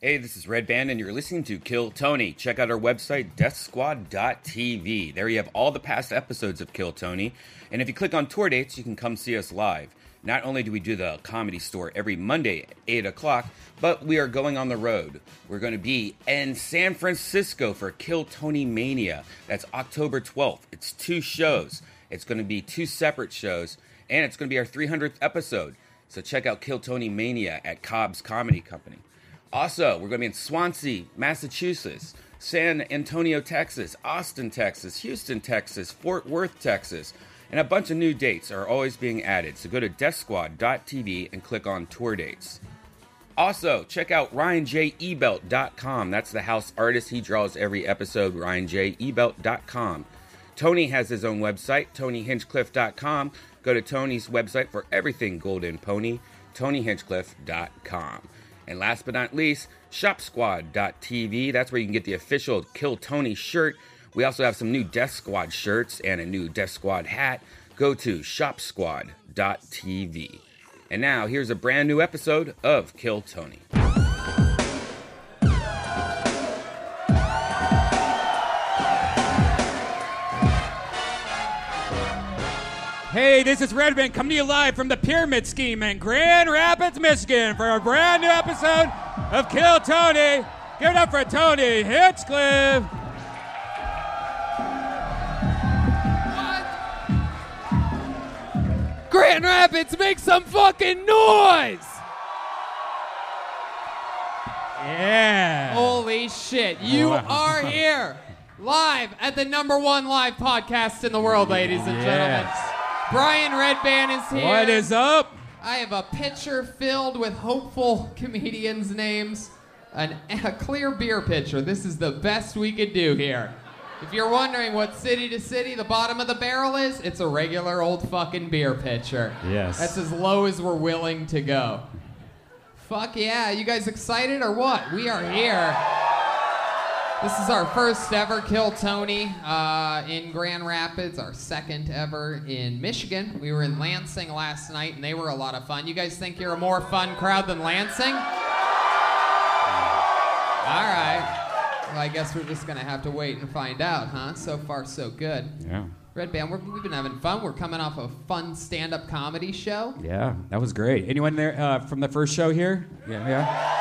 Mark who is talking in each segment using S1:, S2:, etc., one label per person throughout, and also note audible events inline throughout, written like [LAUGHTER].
S1: Hey, this is Red Band, and you're listening to Kill Tony. Check out our website, deathsquad.tv. There you have all the past episodes of Kill Tony. And if you click on tour dates, you can come see us live. Not only do we do the comedy store every Monday at 8 o'clock, but we are going on the road. We're going to be in San Francisco for Kill Tony Mania. That's October 12th. It's two shows, it's going to be two separate shows, and it's going to be our 300th episode. So check out Kill Tony Mania at Cobb's Comedy Company. Also, we're going to be in Swansea, Massachusetts, San Antonio, Texas, Austin, Texas, Houston, Texas, Fort Worth, Texas, and a bunch of new dates are always being added. So go to deathsquad.tv and click on tour dates. Also, check out RyanJEbelt.com. That's the house artist. He draws every episode, RyanJEbelt.com. Tony has his own website, TonyHinchcliffe.com. Go to Tony's website for everything Golden Pony, TonyHinchcliffe.com. And last but not least, ShopSquad.tv. That's where you can get the official Kill Tony shirt. We also have some new Death Squad shirts and a new Death Squad hat. Go to ShopSquad.tv. And now, here's a brand new episode of Kill Tony.
S2: Hey, this is Redman coming to you live from the Pyramid Scheme in Grand Rapids, Michigan for a brand new episode of Kill Tony. Give it up for Tony Hitchcliffe.
S3: Grand Rapids, make some fucking noise!
S2: Yeah. Oh,
S3: Holy shit, you
S2: Wow.
S3: are here live at the number one live podcast in the world, ladies and gentlemen.
S2: [LAUGHS] Yes.
S3: Brian Redband is here.
S2: What is up?
S3: I have a pitcher filled with hopeful comedians' names, an, a clear beer pitcher. This is the best we could do here. If you're wondering what city to city the bottom of the barrel is, it's a regular old fucking beer pitcher.
S2: Yes.
S3: That's as low as we're willing to go. Fuck yeah. You guys excited or what? We are here. This is our first ever Kill Tony uh, in Grand Rapids, our second ever in Michigan. We were in Lansing last night and they were a lot of fun. You guys think you're a more fun crowd than Lansing? All right. Well, I guess we're just going to have to wait and find out, huh? So far, so good.
S2: Yeah.
S3: Red Band, we're, we've been having fun. We're coming off a fun stand up comedy show.
S2: Yeah, that was great. Anyone there uh, from the first show here? Yeah, yeah.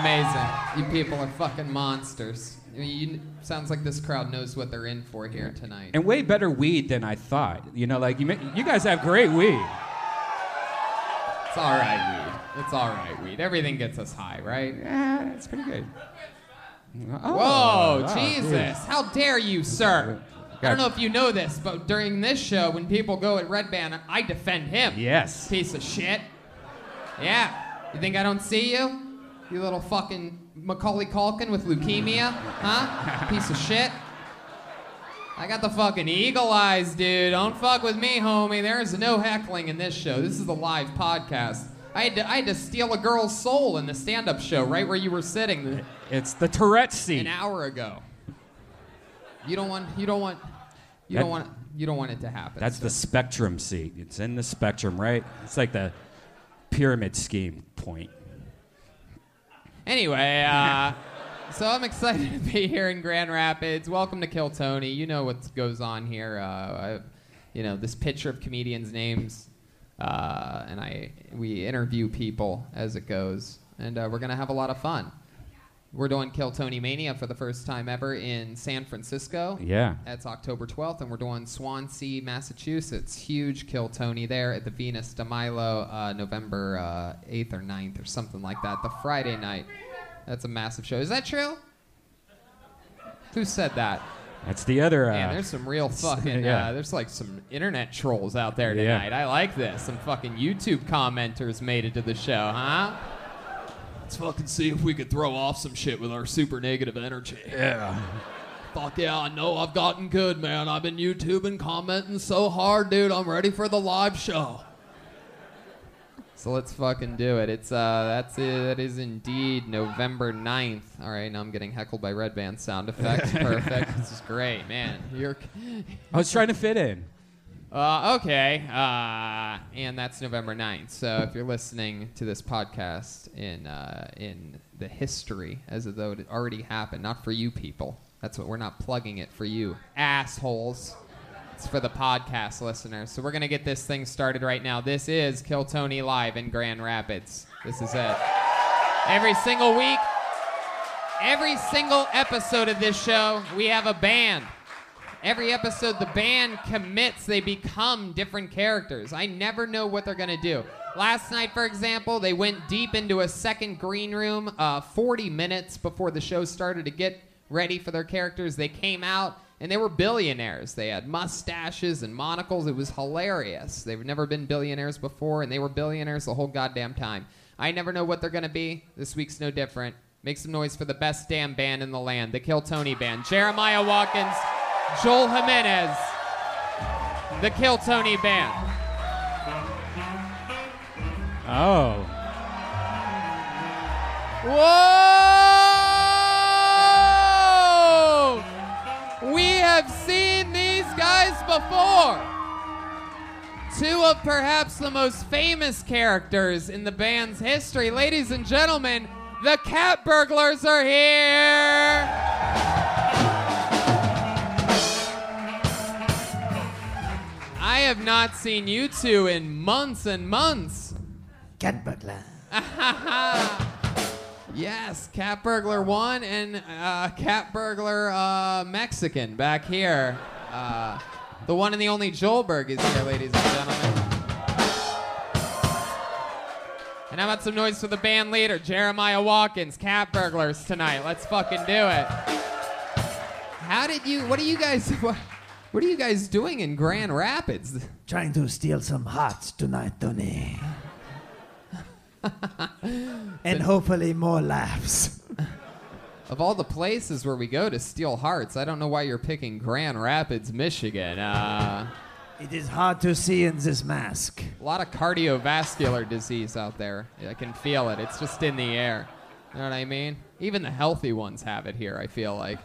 S3: Amazing. You people are fucking monsters. You- you- sounds like this crowd knows what they're in for here tonight.
S2: And way better weed than I thought. You know, like you, ma- you guys have great weed.
S3: It's all right, weed. It's all right, weed. Everything gets us high, right?
S4: Uh,
S2: Yeah, it's pretty good. Oh,
S3: Whoa,
S2: wow,
S3: Jesus.
S2: dude.
S3: How dare you, sir? I don't know if you know this, but during this show, when people go at Red Band, I defend him.
S2: Yes.
S3: Piece of shit. Yeah. You think I don't see you? You little fucking Macaulay Culkin with leukemia? Huh? Piece of shit. I got the fucking eagle eyes, dude. Don't fuck with me, homie. There is no heckling in this show. This is a live podcast. I had to, I had to steal a girl's soul in the stand up show right where you were sitting
S2: It's the Tourette seat.
S3: an hour ago. You don't want you don't want you
S2: That-
S3: don't want you don't want it to happen.
S2: That's the spectrum seat. It's in the spectrum, right? It's like the pyramid scheme point.
S3: Anyway, uh, so I'm excited to be here in Grand Rapids. Welcome to Kill Tony. You know what goes on here. Uh, I, you know this picture of comedians' names, uh, and I we interview people as it goes, and uh, we're gonna have a lot of fun. We're doing Kill Tony Mania for the first time ever in San Francisco.
S2: Yeah.
S3: That's October 12th, and we're doing Swansea, Massachusetts. Huge kill Tony there at the Venus de Milo, uh, November uh, 8th or 9th or something like that, the Friday night. That's a massive show. Is that true? Who said that?
S2: That's the other. Uh,
S3: Man, there's some real fucking.
S2: yeah.
S3: Uh, there's like some internet trolls out there
S2: Yeah.
S3: tonight. I like this. Some fucking YouTube commenters made it to the show, huh? Let's fucking see if we could throw off some shit with our super negative energy.
S2: yeah.
S3: Fuck yeah, I know I've gotten good, man. I've been YouTubing, commenting so hard, dude. I'm ready for the live show. So let's fucking do it. It's uh that's it. That is indeed November 9th. All right, now I'm getting heckled by Red Band sound effects. Perfect. this is great, man. You're
S2: I was trying to fit in.
S3: Uh, okay. Uh, and that's November 9th. So if you're listening to this podcast in, uh, in the history as though it already happened, not for you people. That's what we're not plugging it for you, assholes. It's for the podcast listeners. So we're going to get this thing started right now. This is Kill Tony Live in Grand Rapids. This is it. Every single week, every single episode of this show, we have a band. Every episode, the band commits, they become different characters. I never know what they're going to do. Last night, for example, they went deep into a second green room uh, 40 minutes before the show started to get ready for their characters. They came out and they were billionaires. They had mustaches and monocles. It was hilarious. They've never been billionaires before, and they were billionaires the whole goddamn time. I never know what they're going to be. This week's no different. Make some noise for the best damn band in the land, the Kill Tony Band. Jeremiah Watkins, Joel Jimenez, the Kill Tony Band.
S2: Oh.
S3: Whoa! We have seen these guys before. Two of perhaps the most famous characters in the band's history. Ladies and gentlemen, the Cat Burglars are here. I have not seen you two in months and months.
S5: Cat
S3: [LAUGHS]
S5: burglar.
S3: Yes, Cat Burglar 1 and uh, Cat Burglar uh, Mexican back here. Uh, the one and the only Joelberg is here, ladies and gentlemen. And how about some noise for the band leader, Jeremiah Watkins, Cat Burglars tonight. Let's fucking do it. How did you, what are you guys, [LAUGHS] what, what are you guys doing in Grand Rapids? [LAUGHS]
S5: Trying to steal some hearts tonight, Tony. and hopefully more laughs.
S3: Of all the places where we go to steal hearts, I don't know why you're picking Grand Rapids, Michigan. Uh,
S5: It is hard to see in this mask.
S3: a lot of cardiovascular disease out there. I can feel it. It's just in the air. You know what I mean? Even the healthy ones have it here, I feel like.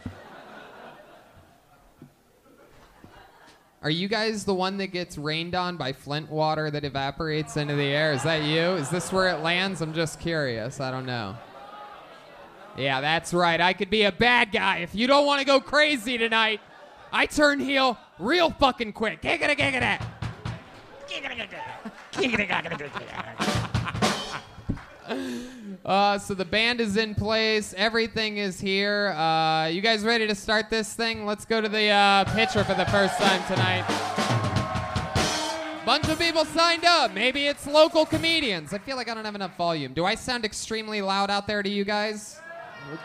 S3: Are you guys the one that gets rained on by Flint water that evaporates into the air? Is that you? Is this where it lands? I'm just curious. I don't know. Yeah, that's right. I could be a bad guy. If you don't want to go crazy tonight, I turn heel real fucking quick. Giggity, giggity. Uh, so the band is in place. Everything is here. Uh, you guys ready to start this thing? Let's go to the uh, pitcher for the first time tonight. Bunch of people signed up. Maybe it's local comedians. I feel like I don't have enough volume. Do I sound extremely loud out there to you guys?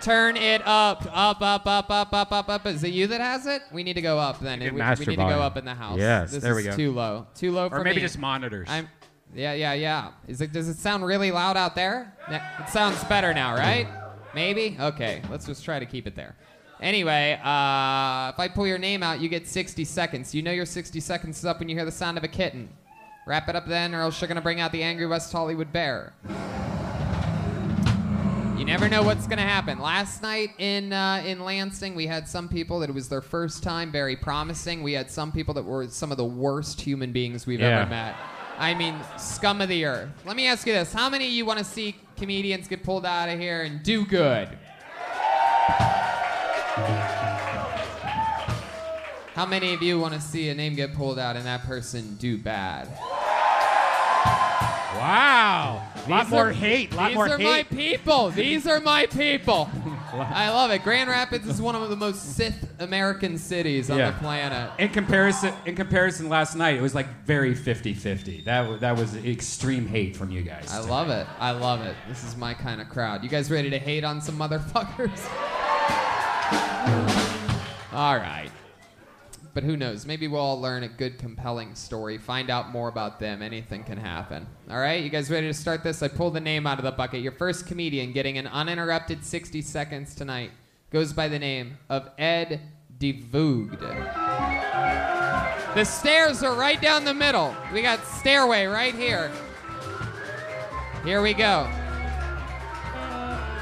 S3: Turn it up, up, up, up, up, up, up, up. Is it you that has it? We need to go up then. We,
S2: Get
S3: we need
S2: master
S3: to
S2: volume.
S3: go up in the house.
S2: Yes,
S3: this
S2: there we
S3: is
S2: go.
S3: Too low. Too low for
S2: Or maybe
S3: me.
S2: just monitors.
S3: I'm. Yeah, yeah, yeah. Is it? Does it sound really loud out there? Yeah, It sounds better now, right? Maybe. Okay. Let's just try to keep it there. Anyway, uh, if I pull your name out, you get 60 seconds. You know your 60 seconds is up when you hear the sound of a kitten. Wrap it up then, or else you're gonna bring out the angry West Hollywood bear. You never know what's gonna happen. Last night in uh, in Lansing, we had some people that it was their first time, very promising. We had some people that were some of the worst human beings we've
S2: Yeah.
S3: ever met. I mean, scum of the earth. Let me ask you this: How many of you want to see comedians get pulled out of here and do good? How many of you want to see a name get pulled out and that person do bad?
S2: Wow. A lot
S3: These
S2: more
S3: are-
S2: hate. A lot
S3: these
S2: more
S3: are
S2: hate.
S3: my people. These are my people. I love it. Grand Rapids is one of the most Sith American cities on
S2: Yeah.
S3: the planet.
S2: in comparison, in comparison, last night it was like very 50-50. That wa- that was extreme hate from you guys.
S3: I love it. I love it. This is my kind of crowd. You guys ready to hate on some motherfuckers? all right. But who knows? Maybe we'll all learn a good, compelling story, find out more about them. Anything can happen. All right, you guys ready to start this? I pulled the name out of the bucket. Your first comedian getting an uninterrupted 60 seconds tonight goes by the name of Ed DeVoogd. The stairs are right down the middle. We got stairway right here. Here we go.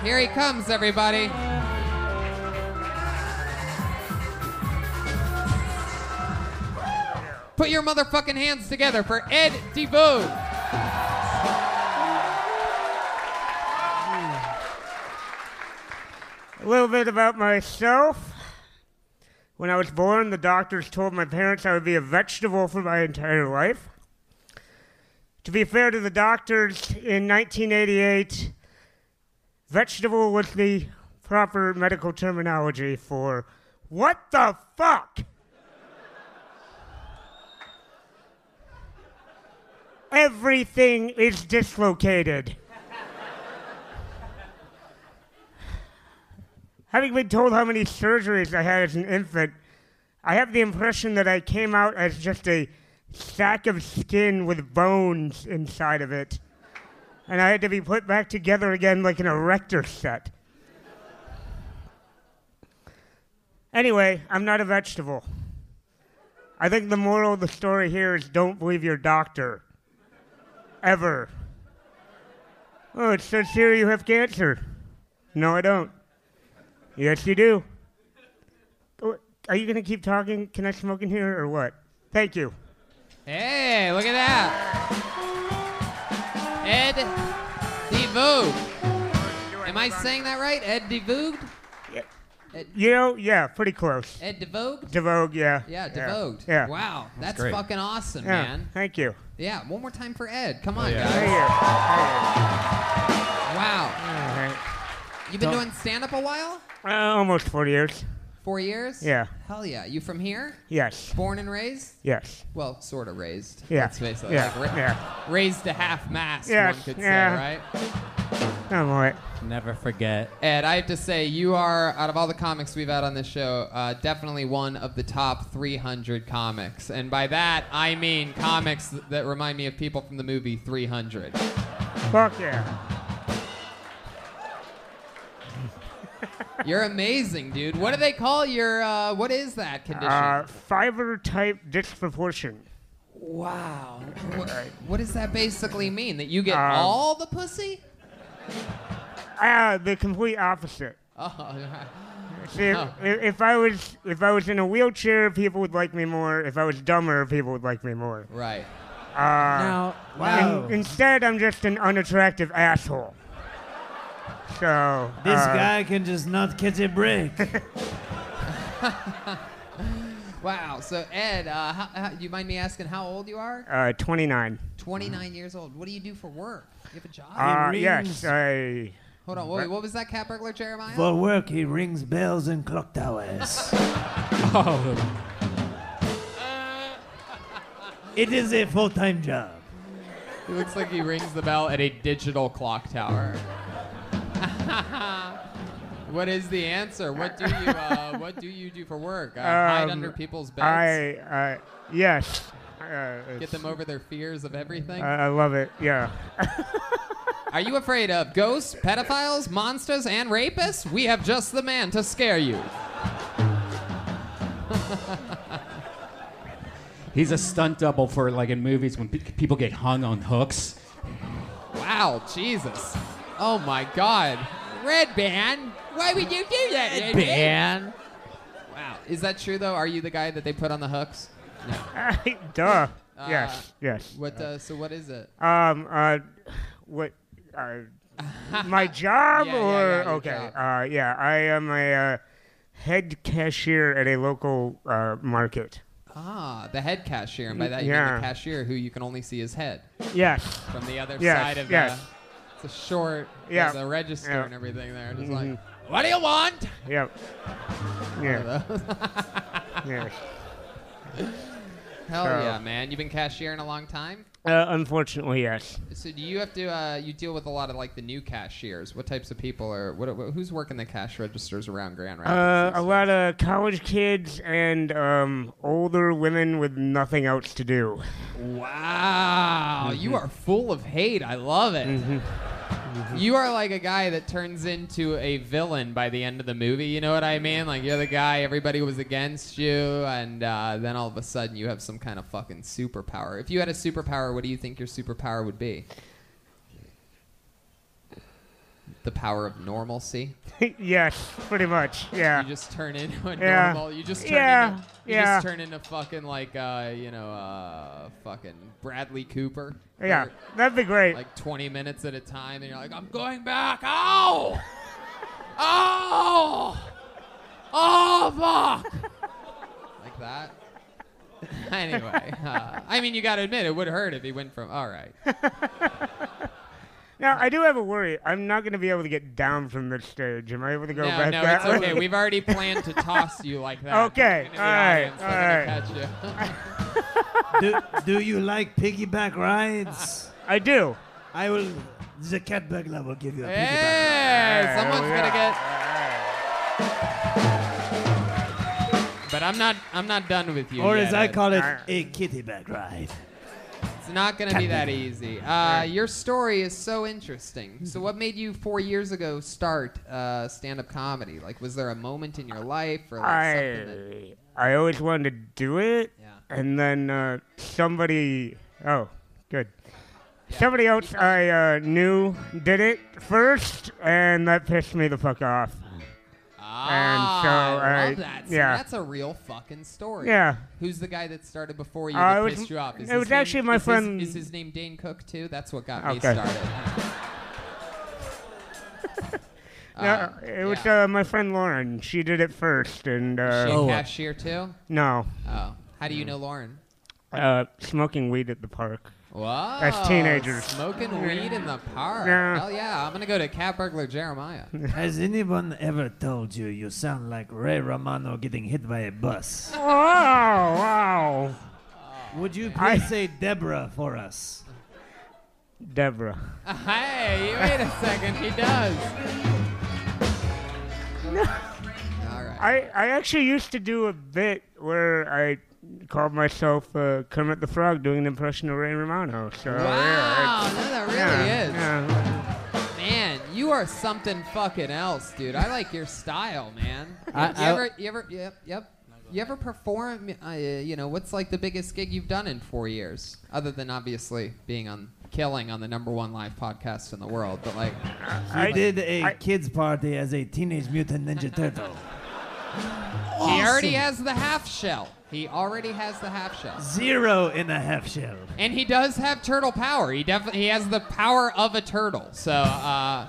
S3: Here he comes, everybody. Put your motherfucking hands together for Ed DeVoe.
S6: A little bit about myself. When I was born, the doctors told my parents I would be a vegetable for my entire life. To be fair to the doctors, in 1988, vegetable was the proper medical terminology for what the fuck? Everything is dislocated. Having been told how many surgeries I had as an infant, I have the impression that I came out as just a sack of skin with bones inside of it. And I had to be put back together again like an erector set. Anyway, I'm not a vegetable. I think the moral of the story here is don't believe your doctor. Ever. Oh, it says here you have cancer. No, I don't. Yes, you do. Oh, Are you going to keep talking? Can I smoke in here or what? Thank you.
S3: Hey, look at that. Ed DeVoe. Am I saying that right? Ed DeVoe?
S6: You know, yeah, pretty close.
S3: Ed DeVoe?
S6: Devogue, yeah.
S3: Yeah, DeVoe.
S6: Yeah.
S3: Wow, that's,
S2: great.
S3: fucking awesome,
S6: Yeah.
S3: man.
S6: Thank you.
S3: Yeah, one more time for Ed. Come on,
S6: Thank
S3: guys.
S6: you.
S3: Wow.
S6: All right.
S3: You've been doing stand up a while?
S6: Uh, almost 40 years.
S3: Four years?
S6: Yeah.
S3: Hell yeah. You from here?
S6: Yes.
S3: Born and raised?
S6: Yes.
S3: Well, sort of raised.
S6: Yeah.
S3: Let's face it.
S6: Yeah.
S3: Like, ra-
S6: Yeah.
S3: Raised to half mast,
S6: Yeah.
S3: one could
S6: Yeah.
S3: say, right?
S6: I'm all right.
S7: Never forget.
S3: Ed, I have to say, you are, out of all the comics we've had on this show, uh, definitely one of the top 300 comics. And by that, I mean comics th- that remind me of people from the movie
S6: [LAUGHS]
S3: 300.
S6: Fuck yeah.
S3: You're amazing, dude. What do they call your, uh, what is that condition?
S6: Uh, fiber type disproportion. [COUGHS]
S3: wow. What, what does that basically mean? That you get
S6: Um,
S3: all the pussy?
S6: Ah, the complete opposite.
S3: Oh, [LAUGHS] right.
S6: See, if,
S3: Oh.
S6: if I was if I was in a wheelchair, people would like me more. If I was dumber, people would like me more.
S3: right.
S7: Now,
S5: Wow.
S6: In- instead, I'm just an unattractive asshole. So
S5: This
S6: uh,
S5: guy can just not catch a break.
S3: Oh. [LAUGHS] Wow. So, Ed, uh, how, how, you mind me asking how old you are?
S6: [LAUGHS] uh, 29.
S3: 29 years old. What do you do for work? You have a job?
S6: Uh,
S5: rings.
S6: yes, I.
S3: Hold on. What, what was that cat burglar, Jeremiah?
S5: For work, he rings bells and clock towers.
S2: Oh,
S5: it is a full time job.
S3: It looks like he rings the bell at a digital clock tower. Uh, what is the answer? What do you [LAUGHS] uh, What do you do for work? Uh, hide
S6: Um,
S3: under people's beds.
S6: I. Uh, yes. Uh,
S3: Get them over their fears of everything.
S6: I, I love it. Yeah.
S3: Are you afraid of ghosts, pedophiles, monsters, and rapists? We have just the man to scare you.
S2: he's a stunt double for like in movies when pe- people get hung on hooks.
S3: Wow, Jesus. Oh my God. Red Band, why would you do that? Red
S7: ban.
S3: Wow. Is that true though? Are you the guy that they put on the hooks?
S6: [LAUGHS]
S3: Uh,
S6: Duh. yes. Yes.
S3: What? Uh, so what is it?
S6: Um. Uh. What? Uh,
S3: [LAUGHS]
S6: my job
S3: Yeah, yeah,
S6: or
S3: yeah, your
S6: okay.
S3: job.
S6: Uh. Yeah. I am a uh, head cashier at a local uh, market.
S3: Ah, the head cashier, and by that you mean
S6: Yeah.
S3: the cashier who you can only see his head
S6: Yes.
S3: from the other
S6: Yes,
S3: side of
S6: yes.
S3: the. It's a short.
S6: Yeah.
S3: Yeah. The register
S6: Yeah. Mm-hmm.
S3: and everything there. Just like, what do you want? [LAUGHS]
S6: Yep. Yeah. [LAUGHS] yes.
S3: Hell
S6: So-
S3: yeah, man! You've been cashiering a long time.
S6: Uh, unfortunately, yes.
S3: So do you have to? Uh, you deal with a lot of like the new cashiers. What types of people are? What? Who's working the cash registers around Grand Rapids?
S6: Uh,
S3: these
S6: a
S3: days?
S6: lot of college kids and um, older women with nothing else to do.
S3: Wow, you are full of hate. I love it. You are like a guy that turns into a villain by the end of the movie. You know what I mean? Like you're the guy everybody was against you, and uh, then all of a sudden you have some kind of fucking superpower. If you had a superpower, what do you think your superpower would be? the power of normalcy.
S6: [LAUGHS] yes, pretty
S3: [LAUGHS]
S6: much. Yeah.
S3: You just turn into [LAUGHS] a
S6: Yeah.
S3: normal. You just turn
S6: Yeah.
S3: into. You
S6: Yeah.
S3: just turn into fucking like uh, you know uh, fucking Bradley Cooper.
S6: yeah,
S3: For,
S6: that'd be great.
S3: Like 20 minutes at a time, and you're like, I'm going back. Ow! Ow! Oh fuck! like that. [LAUGHS] anyway, uh, I mean, you gotta admit it would hurt if he went from. All right.
S6: now, I do have a worry. I'm not going to be able to get down from this stage. Am I able to go
S3: no,
S6: back
S3: no,
S6: that
S3: it's okay.
S6: way?
S3: We've already planned to toss you like
S6: [LAUGHS]
S3: that.
S6: Okay,
S3: In the
S6: all right,
S3: audience, they're
S6: all
S3: gonna catch you.
S5: do, do you like piggyback rides?
S6: I do.
S5: I will. The cat burglar will give you a piggyback.
S3: Hey, someone's
S6: Oh, yeah.
S3: gonna get. But I'm not. I'm not done with you.
S5: Or
S3: yet,
S5: as I
S3: Ed.
S5: call it,
S6: Alright.
S5: a kittyback ride.
S3: it's not gonna be that easy. Uh, your story is so interesting. So, what made you four years ago start uh, stand-up comedy? Like, was there a moment in your life, or like something that?
S6: I I always wanted to do it,
S3: Yeah.
S6: and then uh, somebody oh good somebody else I uh, knew did it first, and that pissed me the fuck off.
S3: Ah,
S6: so,
S3: I
S6: alright,
S3: love that. So
S6: yeah.
S3: that's a real fucking story.
S6: Yeah.
S3: Who's the guy that started before you
S6: Uh,
S3: that
S6: it was-
S3: pissed you off?
S6: it was
S3: his name-
S6: actually my
S3: is his-
S6: friend-
S3: is his name Dane Cook too? That's what got me
S6: Okay.
S3: started.
S6: No, it was
S3: yeah.
S6: uh, my friend Lauren. She did it first, and
S3: Is
S6: uh,
S3: she a
S7: Oh.
S3: cashier too?
S6: no,
S3: Oh, how
S5: Mm.
S3: do you know Lauren?
S6: uh, smoking weed at the park.
S3: Wow.
S6: As teenagers.
S3: Oh, Smoking weed in the park.
S6: Yeah.
S3: Hell yeah. I'm going to go to Cat
S6: [LAUGHS]
S3: Burglar Jeremiah.
S5: [LAUGHS] Has anyone ever told you you sound like Ray Romano getting hit by a bus?
S6: Oh [LAUGHS] wow,
S5: Would you please
S6: I-
S5: say Deborah for us?
S6: Deborah.
S3: [LAUGHS] hey, wait a second. He does. All right.
S6: I I actually used to do a bit where I called myself uh, Kermit the Frog doing an impression of Ray Romano. So Oh, yeah,
S3: Wow, no, that really is.
S6: yeah.
S3: Man, you are something fucking else, dude. I like your style, man.
S7: I-
S3: you
S7: I-
S3: ever, you ever, yep, yep. You ever perform? Uh, you know, what's like the biggest gig you've done in four years, other than obviously being on killing on the number one live podcast in the world? But like,
S5: You
S6: I-
S5: did a
S6: I-
S5: kids party as a teenage mutant
S6: [LAUGHS]
S5: ninja turtle.
S3: He already has the half shell. He already has the half shell.
S5: Zero and a half shell.
S3: And he does have turtle power. He definitely he has the power of a turtle. So uh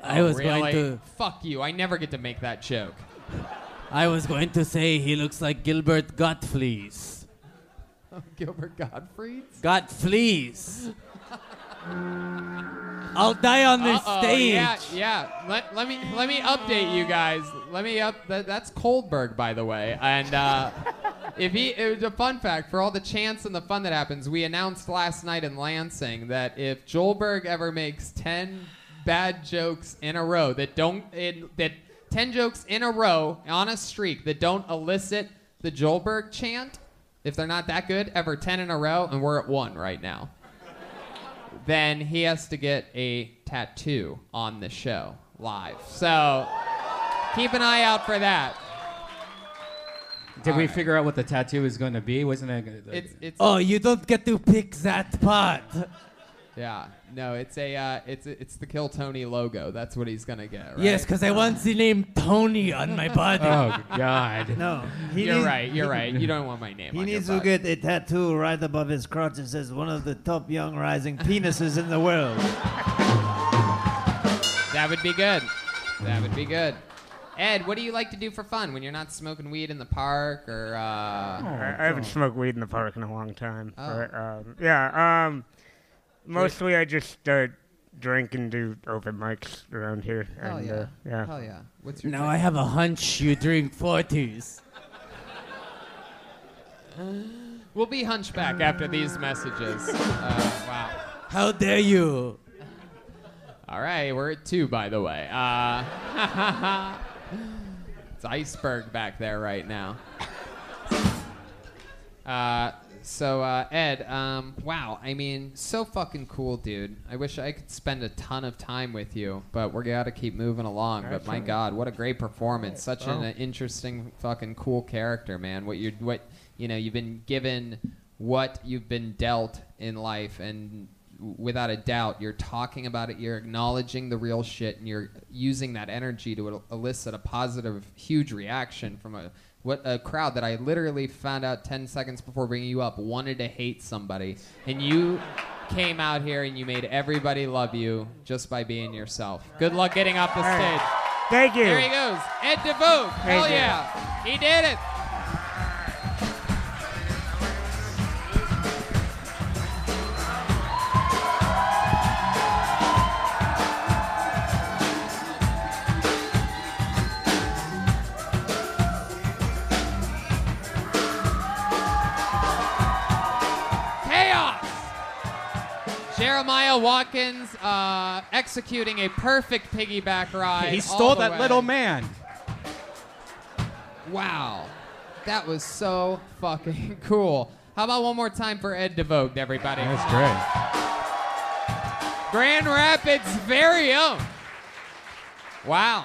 S7: I was
S3: really,
S7: going to.
S3: fuck you. I never get to make that
S7: [LAUGHS]
S3: joke.
S7: I was going to say he looks like Gilbert Gottfried.
S3: Gilbert Gottfried's?
S7: Got fleas. I'll die on this
S3: Uh-oh,
S7: stage.
S3: Yeah, yeah. Let, let me let me update you guys. Let me up. That, that's Koldberg, by the way. And uh, [LAUGHS] if he, it was a fun fact for all the chance and the fun that happens. We announced last night in Lansing that if Joelberg ever makes ten bad jokes in a row that don't in, that ten jokes in a row on a streak that don't elicit the Joelberg chant, if they're not that good, ever ten in a row, and we're at one right now then he has to get a tattoo on the show live. So keep an eye out for that.
S4: Did we figure out what the tattoo is going to be? Wasn't it? Like,
S3: It's it's
S7: Oh, you don't get to pick that part.
S3: yeah no it's a uh, it's it's the Kill Tony logo. That's what he's gonna get. Right?
S7: Yes, because I want the name Tony on my body.
S4: [LAUGHS] oh God.
S5: No, he
S3: You're
S5: needs-
S3: right. You're right. You don't want my name.
S5: He
S3: on
S5: needs
S3: your
S5: to
S3: butt.
S5: get a tattoo right above his crotch that says one of the top young rising penises in the
S6: [LAUGHS]
S5: world.
S3: That would be good. That would be good. Ed, what do you like to do for fun when you're not smoking weed in the park or? Uh,
S6: I, I
S4: Oh,
S6: haven't smoked weed in the park in a long time.
S3: Oh.
S6: But, um, yeah. Um, mostly I just uh, drink and do open mics around here.
S3: hell
S6: and,
S3: yeah.
S6: Uh, yeah.
S3: Hell yeah. What's your?
S7: Now I have a hunch you drink 40s.
S3: We'll be hunchback after these messages. Uh, wow.
S7: How dare you?
S3: All right, we're at two, by the way. Uh, [LAUGHS] it's iceberg back there right now. Uh, so uh, Ed, um, wow, I mean, so fucking cool, dude. I wish I could spend a ton of time with you, but we gotta keep moving along. But my God, what a great performance! Such an
S6: Oh.
S3: uh, interesting, fucking cool character, man. What you're, what you know, you've been given, what you've been dealt in life, and without a doubt, you're talking about it, you're acknowledging the real shit, and you're using that energy to el- elicit a positive, huge reaction from a what a crowd that I literally found out 10 seconds before bringing you up wanted to hate somebody, and you came out here and you made everybody love you just by being yourself. Good luck getting off the stage.
S6: Thank you.
S3: There he goes, Ed DeVoe. Hell
S6: you.
S3: yeah, he did it. chaos. Jeremiah Watkins uh, executing a perfect piggyback ride.
S4: He
S3: all
S4: stole
S3: the
S4: that
S3: way.
S4: little man.
S3: Wow, that was so fucking [LAUGHS] cool. How about one more time for Ed DeVoe, everybody?
S4: That's great.
S3: Grand Rapids' very own. Wow.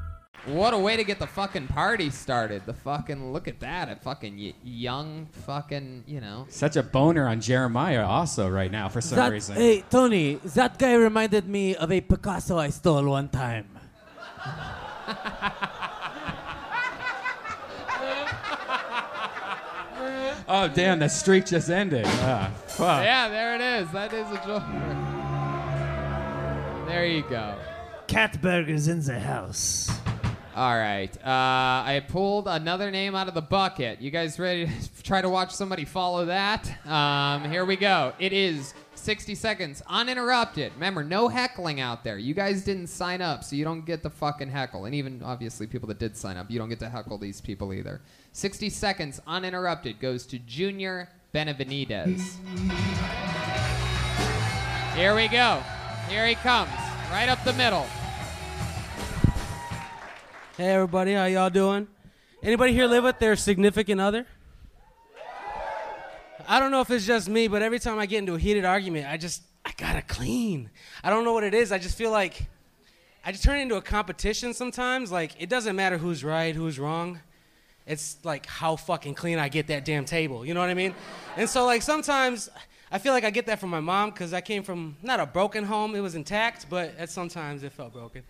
S3: What a way to get the fucking party started. The fucking, look at that. A fucking y- young fucking, you know.
S4: Such a boner on Jeremiah also right now for some
S7: That-
S4: reason.
S7: Hey, Tony, that guy reminded me of a Picasso I stole one time.
S4: Oh damn, the streak just ended. Ah, fuck.
S3: Yeah, there it is. That is a joke. There you go.
S5: Catburger's in the house.
S3: All right. Uh, I pulled another name out of the bucket. You guys ready to [LAUGHS] try to watch somebody follow that? Um, here we go. It is 60 seconds uninterrupted. Remember, no heckling out there. You guys didn't sign up, so you don't get to fucking heckle. And even, obviously, people that did sign up, you don't get to heckle these people either. 60 seconds uninterrupted goes to Junior Benavides. Here we go. Here he comes. Right up the middle.
S8: Hey everybody, how y'all doing? Anybody here live with their significant other? I don't know if it's just me, but every time I get into a heated argument, I just I gotta clean. I don't know what it is. I just feel like I just turn it into a competition sometimes. Like it doesn't matter who's right, who's wrong. It's like how fucking clean I get that damn table. You know what I mean? And so like sometimes I feel like I get that from my mom because I came from not a broken home. It was intact, but at sometimes it felt broken.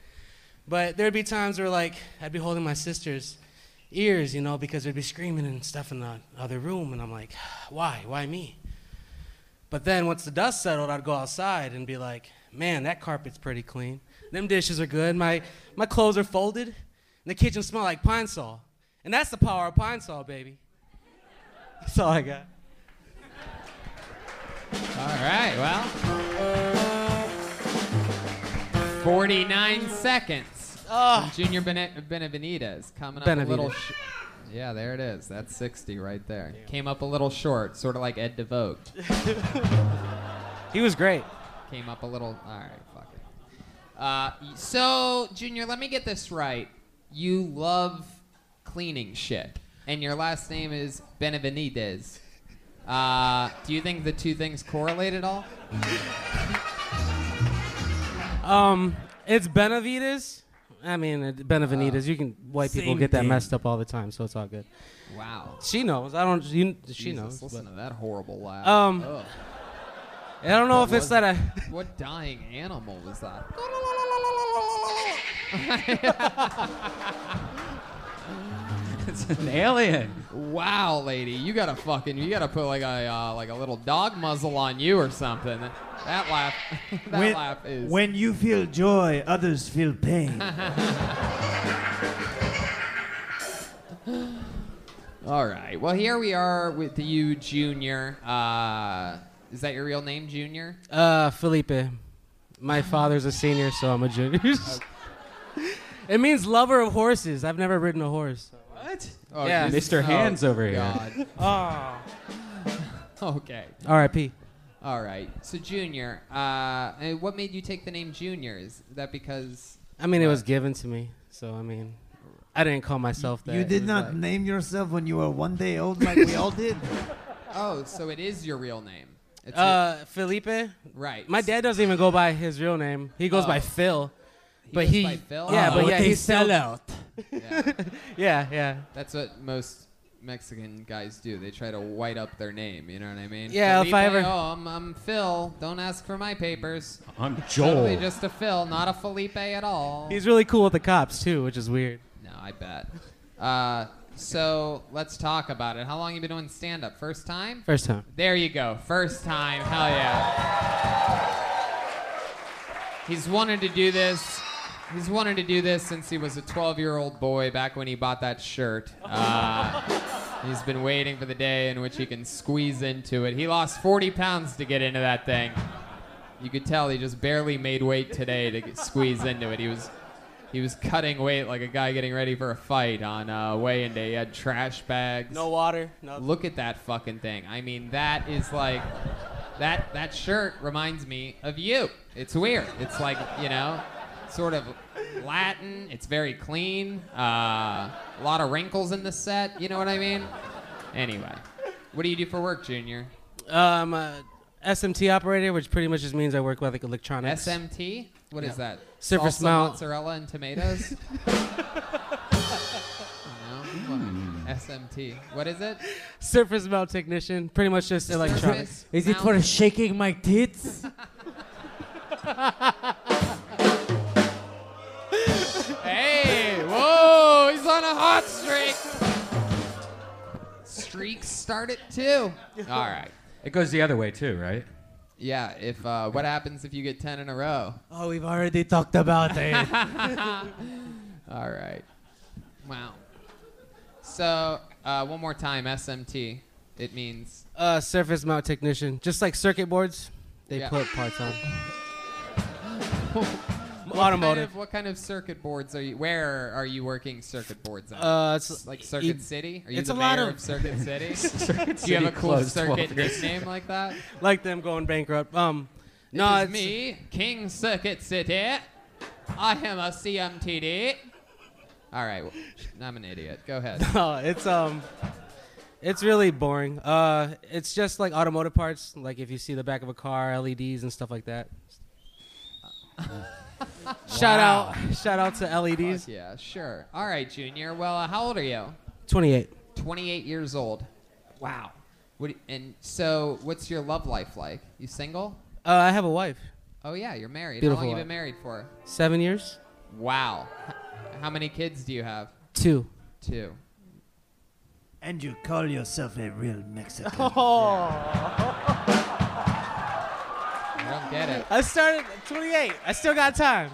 S8: But there'd be times where like I'd be holding my sister's ears, you know, because they'd be screaming and stuff in the other room, and I'm like, [SIGHS] why, why me? But then once the dust settled, I'd go outside and be like, man, that carpet's pretty clean. Them dishes are good. My my clothes are folded, and the kitchen smell like pine saw. And that's the power of pine saw, baby. [LAUGHS] That's all I got.
S3: All right, well. 49 seconds.
S8: Ugh.
S3: Junior Bene- Benavides coming up
S8: Benavides.
S3: a little sh- Yeah, there it is. That's 60 right there. Came up a little short, sort of like Ed [LAUGHS] DeVoe.
S8: He was great.
S3: Came up a little. All right, fuck it. Uh, y- so, Junior, let me get this right. You love cleaning shit, and your last name is Benavenides. Uh, do you think the two things correlate at all?
S8: Um, it's Benavides. I mean, it- Benavides. You can white people
S7: same
S8: get that
S7: thing.
S8: messed up all the time, so it's all good.
S3: Wow.
S8: She knows. I don't. You, she
S3: Jesus,
S8: knows.
S3: Listen
S8: but-
S3: to that horrible laugh.
S8: Um,
S3: Ugh.
S8: I don't know if
S3: What
S8: it's that. I,
S3: [LAUGHS] what dying animal was
S8: [LAUGHS]
S3: that?
S4: It's an alien.
S3: Wow, lady, you gotta fucking, you gotta put like a uh, like a little dog muzzle on you or something. That laugh, [LAUGHS] that laugh is.
S5: when you feel joy, others feel pain.
S3: [LAUGHS] All right, well here we are with you, Junior. Uh, is that your real name, Junior?
S8: [LAUGHS] uh, Felipe, my father's a senior, so I'm a junior. [LAUGHS] it means lover of horses. I've never ridden a horse.
S4: What?
S3: Oh,
S8: Yeah.
S3: Jesus.
S8: [LAUGHS]
S4: Mr. Hands over here.
S3: God.
S8: Oh.
S3: [LAUGHS] Okay.
S8: R.I.P.
S3: All right. So Junior, uh, and what made you take the name Junior? Is that because
S8: I mean, it was given to me, so I mean, I didn't call myself that.
S5: You
S8: It
S5: did
S8: was
S5: not
S8: like-
S5: name yourself when you were one day old like we all did.
S3: Oh, so it is your real name. It's
S8: Uh, Felipe.
S3: Right.
S8: [LAUGHS] My dad doesn't even go by his real name. He goes
S3: Oh.
S8: by Phil.
S3: He
S8: But
S3: goes
S8: he,
S3: by Phil?
S8: yeah,
S3: Oh,
S8: but yeah,
S3: they
S8: he's still-
S3: sell [LAUGHS] out.
S8: yeah. [LAUGHS] yeah, yeah,
S3: That's what most Mexican guys do. They try to white up their name. You know what I mean?
S8: Yeah, if I
S3: Felipe,
S8: ever-
S3: Oh, I'm, I'm Phil. Don't ask for my papers.
S8: I'm
S3: Totally
S8: Joel.
S3: just a Phil, not a Felipe at all.
S8: He's really cool with the cops too, which is weird.
S3: No, I bet. Uh, so let's talk about it. How long you been doing stand up? First time?
S8: First time.
S3: There you go. First time. Hell yeah. He's wanted to do this. He's wanted to do this since he was a 12 year old boy back when he bought that shirt. Uh, he's been waiting for the day in which he can squeeze into it. He lost 40 pounds to get into that thing. You could tell he just barely made weight today to get, squeeze into it. He was he was cutting weight like a guy getting ready for a fight on uh, weigh-in day. He had trash bags.
S8: No water, nothing.
S3: Look at that fucking thing. I mean, that is like that that shirt reminds me of you. It's weird. It's like you know, sort of Latin. It's very clean. Uh, a lot of wrinkles in the set. You know what I mean? Anyway, what do you do for work, Junior?
S8: Um, uh, SMT operator, which pretty much just means I work with like electronics.
S3: SMT? What is
S8: Yeah.
S3: that?
S8: Surface
S3: Salsa,
S8: mount.
S3: mozzarella, and
S8: [LAUGHS]
S3: tomatoes. [LAUGHS] I don't know. SMT. What is it?
S8: Surface mount technician, pretty much just electronics.
S7: Is it for shaking my tits? [LAUGHS]
S3: hey, whoa, he's on a hot streak. Streaks start it too. Oh, All right.
S4: It goes the other way too, right?
S3: Yeah, if uh, what happens if you get 10 in a row?
S7: Oh, we've already talked about
S8: [LAUGHS]
S7: it.
S3: All right. Wow. So, uh, one more time SMT. It means
S8: Uh, surface mount technician, just like circuit boards, they
S3: Yeah.
S8: put parts on. [LAUGHS]
S3: What Kind
S8: Automotive.
S3: of, what kind of circuit boards are you? Where are you working circuit boards on?
S8: Uh, it's-
S3: like Circuit
S8: it-
S3: City. Are you
S8: it's
S3: the
S8: a lot
S3: mayor
S8: of-
S3: of,
S8: [LAUGHS]
S3: Circuit City?
S8: Circuit
S3: Do you have
S8: City
S3: a cool
S8: closed
S3: circuit
S8: 12 years.
S3: nickname like that?
S8: [LAUGHS] like them going bankrupt. Um, no,
S3: No, it's
S8: it's-
S3: me, King Circuit City. I am a CMTD. All right, well, sh- I'm an idiot. Go ahead.
S8: [LAUGHS] No, it's um, it's really boring. Uh, it's just like automotive parts, like if you see the back of a car, LEDs and stuff like that. Shout
S3: Wow.
S8: out, shout out to E LEDs.
S3: Fuck yeah, sure. All right, Junior. Well, uh, how old are you?
S8: 28.
S3: 28 years old. Wow. What, do- and so, what's your love life like? You single?
S8: Uh, I have a wife.
S3: Oh yeah, you're married.
S8: Beautiful
S3: How long
S8: wife.
S3: you been married for?
S8: Seven years.
S3: Wow. H- How many kids do you have?
S8: Two.
S3: Two.
S5: And you call yourself a real
S8: [LAUGHS]
S5: Mexican.
S6: [LAUGHS]
S8: Oh.
S3: I don't get it.
S8: I started at 28. I still got time.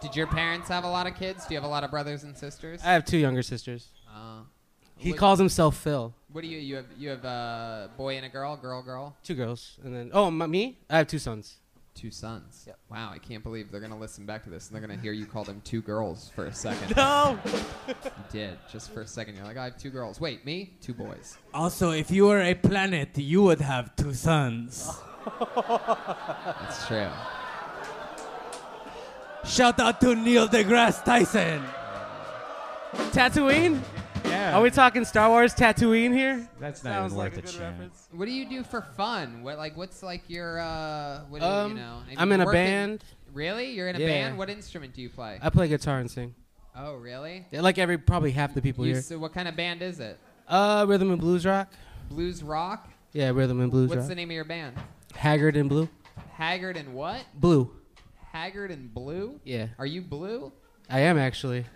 S3: Did your parents have a lot of kids? Do you have a lot of brothers and sisters?
S8: I have two younger sisters.
S3: Uh,
S8: He
S3: what-
S8: calls himself Phil.
S3: What do you you have? You have a boy and a girl, girl, girl.
S8: Two girls, and then oh, my, me. I have two sons.
S3: Two sons. Wow, I can't believe they're gonna listen back to this and they're gonna hear you call them two girls for a second.
S8: [LAUGHS] No.
S3: you did just for a second. You're like, I have two girls. Wait, me? Two
S8: [LAUGHS]
S3: boys.
S7: also, if you were a planet, you would have two sons.
S3: That's true.
S7: Shout out to Neil deGrasse Tyson.
S8: Tatooine.
S4: Yeah.
S8: Are we talking Star Wars Tatooine here?
S4: That's not
S8: Sounds
S4: even
S8: like
S4: worth a, chance.
S3: What do you do for fun? What like what's like your uh? What do you
S8: Um,
S3: know? I
S8: I'm
S3: mean,
S8: in a
S3: working-
S8: band.
S3: Really? You're in a
S8: Yeah.
S3: band. What instrument do you play?
S8: I play guitar and sing.
S3: Oh, really?
S8: Yeah, Like every probably half the people
S3: You-
S8: here.
S3: so what kind of band is it?
S8: Uh, rhythm and blues rock.
S3: Blues rock.
S8: Yeah, rhythm and blues
S3: What's
S8: rock.
S3: the name of your band?
S8: Haggard and blue.
S3: Haggard and what?
S8: Blue.
S3: Haggard and Blue.
S8: Yeah.
S3: Are you blue?
S8: I am actually.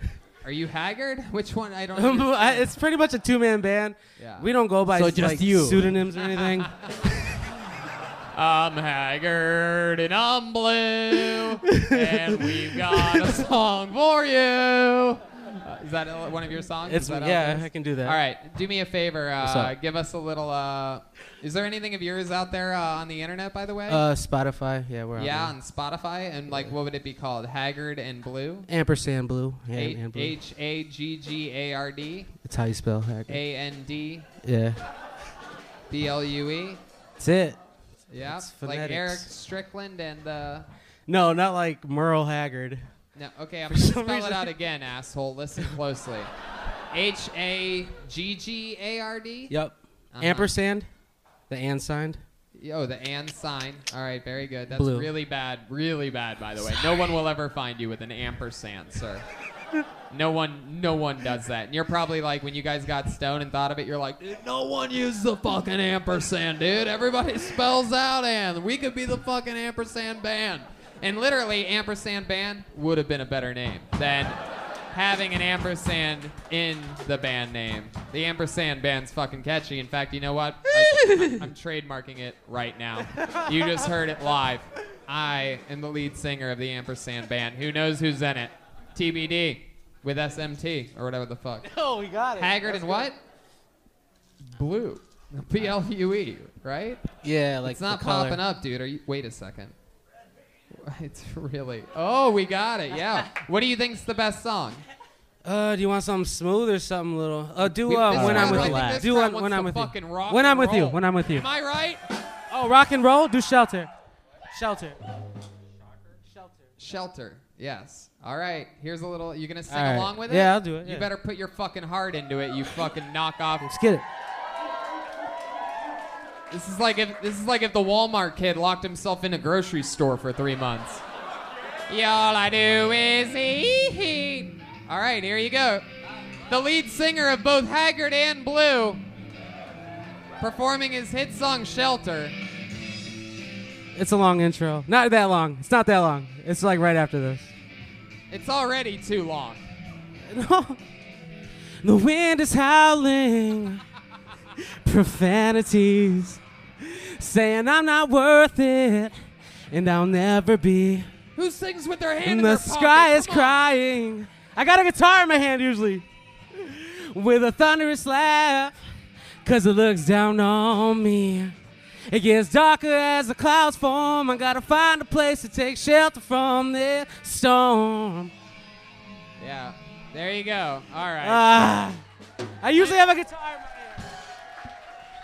S3: Are you Haggard? Which one? I [LAUGHS] don't.
S8: [LAUGHS] I-
S3: understand.
S8: it's pretty much a two-man band.
S3: Yeah.
S8: We don't go by
S7: So just
S8: like,
S7: you.
S8: pseudonyms or anything.
S3: [LAUGHS] I'm Haggard and I'm blue, and we've got a song for you. Uh, Is that one of your songs?
S8: It's-
S3: Is that
S8: yeah,
S3: out there?
S8: I can do that.
S3: All right, do me a favor.
S8: What's
S3: Uh,
S8: up?
S3: give us a little. Uh, is there anything of yours out there uh, on the internet, by the way?
S8: Uh, Spotify. Yeah, we're
S3: yeah,
S8: on.
S3: on Spotify, and like, what would it be called? Haggard and Blue.
S8: there. Ampersand blue. Yeah,
S3: H-
S8: and blue.
S3: H A G G A R D.
S8: That's how you spell Haggard.
S3: A N D
S8: yeah,
S3: B L U E.
S8: that's it.
S3: Yeah,
S8: It's
S3: like
S8: phonetics.
S3: Eric Strickland and. Uh,
S8: No, not like Merle Haggard.
S3: No, okay, I'm gonna spell it out again, asshole. Listen closely. H A G G A R D.
S8: Yep.
S3: Uh-huh.
S8: Ampersand, the and sign.
S3: Yo, the and sign. All right, very good. That's
S8: Blue.
S3: really bad, really bad. By the way, no one will ever find you with an ampersand, sir. No one, no one does that. And you're probably like, when you guys got stoned and thought of it, you're like, dude, no one uses the fucking ampersand, dude. Everybody [LAUGHS] spells out and. We could be the fucking ampersand band. And literally, ampersand band would have been a better name than having an ampersand in the band name. The ampersand band's fucking catchy. In fact, you know what? I, I'm trademarking it right now. You just heard it live. I am the lead singer of the ampersand band. Who knows who's in it? TBD with SMT or whatever the fuck.
S8: [LAUGHS] Oh, we got it.
S3: Haggard
S8: That's
S3: and what? Blue. B L U E, right?
S8: Yeah, like
S3: it's not
S8: the color.
S3: popping up, dude. Are you? Wait a second. [LAUGHS] It's really. Oh, we got it. Yeah. what do you think's the best song?
S8: Uh, do you want something smooth or something little? Uh, do
S3: We-
S8: uh,
S3: this
S8: when
S3: crowd-
S8: I'm
S3: I
S8: with
S3: think
S8: you.
S3: this
S8: Do
S3: crowd
S8: when,
S3: wants
S8: when
S3: some
S8: I'm with
S3: fucking
S8: you.
S3: rock
S8: When
S3: and
S8: I'm with you.
S3: roll.
S8: When I'm with you.
S3: Am I right?
S8: Oh, rock and roll. Do shelter. Shelter.
S3: Shelter. Yes. All right. Here's a little. You gonna sing
S8: All right.
S3: along with it?
S8: Yeah, I'll do it,
S3: You
S8: yeah.
S3: better put your fucking heart into it. You fucking knock off. Let's
S8: get it.
S3: This is like if this is like if the Walmart kid locked himself in a grocery store for three months. Yeah, all I do is eat. All right, here you go. The lead singer of both Haggard and Blue, performing his hit song "Shelter."
S8: It's a long intro. Not that long. It's not that long. It's like right after this.
S3: It's already too
S8: [LAUGHS]
S3: long.
S8: The wind is howling, [LAUGHS] profanities, saying I'm not worth it, and I'll never be.
S3: Who sings with their hand
S8: And
S3: in their
S8: the sky
S3: pocket?
S8: is crying. I got a guitar in my hand usually, with a thunderous laugh, cause it looks down on me. It gets darker as the clouds form. I gotta find a place to take shelter from this storm.
S3: Yeah. There you go. All right.
S8: Ah. I usually have a guitar.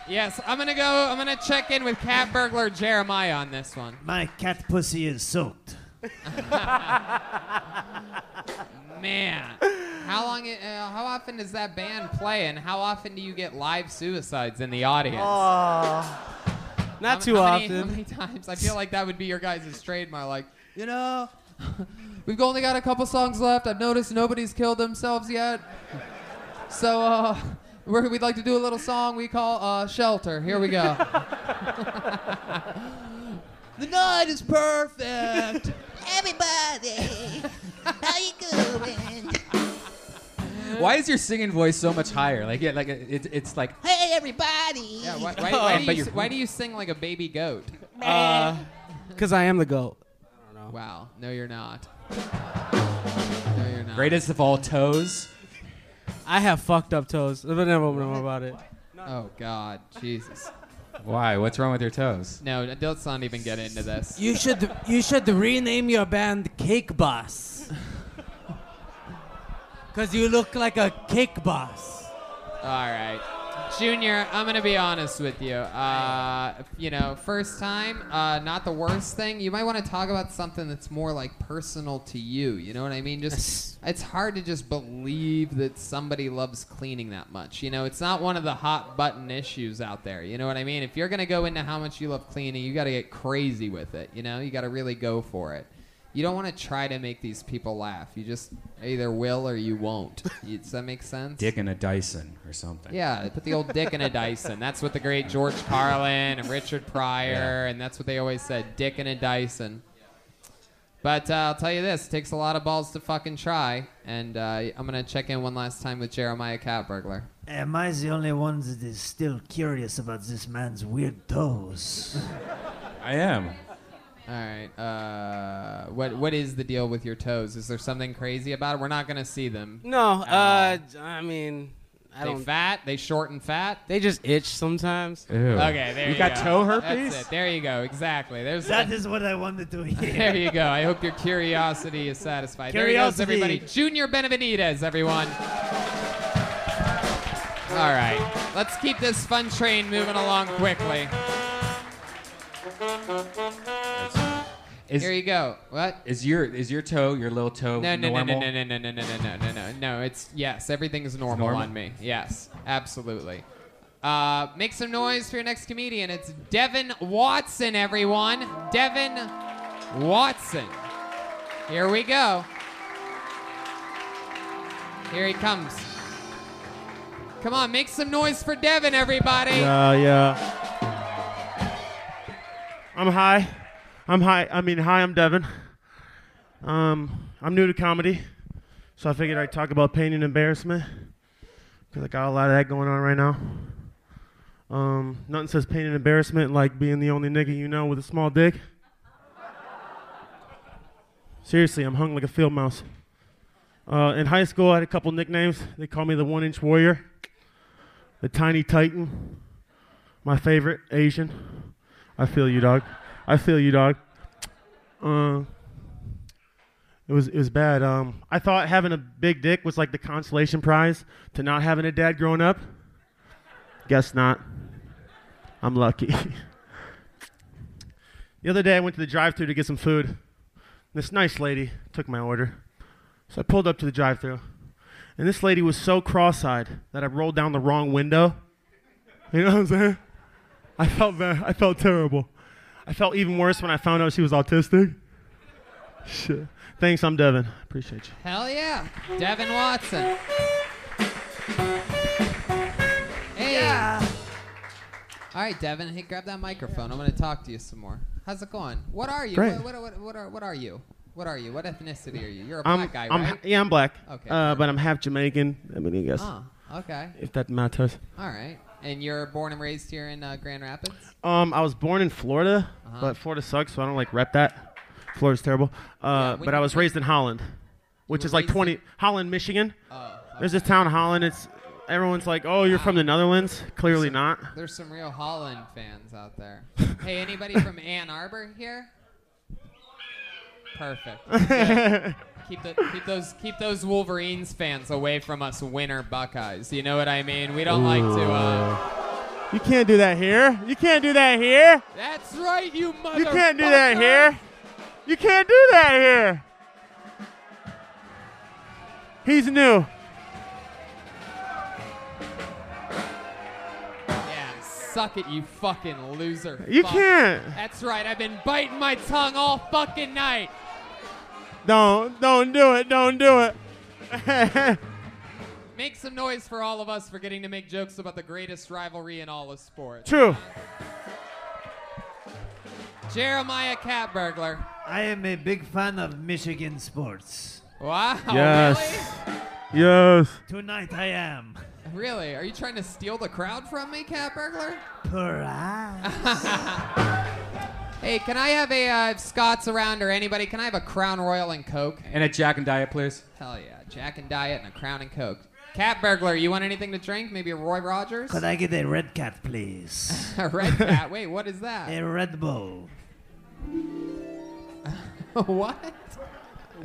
S3: Yes, I'm gonna go. I'm gonna check in with Cat Burglar Jeremiah on this one.
S5: My cat pussy is soaked.
S9: [LAUGHS]
S3: Man, how long? i- Uh, how often does that band play, and how often do you get live suicides in the audience?
S8: Not
S3: How-
S8: too
S3: how
S8: often.
S3: Many, how many times? I feel like that would be your guys' trademark. Like, you know, [LAUGHS] we've only got a couple songs left. I've noticed nobody's killed themselves yet, so uh, we're, we'd like to do a little song we call uh, "Shelter." Here we go. [LAUGHS] the night is perfect.
S10: Everybody, how you doing?
S4: Why is your singing voice so much higher? Like, yeah, like uh, it's it's like
S10: Hey, everybody.
S3: Yeah, why, why,
S4: Oh,
S8: [LAUGHS]
S3: why, do
S4: but
S3: you,
S4: you're-
S3: why do you sing like a baby goat?
S8: Uh, Because I am the goat.
S3: Wow. No, you're not. No, you're not.
S4: greatest of all toes.
S8: I have fucked up toes. But never know about it.
S3: Oh, God. Jesus.
S4: Why? What's wrong with your toes?
S3: No, let's not even get into this.
S7: You should you should rename your band Cake Boss. Cause you look like a cake boss.
S3: All right. Junior, I'm going to be honest with you. Uh, you know, first time, uh, not the worst thing. You might want to talk about something that's more like personal to you. You know what I mean? Just it's hard to just believe that somebody loves cleaning that much. You know, it's not one of the hot button issues out there. You know what I mean? If you're going to go into how much you love cleaning, you got to get crazy with it. You know, you got to really go for it. You don't want to try to make these people laugh. You just either will or you won't. You- Does that make sense?
S4: Dick and a Dyson or something.
S3: Yeah, they put the old dick in a Dyson. That's what the great George Carlin and Richard Pryor, and that's what they always said dick in a Dyson. But uh, I'll tell you this, it takes a lot of balls to fucking try. And uh, I'm going to check in one last time with Jeremiah Catburglar.
S5: Am I the only one that is still curious about this man's weird toes? [LAUGHS]
S4: I am.
S3: All right. Uh, What What is the deal with your toes? Is there something crazy about it? We're not gonna see them.
S8: No, uh, I mean, I
S3: they
S8: don't.
S3: fat? They short and fat?
S8: They just itch sometimes.
S3: Okay, there you,
S8: got
S3: go.
S8: toe
S3: That's
S8: herpes?
S3: it. There you go. Exactly. There's
S5: That is what I wanted to hear.
S3: [LAUGHS] There you go. I hope your curiosity is satisfied. There he goes,
S5: Curiosity.
S3: everybody. Junior Benavides, everyone. All right. Let's keep this fun train moving along quickly. Here you go. What?
S4: Is your is your toe your little toe
S3: No, no, no,
S4: normal?
S3: no, no, no, no, no, no, no, no, no, no. It's yes, everything's normal,
S4: normal?
S3: on me. Yes, absolutely. Uh, make some noise for your next comedian. It's Devin Watson, everyone. Devin Watson. Here we go. Here he comes. Come on, make some noise for Devin, everybody.
S11: Yeah, yeah. I'm hi. I'm hi. I mean, hi. I'm Devin. Um, I'm new to comedy, so I figured I'd talk about pain and embarrassment because I got a lot of that going on right now. Um, nothing says pain and embarrassment like being the only nigga you know with a small dick. Seriously, I'm hung like a field mouse. Uh, in high school, I had a couple nicknames. They called me the One Inch Warrior, the Tiny Titan, my favorite Asian. I feel you, dog. I feel you, dog. Uh, it was it was bad. Um, I thought having a big dick was like the consolation prize to not having a dad growing up. Guess not. I'm lucky. [LAUGHS] the other day, I went to the drive-through to get some food. This nice lady took my order, so I pulled up to the drive-through, and this lady was so cross-eyed that I rolled down the wrong window. You know what I'm saying? I felt bad. I felt terrible. I felt even worse when I found out she was autistic. Shit. Thanks, I'm Devin. Appreciate you.
S3: Hell yeah, Devin Watson. Hey. All right, Devin. Hey, grab that microphone. I'm gonna talk to you some more. How's it going? What are you?
S11: Great.
S3: What, what, what, what are what are you? What are you? What ethnicity are you? You're a
S11: I'm,
S3: black guy,
S11: I'm,
S3: right?
S11: Yeah, I'm black.
S3: Okay.
S11: Uh, but I'm half Jamaican. I mean, I guess.
S3: Ah, okay.
S11: If that matters.
S3: All right. And you're born and raised here in uh, Grand Rapids.
S11: Um, I was born in Florida,
S3: Uh-huh.
S11: but Florida sucks, so I don't like rep that. Florida's terrible. Uh,
S3: when
S11: but I was raised in Holland, which is like 20 Holland, Michigan.
S3: Oh,
S11: There's this town Holland. It's everyone's like, oh, you're from the Netherlands. Clearly not.
S3: There's some real Holland fans out
S11: [LAUGHS]
S3: there. hey, anybody from Ann Arbor here?
S11: [LAUGHS]
S3: Perfect. Good. keep, the, keep those keep those Wolverines fans away from us winter Buckeyes. You know what I mean? We don't like to. Uh,
S11: You can't do that here. You can't do that here.
S3: That's right, you mother.
S11: You can't do that here. You can't do that here. He's new.
S3: Suck it, you fucking loser.
S11: You
S3: Fuck.
S11: can't.
S3: That's right. I've been biting my tongue all fucking night.
S11: Don't don't do it. Don't do it. [LAUGHS]
S3: Make some noise for all of us for getting to make jokes about the greatest rivalry in all of sports.
S11: True.
S3: Jeremiah Catburglar.
S5: I am a big fan of Michigan sports.
S3: Wow.
S11: Yes.
S5: Tonight I am.
S3: Really? Really? Are you trying to steal the crowd from me, Catburglar? [LAUGHS] hey, can I have a uh, if Scott's around or anybody? Can I have a Crown Royal and Coke?
S4: And a Jack and Diet, please.
S3: Hell yeah, Jack and Diet and a Crown and Coke. Catburglar, you want anything to drink? Maybe a Roy Rogers?
S5: Could I get a red cat, please?
S3: [LAUGHS] a red
S5: [LAUGHS]
S3: cat? Wait, what is that?
S5: A Red Bull.
S3: [LAUGHS] what?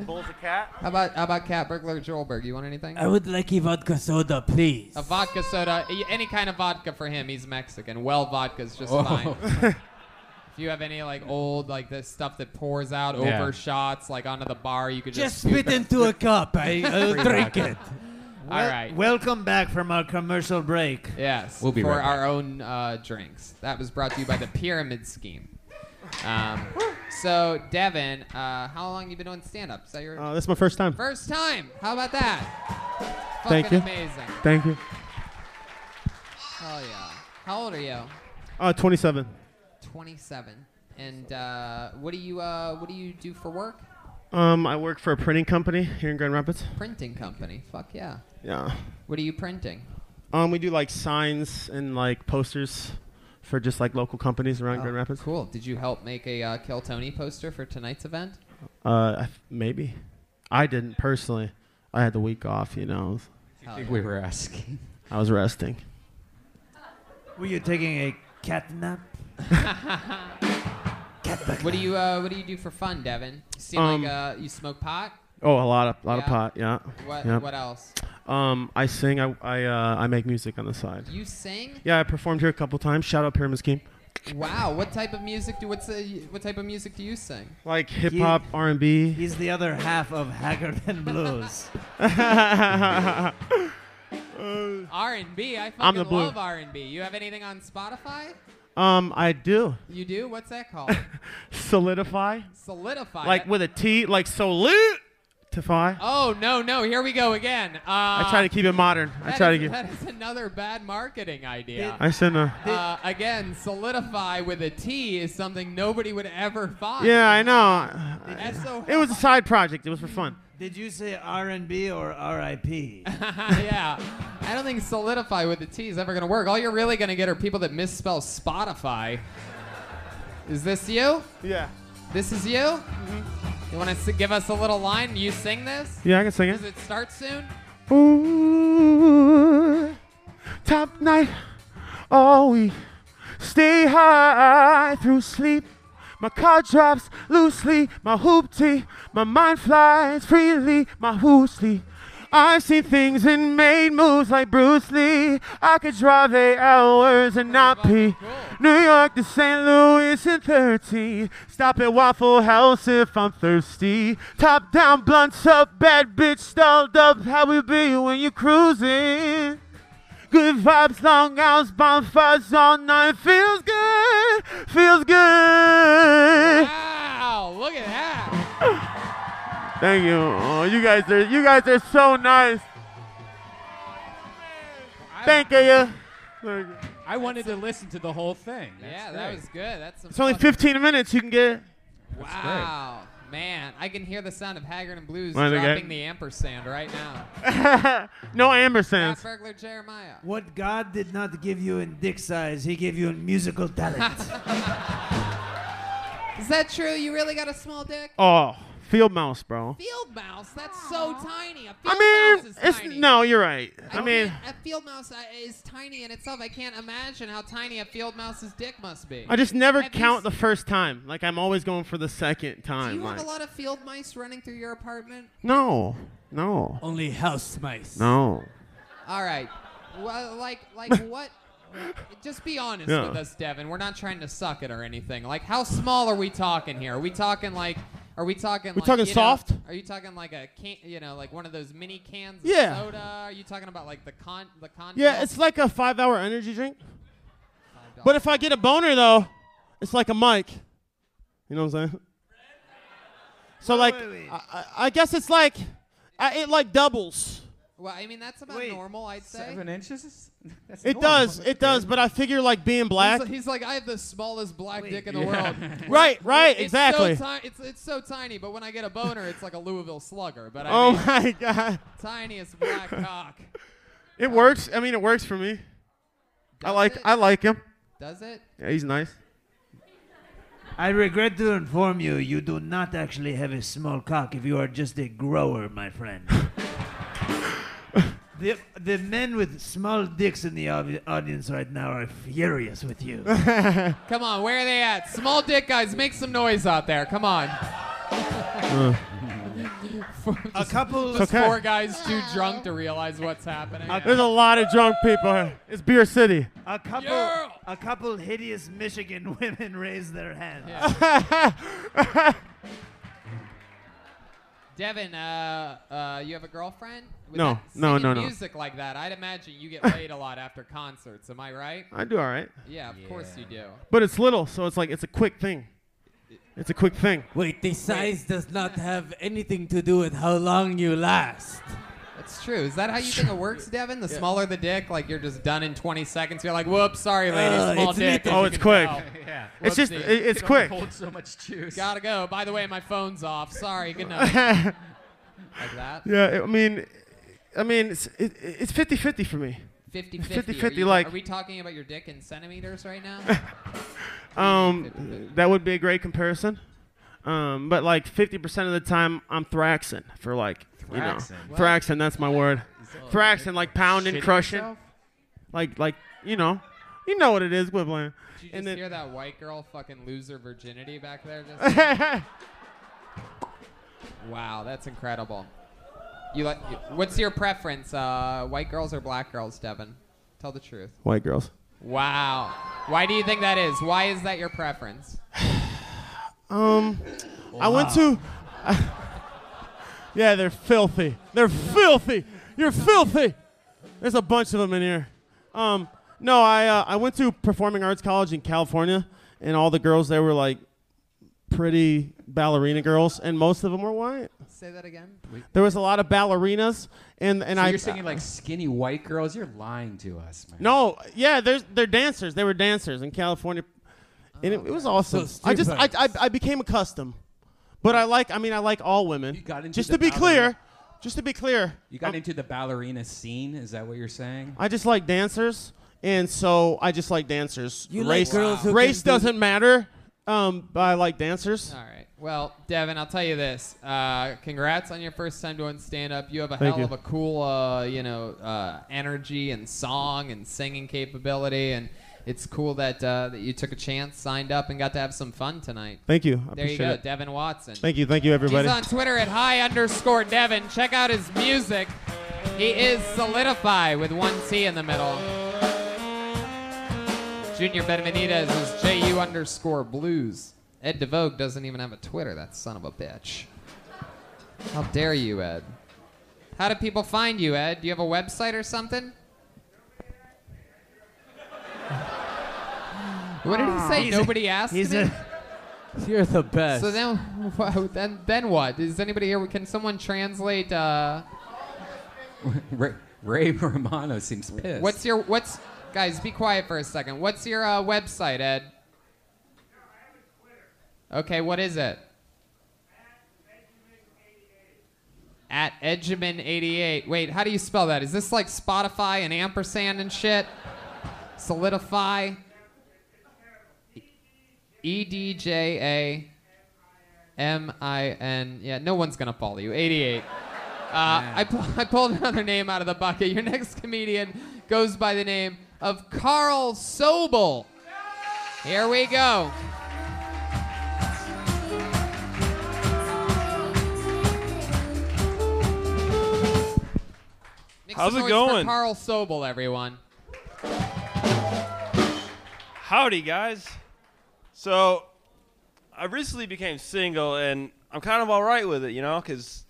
S11: Bull's a cat.
S3: How about how about Catburglar Joelberg? You want anything?
S7: I would like a vodka soda, please.
S3: A vodka soda, a- any kind of vodka for him. He's Mexican. Well, vodka's just
S7: Oh. [LAUGHS]
S3: fine. if you have any like old like this stuff that pours out over
S7: Yeah.
S3: shots like onto the bar, you could
S7: Just
S3: just, [LAUGHS]
S7: spit into a cup. I, I'll
S3: Free
S7: drink
S3: vodka.
S7: it.
S3: All right.
S5: Welcome back from our commercial break.
S3: Yes.
S7: We'll be
S3: for
S7: right
S3: our own uh, drinks. That was brought to you by the Pyramid Scheme. Um, so Devin, uh, how long you been doing stand up? Is that your
S11: Uh, this is my first time.
S3: first time? How about that?
S11: Thank
S3: Fucking
S11: you.
S3: Amazing.
S11: Thank you.
S3: Hell yeah. How old are you?
S11: Uh, 27.
S3: 27. And uh, what do you uh, what do you do for work?
S11: Um, I work for a printing company here in Grand Rapids.
S3: Printing company. Fuck yeah.
S11: Yeah.
S3: What are you printing?
S11: Um, we do like signs and like posters for just like local companies around
S3: Oh,
S11: Grand Rapids.
S3: Cool. Did you help make a uh, Kill Tony poster for tonight's event?
S11: Uh, I f- maybe. I didn't personally. I had the week off, you know.
S4: I think we were asking.
S11: [LAUGHS] I was resting.
S5: Were you taking a cat
S3: [LAUGHS]
S5: nap?
S3: what do you uh, What do you do for fun, Devin? You seem
S11: Um,
S3: like uh, you smoke pot.
S11: Oh, a lot of lot of
S3: Yeah.
S11: pot, yeah.
S3: What-
S11: yeah.
S3: what else?
S11: Um, I sing. I I uh, I make music on the side.
S3: You sing?
S11: Yeah, I performed here a couple times. Shout out Pyramid Scheme.
S3: Wow. What type of music do What's uh, What type of music do you sing?
S11: Like hip hop, R and B.
S5: He's the other half of Haggard and Blues.
S3: [LAUGHS] R and B. I fucking
S11: I'm the blue.
S3: love R and B. You have anything on Spotify?
S11: Um, I do.
S3: You do? What's that
S11: [LAUGHS]
S3: called?
S11: Solidify.
S3: Solidify.
S11: Like with a T, like solidify.
S3: Oh no no! Here we go again. Uh,
S11: I try to keep it modern. I try to
S3: That
S11: get.
S3: is another bad marketing idea.
S11: I said no.
S3: uh, again, solidify with a T is something nobody would ever find.
S11: Yeah, I know.
S3: That's so
S11: It was a side project. It was for fun.
S5: Did you say R&B or R.I.P.?
S3: [LAUGHS] yeah. I don't think solidify with the T is ever going to work. All you're really going to get are people that misspell Spotify. Is this you?
S11: Yeah. Mm-hmm.
S3: This is you? You want to give us a little line? You sing this?
S11: Yeah, I can sing it.
S3: Does it start soon?
S11: Ooh, top night, all Oh, we stay high through sleep. My car drops loosely, my hoopty, my mind flies freely, my hoosly. I've seen things and made moves like Bruce Lee. I could drive eight hours and not pee. New York to St. Louis in 13. Stop at Waffle House if I'm thirsty. Top down, blunts up, bad bitch stalled up. How we be when you cruising? Good vibes, long hours, bonfires all night. Feels good, feels good.
S3: Wow, look at that.
S11: Thank you. Oh, you guys are you guys are so nice. Thank you. Thank you.
S4: I wanted to listen to the whole thing. That's
S3: yeah,
S4: great.
S3: that was good. That's some
S11: It's only
S3: fun-
S11: 15 minutes. You can get it.
S3: Wow. Man, I can hear the sound of Haggard and Blues
S11: Wanna get-
S3: dropping the ampersand right
S11: [LAUGHS]
S3: now.
S11: no amber sounds.
S3: Pat Burglar Jeremiah. [LAUGHS]
S5: What God did not give you in dick size, he gave you in musical
S3: [LAUGHS]
S5: talent.
S3: Is that true? You really got a small dick?
S11: Oh, field mouse, bro.
S3: Field mouse? That's so tiny. A field
S11: I
S3: mouse
S11: mean,
S3: is
S11: it's
S3: tiny.
S11: no. You're right. I, mean,
S3: can't- a field mouse uh, is tiny in itself. I can't imagine how tiny a field mouse's dick must be.
S11: I just never
S3: Have you
S11: count the first time. Like I'm always going for the second time.
S3: Do you have
S11: like-
S3: a lot of field mice running through your apartment?
S11: no, no,
S7: Only house mice.
S11: no.
S3: All right. Well, like,
S11: [LAUGHS]
S3: like what? Just be honest
S11: Yeah.
S3: with us, Devin. We're not trying to suck it or anything. Like, how small are we talking here? Are we talking like? Are we talking?
S11: We
S3: like,
S11: talking
S3: you know,
S11: soft?
S3: are you talking like a can? You know, like one of those mini cans of
S11: Yeah.
S3: soda? Are you talking about like the con? The con?
S11: Yeah, it's like a five-hour energy drink. But if I get a boner though, it's like a mic. You know what I'm saying? So like, I, I, I guess it's like, I, it like doubles.
S3: Well, I mean that's about normal, I'd say.
S4: Seven inches? [LAUGHS] That's
S11: it
S4: normal.
S11: does, it does. But I figure like being black.
S3: He's, he's like, I have the smallest black dick in the
S11: Yeah.
S3: world.
S4: [LAUGHS]
S11: Right, right,
S3: It's
S11: exactly.
S3: So ti- it's, it's so tiny, but when I get a boner, it's like a Louisville slugger. But I
S11: Oh
S3: mean,
S11: my God.
S3: tiniest black cock.
S11: It works. I mean, it works for me. I like, I like him.
S3: Does it?
S11: Yeah, he's nice.
S5: I regret to inform you, you do not actually have a small cock if you are just a grower, my
S11: [LAUGHS]
S5: friend. the, the men with small dicks in the obvi- audience right now are furious with
S11: [LAUGHS]
S5: you.
S3: Come on, where are they at? Small dick guys, make some noise out there. Come on. [LAUGHS] a
S5: couple.
S3: Just
S11: Uh. Okay.
S3: four guys too drunk to realize what's happening.
S5: Uh,
S11: There's a lot of drunk people. here. It's Beer City.
S5: A couple, a couple hideous Michigan women raise their hands. [LAUGHS]
S3: Devin, uh, uh, you have a girlfriend? With
S11: No,
S3: that-
S11: no,
S3: singing
S11: no, no.
S3: Music like that, I'd imagine you get laid a lot after concerts. Am I right?
S11: I do all right.
S3: Yeah, of course you do.
S11: But it's little, so it's like it's a quick thing. It's a quick thing.
S7: Wait, the size does not have anything to do with how long you last.
S3: That's true. Is that how you think it
S11: [LAUGHS]
S3: works, Devin? The smaller the dick, like you're just done in 20 seconds. You're like, whoops, sorry, lady,
S7: Uh,
S3: small
S7: it's
S3: dick.
S7: little. Oh,
S3: as you
S7: it's
S3: can
S7: quick.
S3: tell.
S4: Yeah.
S11: It's just-
S3: Whoopsie.
S11: it- it's It only quick. holds
S4: so much juice.
S3: Gotta go. By the way, my phone's off. Sorry. Good night.
S11: [LAUGHS]
S3: like that.
S11: Yeah, I mean, I mean, it's it, it's 50-50 for me.
S3: 50
S11: It's
S3: 50.
S11: 50-50, like
S3: Are we talking about your
S11: [LAUGHS]
S3: dick in centimeters right now?
S11: um, that would be a great comparison. Um, but like 50% of the time, I'm thraxing for like, you know,
S12: Thraxing? What?
S11: thraxing, that's my word.
S12: Oh,
S11: Thraxing, like pounding,
S12: shitting
S11: crushing.
S3: yourself?
S11: Like, like, you know, you know what it is, Gwibblin.
S3: Did you just hear that white girl fucking lose her virginity back there? Just wow, that's incredible. You like? you- What's your preference, uh, white girls or black girls, Devin? Tell the truth.
S11: White girls.
S3: Wow. Why do you think that is? Why is that your preference?
S11: Um, I went
S3: Wow.
S11: to. [LAUGHS] yeah, they're filthy. They're filthy. You're filthy. There's a bunch of them in here. Um, no, I uh, I went to performing arts college in California, and all the girls there were like pretty ballerina girls, and most of them were white.
S3: Say that again.
S11: There was a lot of ballerinas, and and
S4: so
S11: I.
S4: you're singing like skinny white girls. You're lying to us, man.
S11: No, yeah, there's they're dancers. They were dancers in California, and it, it was awesome.
S4: So
S11: I just I,
S4: stupid.
S11: I I became accustomed, but I like I mean I like all women. just
S4: the
S11: to be
S4: ballerina-
S11: clear, just to be clear,
S4: You got
S11: I'm-
S4: into the ballerina scene. Is that what you're saying? [LAUGHS]
S11: I just like dancers, and so I just like dancers.
S4: You like
S11: race,
S4: girls who
S11: race
S4: can do-
S11: doesn't matter. Um, but I like dancers.
S3: All right. Well, Devin, I'll tell you this. Uh, congrats on your first time doing stand up. You have a
S11: Thank
S3: hell
S11: you.
S3: of a cool, uh, you know, uh, energy and song and singing capability, and it's cool that uh, that you took a chance, signed up, and got to have some fun tonight.
S11: Thank you. I
S3: there you
S11: appreciate
S3: go,
S11: it.
S3: Devin Watson.
S11: Thank you, thank you, everybody.
S3: He's on Twitter at high underscore Devin. Check out his music. He is Solidify with one T in the middle. Junior Benvenides is JU underscore blues. Ed DeVogue doesn't even have a Twitter, that son of a bitch. How dare you, Ed? How do people find you, Ed? Do you have a website or something? What did he say?
S7: He's a-
S3: Nobody asked
S7: he's
S3: me?
S7: a- You're the best.
S3: So then, wha- then, [LAUGHS] then what? Is anybody here? Can someone translate? Uh,
S4: Ray, Ray Romano seems pissed.
S3: what's your what's? Guys, be quiet for a second. What's your uh, website, Ed? Okay, what is it? At Edgeman88. Wait, how do you spell that? Is this like Spotify and ampersand and shit? Solidify. E D J A M I N. Yeah, no one's going to follow you. 88. Uh, I, pu- I pulled another name out of the bucket. Your next comedian goes by the name of Carl Sobel. Here we go. Make some
S13: How's it
S3: noise for
S13: going?
S3: Carl Sobel, everyone.
S13: Howdy, guys. So, I recently became single, and I'm kind of all right with it, you know, because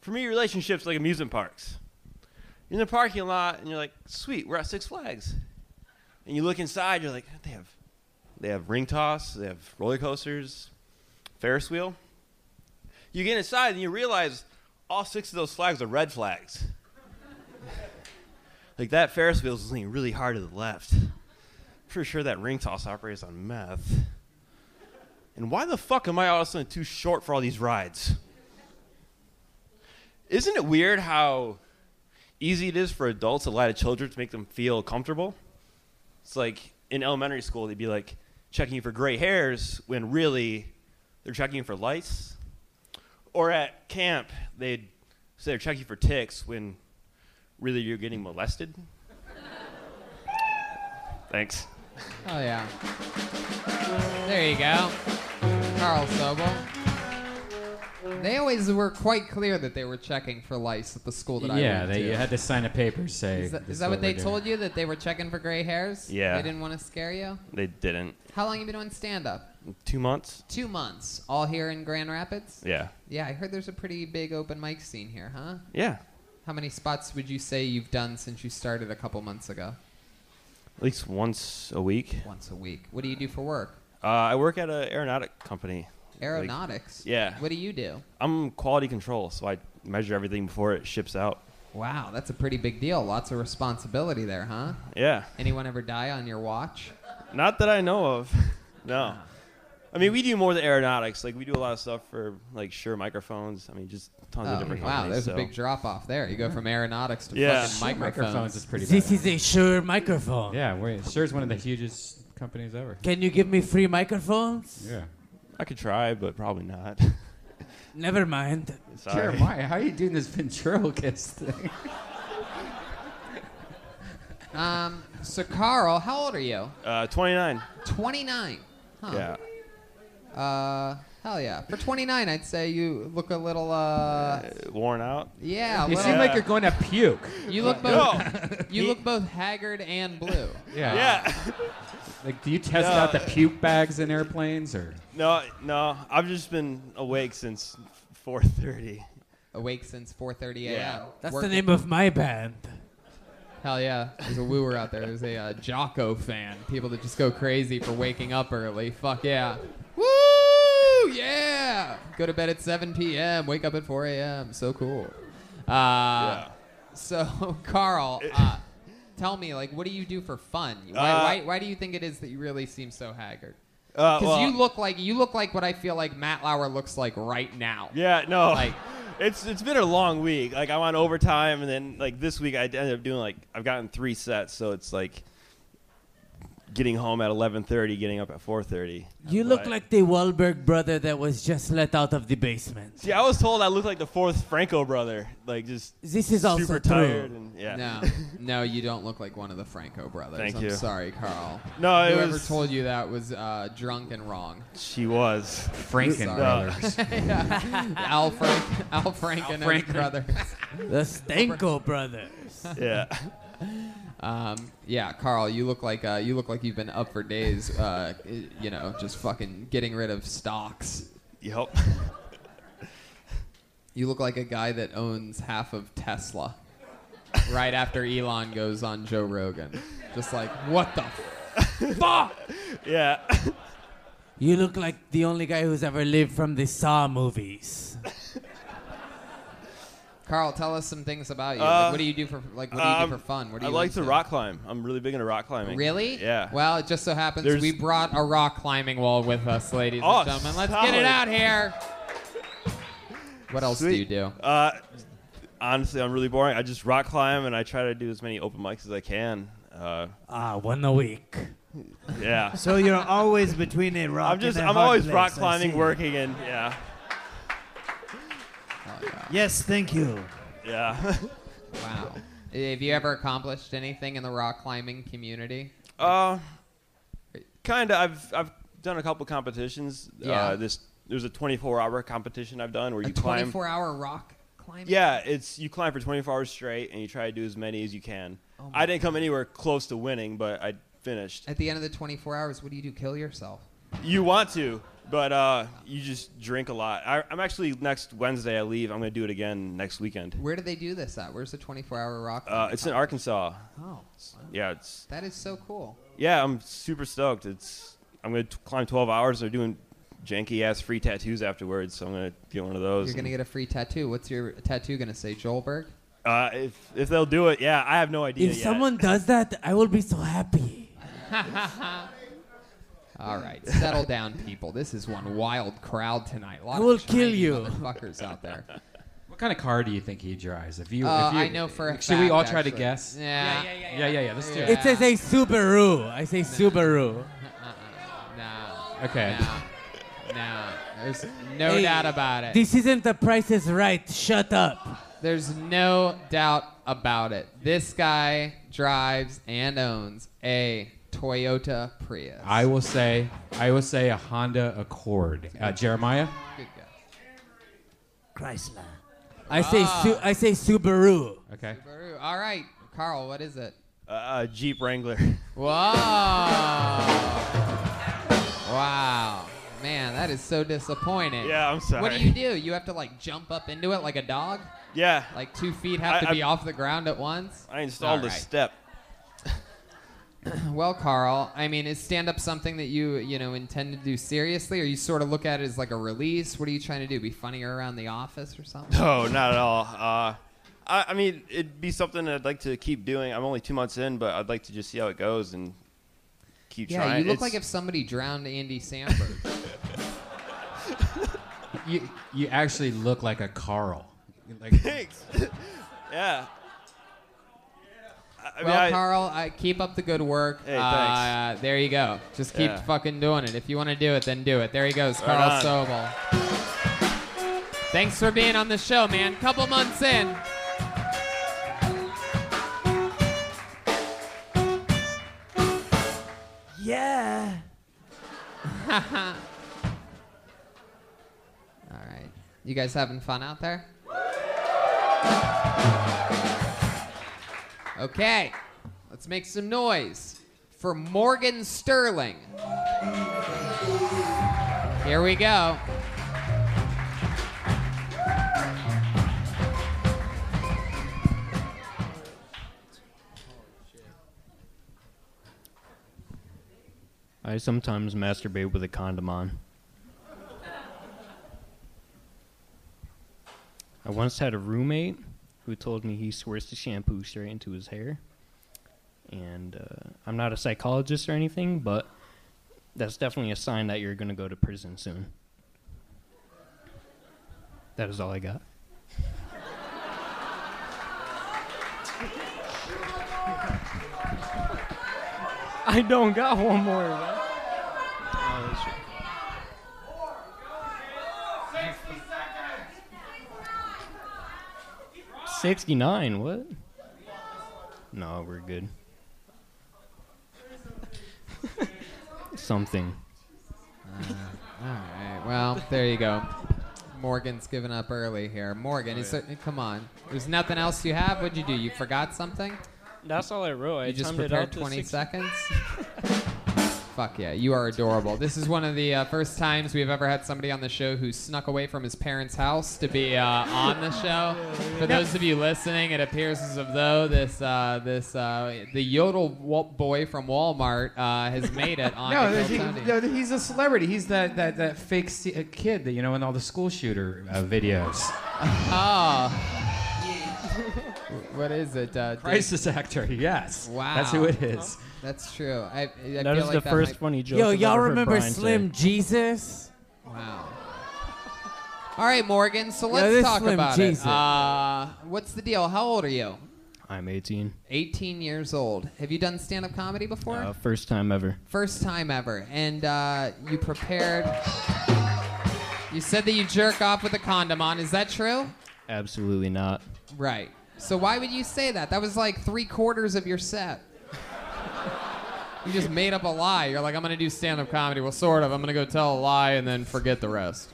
S13: for me, relationships like amusement parks. You're in the parking lot, and you're like, "Sweet, we're at Six Flags," and you look inside, you're like, "They have, they have ring toss, they have roller coasters, Ferris wheel." You get inside, and you realize all six of those flags are red flags. like that Ferris wheel is leaning really hard to the left. Pretty sure that ring toss operates on meth. And why the fuck am I all of a sudden too short for all these rides? Isn't it weird how easy it is for adults to lie to children to make them feel comfortable? It's like in elementary school, they'd be like checking you for gray hairs when really they're checking you for lice. Or at camp, they'd say they're checking you for ticks when really you're getting molested. [LAUGHS] Thanks.
S3: Oh yeah. There you go. Carl Sobel. They always were quite clear that they were checking for lice at the school that I
S4: yeah,
S3: went
S4: they
S3: to.
S4: you had to sign a paper say.
S3: Is that,
S4: this
S3: is that what, they
S4: we're doing.
S3: told you that they were checking for gray hairs?
S13: Yeah.
S3: They didn't want to scare you.
S13: They didn't.
S3: How long you been doing stand up?
S13: Two months?
S3: Two months. All here in Grand Rapids.
S13: Yeah.
S3: Yeah, I heard there's a pretty big open mic scene here, huh?
S13: Yeah.
S3: How many spots would you say you've done since you started a couple months ago?
S13: At least once a week.
S3: Once a week. What do you do for work?
S13: Uh, I work at an aeronautic company. Like-
S3: Aeronautics?
S13: yeah.
S3: What do you do?
S13: I'm quality control, so I measure everything before it ships out.
S3: Wow, that's a pretty big deal. Lots of responsibility there, huh?
S13: Yeah.
S3: Anyone ever die on your watch?
S13: Not that I know of. [LAUGHS] no. I mean, we do more than aeronautics. Like, we do a lot of stuff for, like, sure microphones. I mean, just tons
S3: Oh,
S13: of different
S3: wow,
S13: companies.
S3: there's a
S13: so-
S3: big drop off there. You go from aeronautics to
S13: Yeah.
S3: fucking
S13: Shure
S3: microphones.
S4: microphones is pretty
S7: This is a Shure microphone.
S4: Yeah, wait. Sure's one of the hugest companies ever.
S7: Can you give me free microphones?
S4: Yeah.
S13: I could try, but probably not. [LAUGHS]
S7: Never mind.
S13: Sorry.
S4: Jeremiah, how are you doing this ventriloquist thing?
S3: [LAUGHS] Um, so Carl, how old are you?
S13: Uh, 29.
S3: 29. Huh.
S13: Yeah.
S3: Uh, hell yeah. For 29, I'd say you look a little, uh,
S13: Worn out. [LAUGHS]
S3: yeah. a
S4: You
S3: little,
S4: seem like you're going to puke.
S3: You look
S4: No.
S3: both.
S4: [LAUGHS]
S3: you look both haggard and blue.
S4: Yeah.
S13: Yeah.
S4: [LAUGHS] Like, do you test
S13: No.
S4: out the puke bags in airplanes or?
S13: No, no. I've just been awake since 4:30.
S3: Awake since 4:30 a.m.
S13: Yeah.
S7: That's
S3: Working-
S7: the name of my band.
S3: Hell yeah. There's a wooer out there. There's a uh, Jocko fan. People that just go crazy for waking up early. Fuck yeah. Woo! Yeah! Go to bed at 7 p.m., wake up at 4 a.m. So cool. Uh, So,
S13: [LAUGHS]
S3: [LAUGHS] Carl, uh, tell me, like, what do you do for fun? Why,
S13: Uh,
S3: why, why do you think it is that you really seem so haggard?
S13: Uh,
S3: Because
S13: well-
S3: you look like you look like what I feel like Matt Lauer looks like right now.
S13: Yeah, no.
S3: Like-
S13: [LAUGHS] it's it's been a long week. Like I'm on overtime, and then like this week I ended up doing like I've gotten three sets, so it's like getting home at 11:30, getting up at 4:30.
S7: You look
S13: But-
S7: like the Wahlberg brother that was just let out of the basement.
S13: See, I was told I look like the fourth Franco brother. Like just
S7: This is also
S13: super
S7: true.
S13: tired and yeah. [LAUGHS]
S3: No, no, you don't look like one of the Franco brothers.
S13: Thank
S3: I'm
S13: you.
S3: sorry, Carl.
S13: No, it
S3: whoever
S13: was-
S3: told you that was uh, drunk and wrong.
S13: She was
S3: Franken
S13: [LAUGHS]
S3: brothers. [LAUGHS] Yeah. Al Frank- Al Franken and his brothers.
S7: [LAUGHS] The Stenko
S3: [LAUGHS]
S7: brothers.
S13: Yeah.
S3: Um, yeah, Carl, you look like uh, you look like you've been up for days. Uh, i- you know, just fucking getting rid of stocks.
S13: Yep.
S3: you look like a guy that owns half of Tesla. Right after Elon goes on Joe Rogan, just like what the fuck?
S13: Yeah.
S7: You look like the only guy who's ever lived from the Saw movies.
S3: Carl, tell us some things about you.
S13: Uh,
S3: like, what do you do for like? What do you
S13: um,
S3: do for fun? What do you
S13: I like to
S3: into?
S13: rock climb. I'm really big into rock climbing.
S3: Really?
S13: Yeah.
S3: Well, it just so happens
S13: There's-
S3: we brought a rock climbing wall with us, ladies
S13: Oh,
S3: and gentlemen. Let's get
S13: solid.
S3: it out here. What else do you do?
S13: Uh, honestly, I'm really boring. I just rock climb and I try to do as many open mics as I can. Uh,
S7: ah, one a week.
S13: Yeah.
S5: [LAUGHS] So you're always between a rock.
S13: I'm just
S5: and a
S13: I'm
S5: hard
S13: always
S5: place,
S13: rock
S5: I
S13: climbing,
S5: see.
S13: working, and yeah,
S5: Yes, thank you.
S13: yeah. [LAUGHS]
S3: Wow. Have you ever accomplished anything in the rock climbing community?
S13: Uh, kind of. I've I've done a couple competitions.
S3: Yeah.
S13: Uh, this there's a 24 hour competition I've done where you climb.
S3: 24 hour rock climbing?
S13: Yeah, it's you climb for 24 hours straight, and you try to do as many as you can.
S3: Oh my
S13: I didn't come anywhere close to winning, but I finished.
S3: At the end of the 24 hours, what do you do? Kill yourself?
S13: You want to, but uh, you just drink a lot. I, I'm actually next Wednesday. I leave. I'm gonna do it again next weekend.
S3: Where do they do this at? Where's the 24 hour rock climbing?
S13: Uh, it's in Arkansas.
S3: Oh,
S13: Yeah, it's
S3: that is so cool.
S13: Yeah, I'm super stoked. It's I'm gonna t- climb 12 hours. They're doing janky ass free tattoos afterwards, so I'm gonna get one of those.
S3: You're going to get a free tattoo. What's your tattoo going to say? Joelberg?
S13: uh, if if they'll do it, yeah, I have no idea
S7: if
S13: yet.
S7: someone
S13: [LAUGHS]
S7: does that, I will be so happy.
S3: All right, settle down, people. This is one wild crowd tonight. A lot
S7: I will
S3: of shiny
S7: kill you.
S3: motherfuckers out there.
S4: [LAUGHS] What kind of car do you think he drives? If you,
S3: Uh,
S4: if you
S3: I know for a
S4: Should we
S3: fact,
S4: all try to
S3: actually.
S4: guess?
S3: Yeah.
S4: yeah, yeah, yeah. let's do it.
S7: It says a Subaru. I say Subaru.
S3: Uh-uh. Nah.
S4: Okay.
S3: Nah. nah. There's no
S7: Hey,
S3: doubt about it.
S7: This isn't the Price is Right. Shut up.
S3: There's no doubt about it. This guy drives and owns a Toyota Prius.
S4: I will say, I will say a Honda Accord. Uh, Jeremiah.
S3: Good guy.
S5: Chrysler.
S7: I say su-
S3: Ah.
S7: I say Subaru.
S4: Okay.
S3: Subaru. All right, Carl, what is it?
S13: Uh, uh, Jeep Wrangler.
S3: Wow. Wow. Man, that is so disappointing.
S13: Yeah, I'm sorry.
S3: What do you do? You have to like jump up into it like a dog?
S13: Yeah.
S3: Like two feet have
S13: I-
S3: to be
S13: I-
S3: off the ground at once?
S13: I installed a
S3: All right.
S13: step.
S3: Well, Carl, I mean, is stand up something that you, you know, intend to do seriously or you sort of look at it as like a release? What are you trying to do? Be funnier around the office or something?
S13: No, not at all. Uh, I, I mean, it'd be something that I'd like to keep doing. I'm only two months in, but I'd like to just see how it goes and keep
S3: Yeah,
S13: trying.
S3: you look
S13: It's-
S3: like if somebody drowned Andy Samberg.
S13: [LAUGHS]
S4: You you actually
S13: [LAUGHS]
S4: look like a Carl.
S13: yeah. I mean,
S3: well,
S13: I-
S3: Carl, uh, keep up the good work.
S13: Hey,
S3: uh, there you go. Just keep
S13: Yeah.
S3: fucking doing it. If you want to do it, then do it. There he goes,
S13: Right on.
S3: Carl Sobel. Thanks for being on the show, man. Couple months in.
S5: Yeah.
S3: All right. You guys having fun out there? Okay. Let's make some noise for Morgan Sterling. Here we go.
S12: I sometimes masturbate with a condom on. I once had a roommate who told me he squirts the shampoo straight into his hair. And uh, I'm not a psychologist or anything, but that's definitely a sign that you're going to go to prison soon. That is all I got. I don't got one more. Sixty-nine. What? No, we're good. [LAUGHS] Something.
S3: All right. Well, there you go. Morgan's giving up early here. Morgan,
S12: Oh,
S3: is there- come on. There's nothing else you have? What'd you do? You forgot something?
S12: That's all I wrote. I
S3: You just
S12: timed it
S3: prepared
S12: out to
S3: 20
S12: six-
S3: seconds? Fuck yeah, you are adorable. This is one of the uh, first times we've ever had somebody on the show who snuck away from his parents' house to be uh, on
S4: [LAUGHS]
S3: the show. For those of you listening, it appears as of though this uh, this uh, the yodel wa- boy from Walmart uh, has made
S4: [LAUGHS]
S3: it on.
S4: No,
S3: the
S4: he-
S3: Kill Tony.
S4: no, he's a celebrity. He's that, that, that fake se- uh, kid that you know in all the school shooter uh, videos. [LAUGHS]
S3: Ah. [LAUGHS] What is it? Uh, Dave-
S4: Crisis actor, yes.
S3: Wow.
S4: That's who it is.
S3: Uh-huh. That's true. I, I
S4: That
S3: feel
S4: is
S3: like
S4: the
S3: that
S4: first
S3: might-
S4: funny joke
S7: Yo, y'all remember Slim Jesus?
S3: Wow. All right, Morgan. So
S7: Yeah,
S3: let's
S7: this
S3: talk
S7: Slim
S3: about
S7: Jesus.
S3: it. Uh, what's the deal? How old are you?
S12: I'm 18.
S3: 18 years old. Have you done stand-up comedy before?
S12: Uh, first time ever.
S3: First time ever. And uh, you prepared. You said that you jerk off with a condom on. Is that true?
S12: Absolutely not.
S3: Right. So why would you say that? That was like three quarters of your set. You just made up a lie. You're like, I'm gonna do stand-up comedy. Well, sort of. I'm gonna go tell a lie and then forget the rest.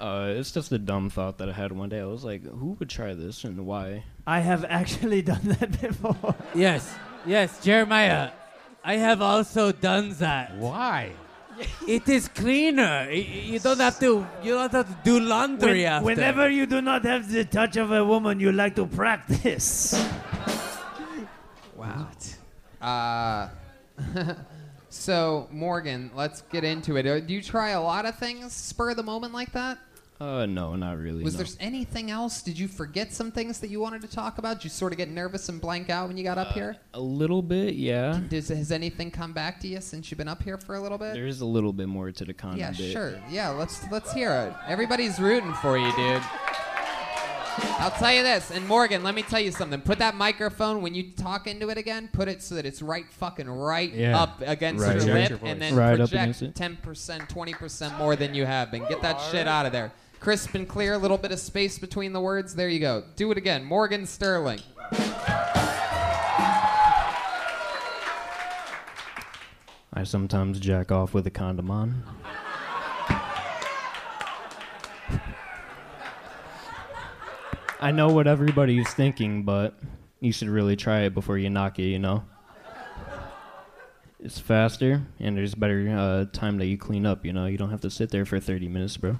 S12: Uh, it's just a dumb thought that I had one day. I was like, who would try this and why?
S5: I have actually [LAUGHS] done that before.
S7: Yes, yes, Jeremiah. I have also done that.
S4: Why?
S7: It is cleaner. Y- y- You don't have to. You don't have to do laundry
S5: When-
S7: after.
S5: Whenever you do not have the touch of a woman, you like to practice.
S3: Wow. Uh, [LAUGHS] so Morgan, let's get into it. Uh, Do you try a lot of things spur of the moment like that?
S12: Uh, no, not really.
S3: Was
S12: no.
S3: there s- anything else? Did you forget some things that you wanted to talk about? Did you sort of get nervous and blank out when you
S12: Uh,
S3: got up here?
S12: a little bit, yeah.
S3: Does, has anything come back to you since you've been up here for a little bit?
S12: There's a little bit more to the condom.
S3: yeah,
S12: bit.
S3: sure. Yeah, let's let's hear it. Everybody's rooting for you, dude. I'll tell you this, and Morgan, let me tell you something. Put that microphone when you talk into it again. Put it so that it's right fucking right
S12: Yeah.
S3: up against
S12: Right.
S3: your
S12: Project
S3: lip,
S12: your
S3: and
S12: voice.
S3: then
S12: Right up against
S3: project
S12: it.
S3: ten percent, twenty percent more than you have been. Get that shit out of there. Crisp and clear. A little bit of space between the words. There you go. Do it again, Morgan Sterling.
S12: I sometimes jack off with a condom on. I know what everybody's thinking, but you should really try it before you knock it, you know? It's faster, and there's better uh, time that you clean up, you know? You don't have to sit there for 30 minutes, bro.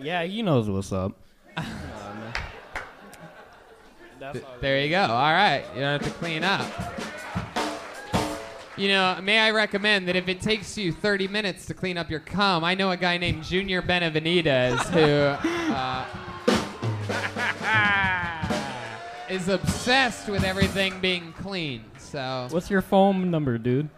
S12: Yeah, he knows what's up.
S3: Th- there you go. All right. You don't have to clean up. You know, may I recommend that if it takes you 30 minutes to clean up your cum, I know a guy named Junior Benavides who uh, is obsessed with everything being clean. So
S12: What's your phone number, dude?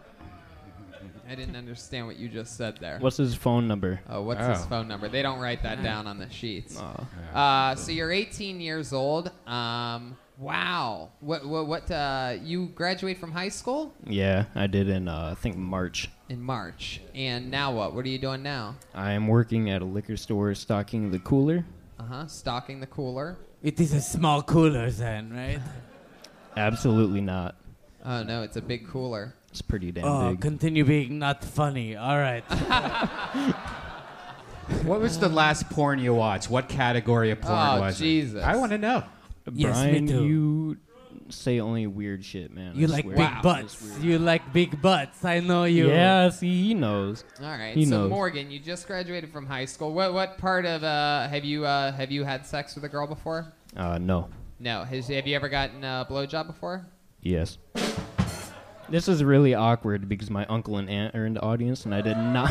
S3: I didn't understand what you just said there.
S12: What's his phone number?
S3: Oh, what's his phone number? They don't write that down on the sheets.
S12: Oh.
S3: Uh, so you're 18 years old. Um, Wow. What? What? what uh, you graduate from high school
S12: Yeah, I did in uh, I think March.
S3: in March, and now what? What are you doing now?
S12: I am working at a liquor store stocking the cooler.
S3: Uh huh. Stocking the cooler.
S7: It is a small cooler, then, right?
S12: Absolutely not.
S3: Oh no, it's a big cooler.
S12: It's pretty damn
S7: oh,
S12: big.
S7: continue being not funny. All right.
S4: [LAUGHS]
S12: [LAUGHS]
S4: What was the last porn you watched? What category of porn
S7: Oh,
S4: was it?
S7: Jesus.
S4: I want to know.
S7: Yes, me
S12: Brian,
S7: too.
S12: you say only weird shit, man.
S7: You
S12: I
S7: like
S12: swear.
S7: big butts. You like big butts. I know you.
S12: Yeah, see, he knows.
S3: All right.
S12: He
S3: so
S12: knows.
S3: Morgan, you just graduated from high school. What? What part of uh, have you uh, have you had sex with a girl before?
S12: Uh, no.
S3: No. Has, have you ever gotten a blowjob before?
S12: Yes. This is really awkward because my uncle and aunt are in the audience, and I did not.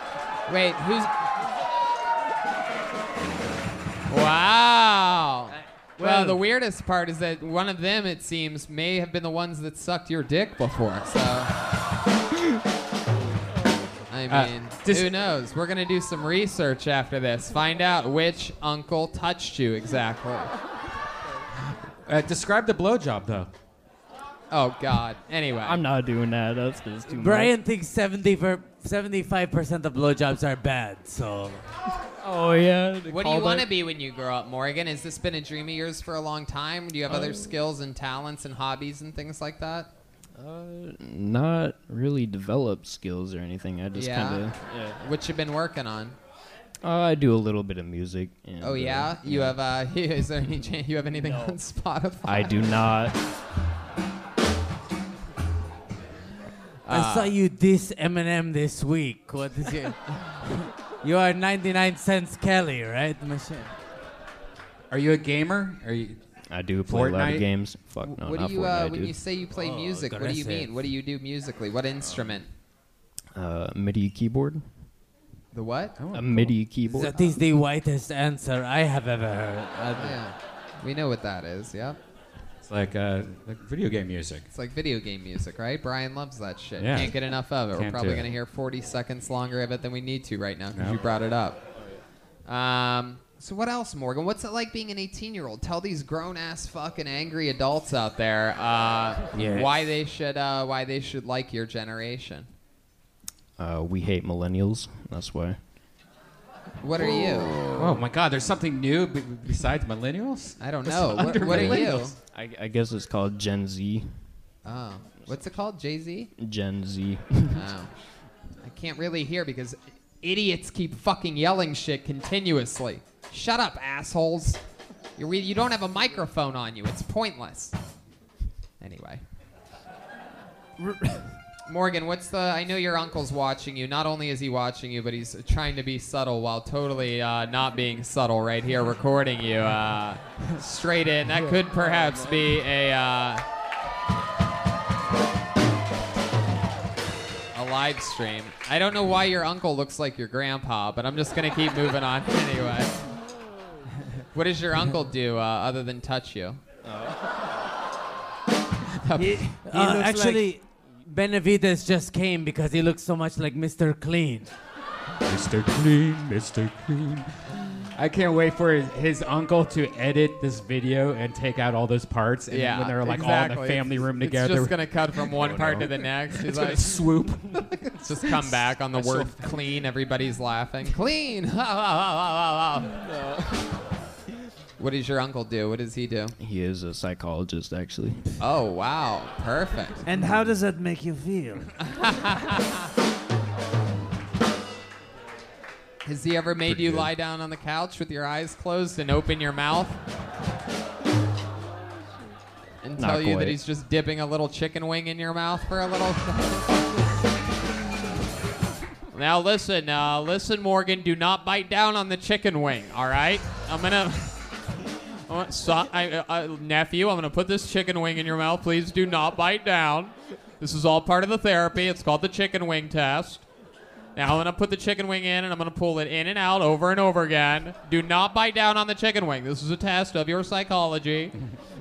S12: [LAUGHS]
S3: Wait, who's? Wow. Well,
S12: well-
S3: the weirdest part is that one of them, it seems, may have been the ones that sucked your dick before. So. I
S4: Uh,
S3: mean,
S4: dis-
S3: who knows? We're gonna do some research after this. Find out which uncle touched you exactly.
S4: Uh, describe the blowjob, though.
S3: Oh God. Anyway.
S12: I'm not doing that. That's just too
S7: Brian thinks 70 per, 75% of blowjobs are bad, so.
S12: Oh, yeah.
S3: What do you want to be when you grow up, Morgan? Has this been a dream of yours for a long time? Do you have other
S12: Um,
S3: skills and talents and hobbies and things like that?
S12: much. Not really developed skills or anything. I just
S3: yeah.
S12: kind of.
S3: What you been working on?
S12: Uh, I do a little bit of music. And,
S3: oh
S12: uh,
S3: yeah, you have. Uh, [LAUGHS] is there any chance you have anything on Spotify?
S12: I do not.
S7: I
S3: Uh,
S7: saw you diss Eminem this week. What is your. [LAUGHS] you are 99 cents Kelly, right, Michelle?
S4: Are you a gamer? Are you?
S12: I do play a lot
S4: Fortnite?
S12: of games. Fuck no,
S3: what
S12: not
S3: do you
S12: Fortnite,
S3: uh, when
S12: dude.
S3: you say you play
S7: Oh,
S3: music? What do you
S7: aggressive.
S3: mean? What do you do musically? What instrument?
S12: uh, MIDI keyboard.
S3: The what?
S12: a MIDI keyboard.
S7: That Oh, is the whitest answer I have ever heard.
S3: yeah, we know what that is. Yeah,
S4: It's like uh, like video game music.
S3: it's like video game music, right? Brian loves that shit.
S4: Yeah.
S3: Can't get enough of it. We're
S4: Can't
S3: probably
S4: do it.
S3: gonna hear 40 seconds longer of it than we need to right now because
S4: Yeah.
S3: you brought it up. Um, so what else, Morgan? What's it like being an 18-year-old? Tell these grown-ass fucking angry adults out there uh,
S12: Yes.
S3: why they should uh, why they should like your generation.
S12: Uh, we hate millennials. That's why.
S3: What are you?
S4: Oh my God! There's something new b- besides millennials.
S3: I don't
S4: What's
S3: know. What-
S4: under
S3: what are you?
S4: millennials?
S12: I, I guess it's called Gen Z.
S3: Oh, what's it called? Jay Z?
S12: Gen Z. [LAUGHS]
S3: Oh, I can't really hear because idiots keep fucking yelling shit continuously. Shut up, assholes! You're re- you don't have a microphone on you. It's pointless. Anyway. Morgan, what's the? I know your uncle's watching you. Not only is he watching you, but he's trying to be subtle while totally uh, not being subtle right here, recording you uh, straight in. That could perhaps be a uh, a live stream. I don't know why your uncle looks like your grandpa, but I'm just gonna keep moving on [LAUGHS] anyway. What does your uncle do uh, other than touch you?
S7: Uh,
S3: looks
S7: actually, Benavides just came because he looks so much like Mr. Clean.
S4: Mr. Clean, Mr. Clean. I can't wait for his, his uncle to edit this video and take out all those parts. And
S3: yeah,
S4: when they're like all in
S3: exactly.
S4: the family room
S3: It's-
S4: together,
S3: It's just gonna cut
S4: [LAUGHS]
S3: from one
S4: Oh,
S3: part
S4: no.
S3: to the next. He's
S4: It's
S3: like
S4: gonna swoop.
S3: It's [LAUGHS] just come back on the
S4: I saw
S3: word
S4: that.
S3: clean. Everybody's laughing. Clean. What does your uncle do? What does he do?
S12: He is a psychologist, actually.
S3: Oh wow, perfect.
S5: And how does that make you
S3: [LAUGHS]
S5: feel?
S3: Has he ever made
S5: Pretty
S3: you
S5: good.
S3: lie down on the couch with your eyes closed and open your mouth? And
S12: Not
S3: tell you that
S12: quite.
S3: he's just dipping a little chicken wing in your mouth for a little. [LAUGHS] now listen, uh, listen, Morgan. Do not bite down on the chicken wing. All right, I'm gonna. [LAUGHS] I want- So, I, I, nephew, I'm gonna put this chicken wing in your mouth. Please do not bite down. This is all part of the therapy. It's called the chicken wing test. Now I'm gonna put the chicken wing in and I'm gonna pull it in and out over and over again. Do not bite down on the chicken wing. This is a test of your [LAUGHS] psychology,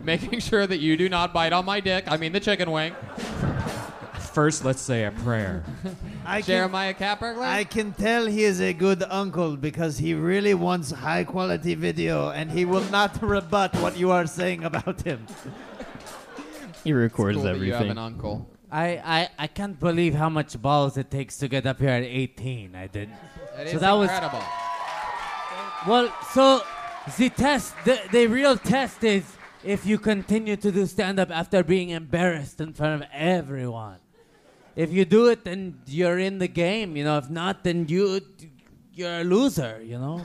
S3: making sure that you do not bite on my dick. I mean the chicken wing.
S4: [LAUGHS] first, let's say a prayer.
S5: I
S3: Jeremiah Capper?
S5: I can tell he is a good uncle because he really wants high quality video and he will not [LAUGHS] rebut what you are saying about
S4: [LAUGHS]
S5: him.
S12: He records
S7: cool that
S12: everything.
S7: you have an
S3: uncle.
S7: I, I, I can't believe how much balls it takes to get up here at 18. I did.
S3: That
S7: so
S3: is
S7: that
S3: incredible.
S7: was well. So the test, the, the real test is if you continue to do stand up after being embarrassed in front of everyone. If you do it, then you're in the game. You know, if not, then you you're a loser. You know.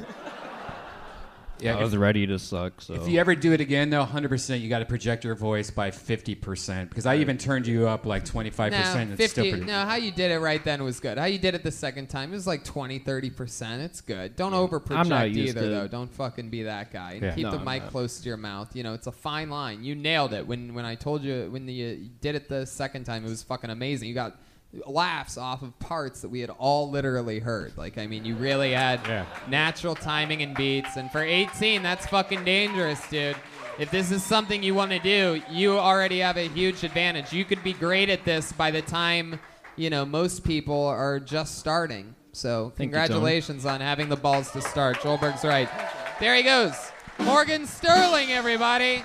S4: Yeah,
S12: I was
S4: if-
S12: ready to suck. So
S4: If you ever do it again, though, 100%, you got to project your voice by 50%. Because I even turned you up like 25%.
S3: no,
S4: and it's still
S3: 50,
S4: pretty.
S3: no, how you did it right then was good. How you did it the second time, it was like 20, 30%. It's good. Don't over
S12: I'm
S3: project
S12: not used
S3: either,
S12: to-
S3: though. Don't fucking be that guy. And
S12: Yeah.
S3: keep
S12: No,
S3: the
S12: I'm
S3: mic
S12: not.
S3: close to your mouth. You know, it's a fine line. You nailed it. When when I told you, when the, uh, you did it the second time, it was fucking amazing. You got laughs off of parts that we had all literally heard. Like, I mean, you really had natural timing and beats. And for 18, that's fucking dangerous, dude. If this is something you want to do, you already have a huge advantage. You could be great at this by the time, you know, most people are just starting. So,
S12: Thank you, Tony.
S3: congratulations on having the balls to start. Joelberg's right. There he goes. Morgan Sterling, everybody.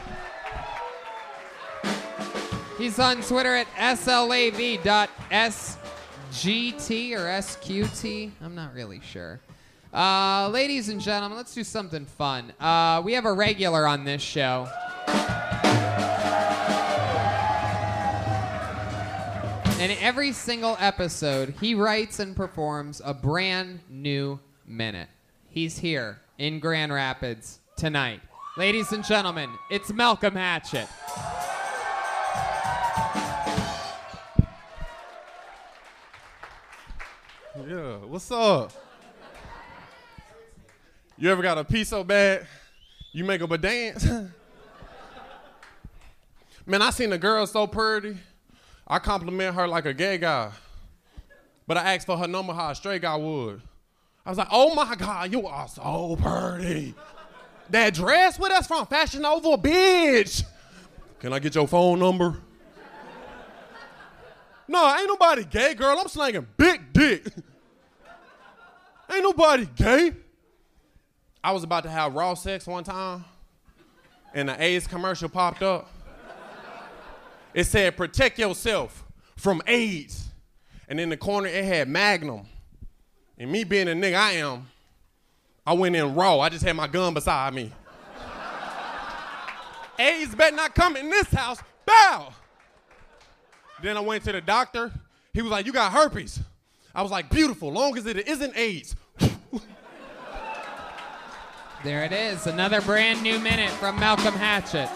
S3: He's on Twitter at slav.sgt or sqt. I'm not really sure. Uh, ladies and gentlemen, let's do something fun. Uh, we have a regular on this show. And every single episode, he writes and performs a brand new minute. He's here in Grand Rapids tonight. Ladies and gentlemen, it's Malcolm Hatchett.
S14: Yeah, what's up? You ever got a pee so bad you make up a dance? [LAUGHS] Man, I seen a girl so pretty, I compliment her like a gay guy. But I asked for her number how a straight guy would. I was like, oh my God, you are so pretty. That dress, where that's from? Fashion Nova, bitch. Can I get your phone number? No, ain't nobody gay, girl. I'm slanging big dick. ain't nobody gay. I was about to have raw sex one time, and the AIDS commercial popped up. It said, protect yourself from AIDS. And in the corner, it had Magnum. And me being a nigga I am, I went in raw. I just had my gun beside me. AIDS better not come in this house. Bow! Then I went to the doctor. He was like, You got herpes. I was like, Beautiful, long as it isn't AIDS.
S3: There it is, another brand new minute from Malcolm Hatchett.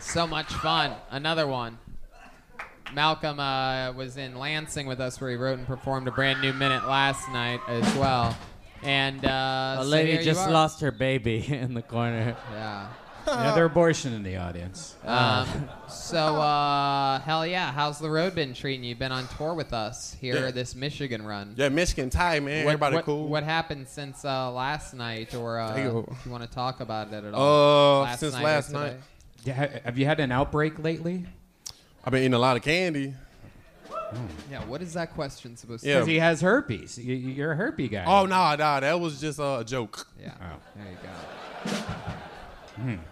S3: So much fun. Another one. Malcolm uh, was in Lansing with us where he wrote and performed a brand new minute last night as well. And uh,
S7: A
S3: so
S7: lady
S3: here you
S7: just
S3: are.
S7: lost her baby [LAUGHS] in the corner.
S3: Yeah.
S4: Another abortion in the audience.
S3: Um, so, uh, hell yeah. How's the road been treating you? Been on tour with us here
S14: Yeah.
S3: this Michigan run.
S14: Yeah, Michigan tight, man.
S3: What-
S14: Everybody
S3: what-
S14: cool.
S3: What happened since uh, last night, or uh,
S14: Take it over.
S3: if you want to talk about it at
S14: Uh,
S3: all? or today?
S4: Yeah, ha- have you had an outbreak lately?
S14: I've been eating a lot of candy.
S3: Yeah, what is that question supposed to
S4: Because
S3: be?
S4: he has herpes. You- you- You're a herpes guy.
S14: Oh, nah, nah, that was just uh, a joke.
S3: Yeah.
S4: Oh, there you go.
S14: [LAUGHS]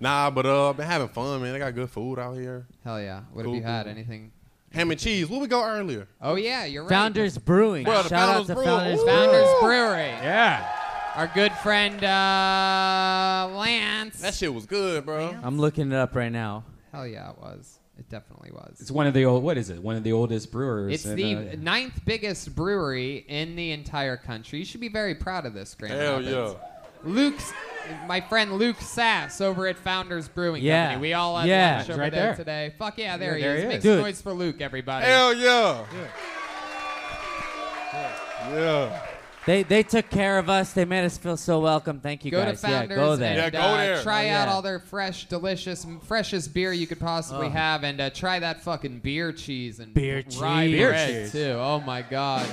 S14: Nah, but uh, I've been having fun, man. They got good food out here.
S3: Hell yeah. What have you had? Anything?
S14: Ham and cheese. Where we go earlier?
S3: Oh, yeah, you're right.
S7: Founders Brewing.
S14: Bro, the
S7: Shout out
S14: Founders
S7: to
S14: Brewing.
S7: Founders
S14: Ooh.
S7: Brewing.
S3: Founders Brewery.
S4: Yeah.
S3: Our good friend uh, Lance. That
S14: shit was good, bro.
S7: I'm looking it up right now.
S3: Hell yeah, it was. It definitely was.
S4: It's one of the old, what is it? One of the oldest brewers.
S3: It's
S4: in,
S3: the
S4: uh,
S3: ninth biggest brewery in the entire country. You should be very proud of this, Grand
S4: Hell
S3: Rapids. Luke's, my friend Luke Sass over at Founders Brewing
S7: Yeah.
S3: Company. We all had
S7: Yeah.
S3: lunch
S7: He's
S3: over
S7: right
S3: there,
S7: there.
S3: today. Fuck yeah, there,
S7: Yeah, there
S3: he is.
S7: he
S3: Make
S7: is.
S3: some
S7: Dude.
S3: noise for Luke, everybody.
S14: Hell yeah. Yeah.
S7: They they took care of us. They made us feel so welcome. Thank you
S3: go
S7: guys.
S3: to Founders
S7: yeah, go there. Um, Oh,
S3: and uh, try
S7: Yeah.
S3: out all their fresh, delicious, m- freshest beer you could possibly
S7: Oh.
S3: have, and uh, try that fucking beer cheese and
S7: Beer
S3: rye
S7: cheese. Beer
S3: bread,
S7: cheese.
S3: too. Oh my god.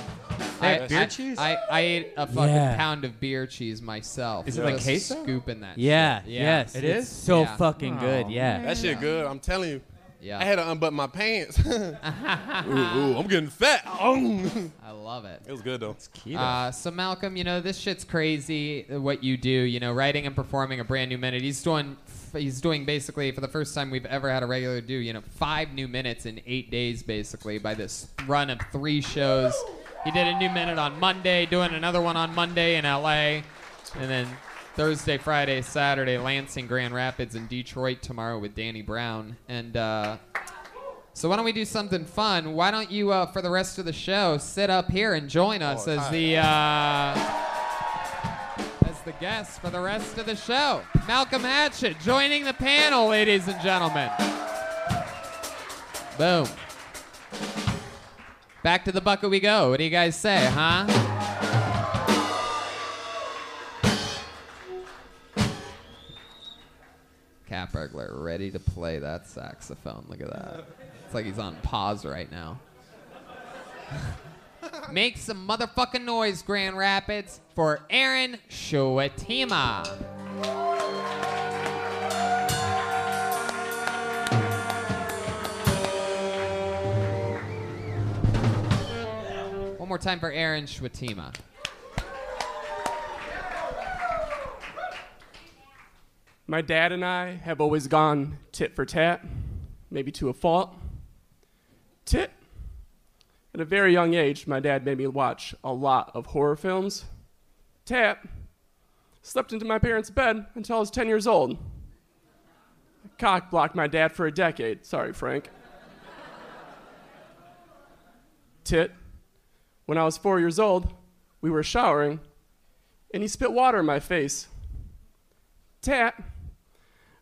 S7: They have beer cheese?
S3: I, I ate a fucking
S7: Yeah.
S3: pound of beer cheese myself.
S7: Is it like
S3: Just
S7: queso?
S3: Scooping that.
S7: Yeah,
S3: Shit.
S7: yes, It it's is? so
S3: Yeah.
S7: fucking good, yeah.
S14: That shit good. I'm telling you.
S3: Yeah.
S14: I had to unbutton
S3: [LAUGHS]
S14: my pants. ooh, [LAUGHS] ooh, I'm
S7: [LAUGHS]
S14: getting fat. [LAUGHS]
S4: uh,
S14: I
S3: love it.
S14: It was good though. It's cute.
S3: Uh, so Malcolm, you know this shit's crazy. uh, What you do, you know, writing and performing a brand new minute. He's doing, he's doing basically for the first time we've ever had a regular do. You know, five new minutes in eight days, basically by this run of three shows. He did a new minute on Monday, doing another one on Monday in L.A., and then Thursday, Friday, Saturday, Lansing, Grand Rapids, and Detroit tomorrow with Danny Brown. And uh, so why don't we do something fun? Why don't you, uh, for the rest of the show, sit up here and join us as the uh, as the guests for the rest of the show? Malcolm Hatchett joining the panel, ladies and gentlemen. Boom. Back to the bucket we go. What do you guys say, huh? Cat burglar ready to play that saxophone. Look at that. It's like he's on pause right now. Make some motherfucking noise, Grand Rapids, for Aaron Shuatima. One more time for Aaron Shuatima.
S15: My dad and I have always gone tit for tat, maybe to a fault. Tit. At a very young age, my dad made me watch a lot of horror films. Tat. Slept into my parents' bed until I was 10 years old. Cock blocked my dad for a decade. Sorry, Frank. Tit. When I was four years old, we were showering, and he spit water in my face. Tat.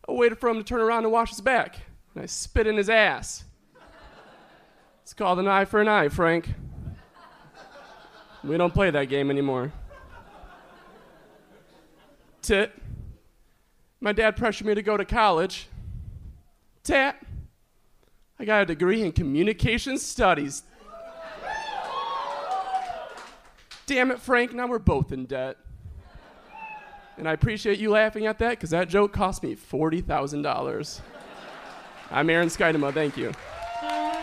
S15: I waited for him to turn around and wash his back, and I spit in his ass. It's called an eye for an eye, Frank. We don't play that game anymore. Tit. My dad pressured me to go to college. Tat. I got a degree in communication studies. Damn it, Frank, now we're both in debt. And I appreciate you laughing at that because that joke cost me $40,000. I'm Aaron Skidema, thank you.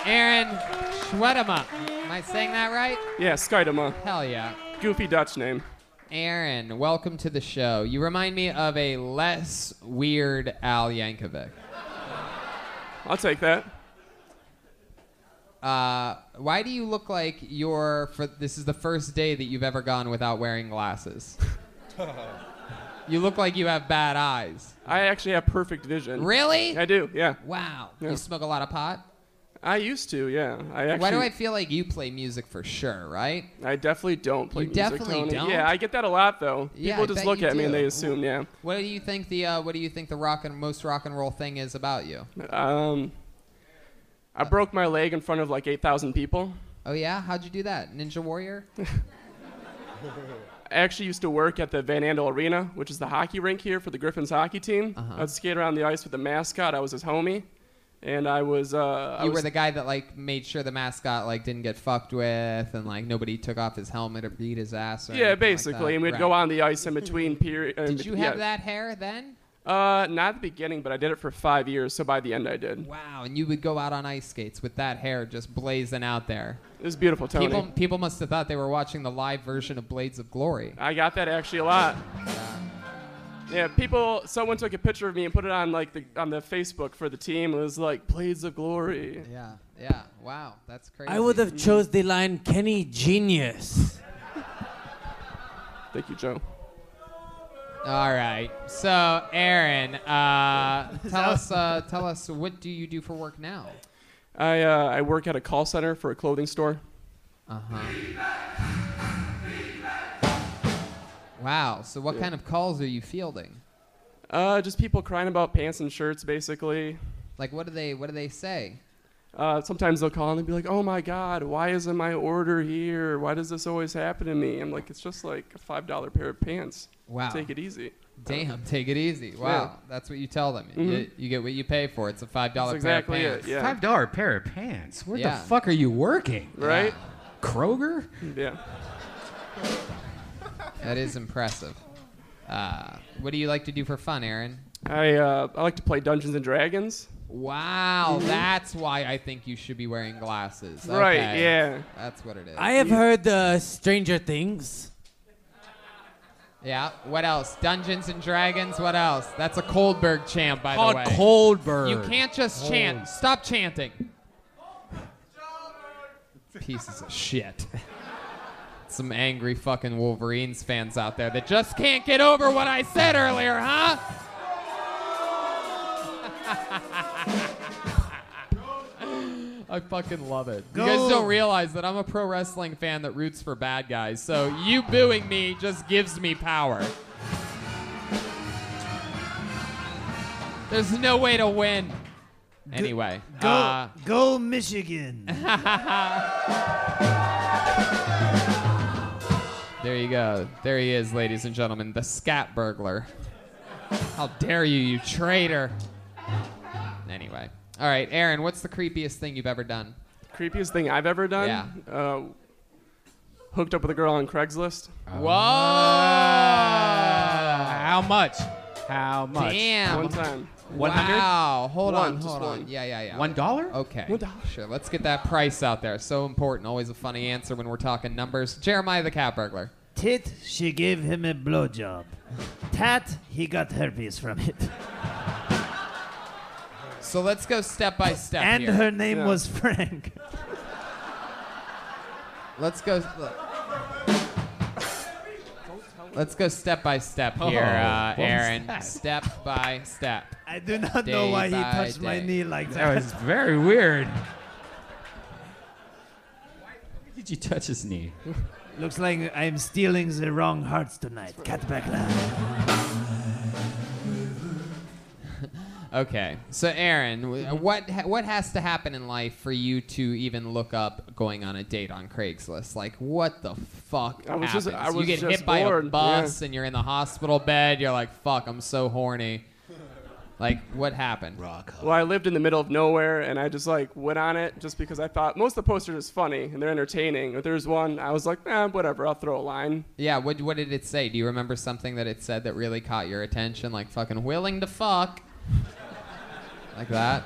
S3: Aaron Shuatima. Am I saying that right?
S15: Yeah, Skidema.
S3: Hell yeah.
S15: Goofy Dutch name.
S3: Aaron, welcome to the show. You remind me of a less weird Al Yankovic.
S15: I'll take that.
S3: Uh, why do you look like you're? For this is the first day that you've ever gone without wearing glasses. you look like you have bad eyes.
S15: I actually have perfect vision.
S3: Really?
S15: I do, yeah.
S3: Wow.
S15: Yeah.
S3: You smoke a lot of pot.
S15: I used to, yeah. I actually,
S3: Why do I feel like you play music for sure? Right?
S15: I definitely don't play
S3: You
S15: music,
S3: definitely
S15: Tony.
S3: don't?
S15: Yeah, I get that a lot, though.
S3: Yeah,
S15: People
S3: I
S15: just
S3: bet
S15: look
S3: you
S15: at me and
S3: do.
S15: they assume, yeah.
S3: What do you think the uh, What do you think the rock and most rock and roll thing is about you?
S15: Um, I broke my leg in front of like 8,000 people.
S3: Oh yeah, how'd you do that, Ninja
S15: [LAUGHS]
S3: Warrior?
S15: I actually used to work at the Van Andel Arena, which is the hockey rink here for the Griffins hockey team.
S3: Uh-huh.
S15: I would skate around the ice with the mascot. I was his homie, and I was. Uh, I
S3: you
S15: was,
S3: were the guy that like made sure the mascot like didn't get fucked with, and like nobody took off his helmet or beat his ass. Or anything
S15: Yeah,
S3: like
S15: basically,
S3: that.
S15: and we'd
S3: Right.
S15: go on the ice in
S3: [LAUGHS]
S15: between period.
S3: Did you have that hair then?
S15: Uh, not at the beginning, but I did it for five years. So by the end, I did.
S3: Wow, and you would go out on ice skates with that hair just blazing out there.
S15: It was beautiful, Tony.
S3: People, people must have thought they were watching the live version of Blades of Glory.
S15: I got that actually a lot. Yeah, people. Someone took a picture of me and put it on like the on the Facebook for the team. It was like Blades of Glory. Mm-hmm.
S3: Yeah, yeah. Wow, that's crazy.
S7: I would have chose the line Kenny Genius.
S15: Thank you, Joe.
S3: All right. So, Aaron, [LAUGHS] uh, tell us, uh, tell us, what do you do for work now?
S15: I uh, I work at a call center for a clothing store.
S3: Uh huh. Wow. So, what
S15: Yeah.
S3: kind of calls are you fielding?
S15: Uh, just people crying about pants and shirts, basically.
S3: Like, what do they, what do they say?
S15: Uh, sometimes they'll call and they'll be like, "Oh my God, why isn't my order here? Why does this always happen to me?" I'm like, "It's just like a five dollar pair of pants.
S3: Wow.
S15: take it easy."
S3: Damn, take it easy. Wow, that's what you tell them. You,
S15: Mhm.
S3: get, you get what you pay for. It's a five dollar
S15: That's exactly
S3: pair
S15: it,
S3: of pants.
S15: yeah.
S4: Five dollar pair of pants. Where
S3: Yeah.
S4: the fuck are you working?
S3: Right?
S4: Kroger.
S15: Yeah.
S3: That is impressive. Uh, what do you like to do for fun, Aaron?
S15: I uh, I like to play Dungeons and Dragons.
S3: Wow,
S15: Mhm.
S3: that's why I think you should be wearing glasses.
S15: Right,
S3: Okay,
S15: yeah.
S3: That's what it is.
S7: I have heard uh, Stranger Things.
S3: Yeah. What else? Dungeons and Dragons. What else? That's a Coldberg chant, by
S7: Called
S3: the way.
S7: Kohlberg.
S3: You can't just chant.
S7: Kohl-
S3: Stop chanting. Pieces of shit. [LAUGHS] Some angry fucking Wolverines fans out there that just can't get over what I said earlier, huh? I fucking love it. You guys don't realize that I'm a pro wrestling fan that roots for bad guys, so you booing me just gives me power. There's no way to win. Anyway,
S5: Go,
S3: uh,
S5: go
S3: [LAUGHS]
S5: Michigan.
S3: there you go. There he is, ladies and gentlemen, the scat burglar. How dare you, you traitor! Anyway, all right, Aaron, what's the creepiest thing you've ever done?
S15: Creepiest thing I've ever done. Yeah. Uh, hooked up with a girl on Craigslist.
S3: Oh.
S4: How much? How much?
S3: Damn.
S15: One time.
S4: One hundred.
S3: Wow. Hold
S15: One,
S3: on.
S15: just
S3: Hold on.
S15: one.
S3: Yeah, yeah, yeah.
S4: One dollar?
S3: Okay. One dollar. Sure. Let's get that price out there. So important. Always a funny answer when we're talking numbers. Jeremiah the cat burglar.
S5: Tit, she gave him a blowjob. Tat, he got herpes from it.
S3: So let's go step by step.
S5: and
S3: here.
S5: her name was Frank.
S3: Let's go. Let's go step by step
S5: Oh,
S3: here, uh,
S5: what was
S3: Aaron.
S5: that?
S3: Step by step.
S5: I do not know why he touched my knee like that.
S4: That was very weird. [LAUGHS] Did you touch his knee?
S5: Looks like I'm stealing the wrong hearts tonight. Cat back
S3: [LAUGHS] Okay. So, Aaron, w- what ha- what has to happen in life for you to even look up going on a date on Craigslist? Like, what the fuck
S15: I was
S3: happens?
S15: just- I was
S3: you get
S15: just
S3: hit by a
S15: bored,
S3: bus
S15: yeah.
S3: and you're in the hospital bed. You're like, fuck, I'm so horny. Like, what happened? Rock.
S15: Well, I lived in the middle of nowhere, and I just like went on it just because I thought most of the posters is funny and they're entertaining. But there's one I was like, nah, whatever, I'll throw a line.
S3: Yeah. What What did it say? Do you remember something that it said that really caught your attention? Like, fucking willing to fuck. [LAUGHS] like that.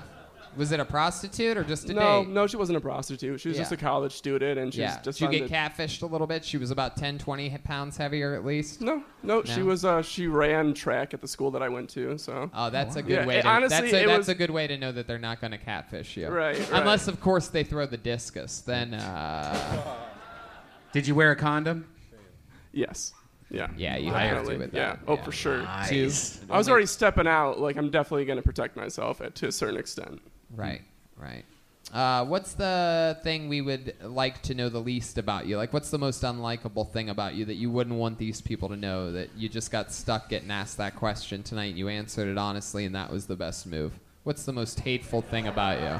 S3: Was it a prostitute or just a
S15: No,
S3: date?
S15: no, she wasn't a prostitute. She was
S3: Yeah.
S15: just a college student, and she was
S3: yeah.
S15: just.
S3: Did you
S15: on
S3: get
S15: the-
S3: catfished a little bit? She was about 10, 20 he- pounds heavier at least.
S15: No, no, she
S3: No?
S15: was. Uh, she ran track at the school that I went to. So.
S3: Oh, that's a good
S15: Yeah,
S3: way.
S15: it-
S3: to,
S15: honestly,
S3: that's, a,
S15: it
S3: that's
S15: was.
S3: a good way to know that they're not going to catfish you.
S15: Right, right.
S3: Unless, of course, they throw the discus. Then. Uh,
S4: Did you wear a condom?
S15: Yes. Yeah.
S3: Yeah, you have to
S15: Definitely.
S3: with
S15: Yeah.
S3: that.
S15: Oh, for sure.
S3: Nice. Two.
S15: I was already stepping out. Like I'm definitely going to protect myself at, to a certain extent.
S3: Right. Right. Uh, what's the thing we would like to know the least about you? Like, what's the most unlikable thing about you that you wouldn't want these people to know? That you just got stuck getting asked that question tonight. You answered it honestly, and that was the best move. What's the most hateful thing about you?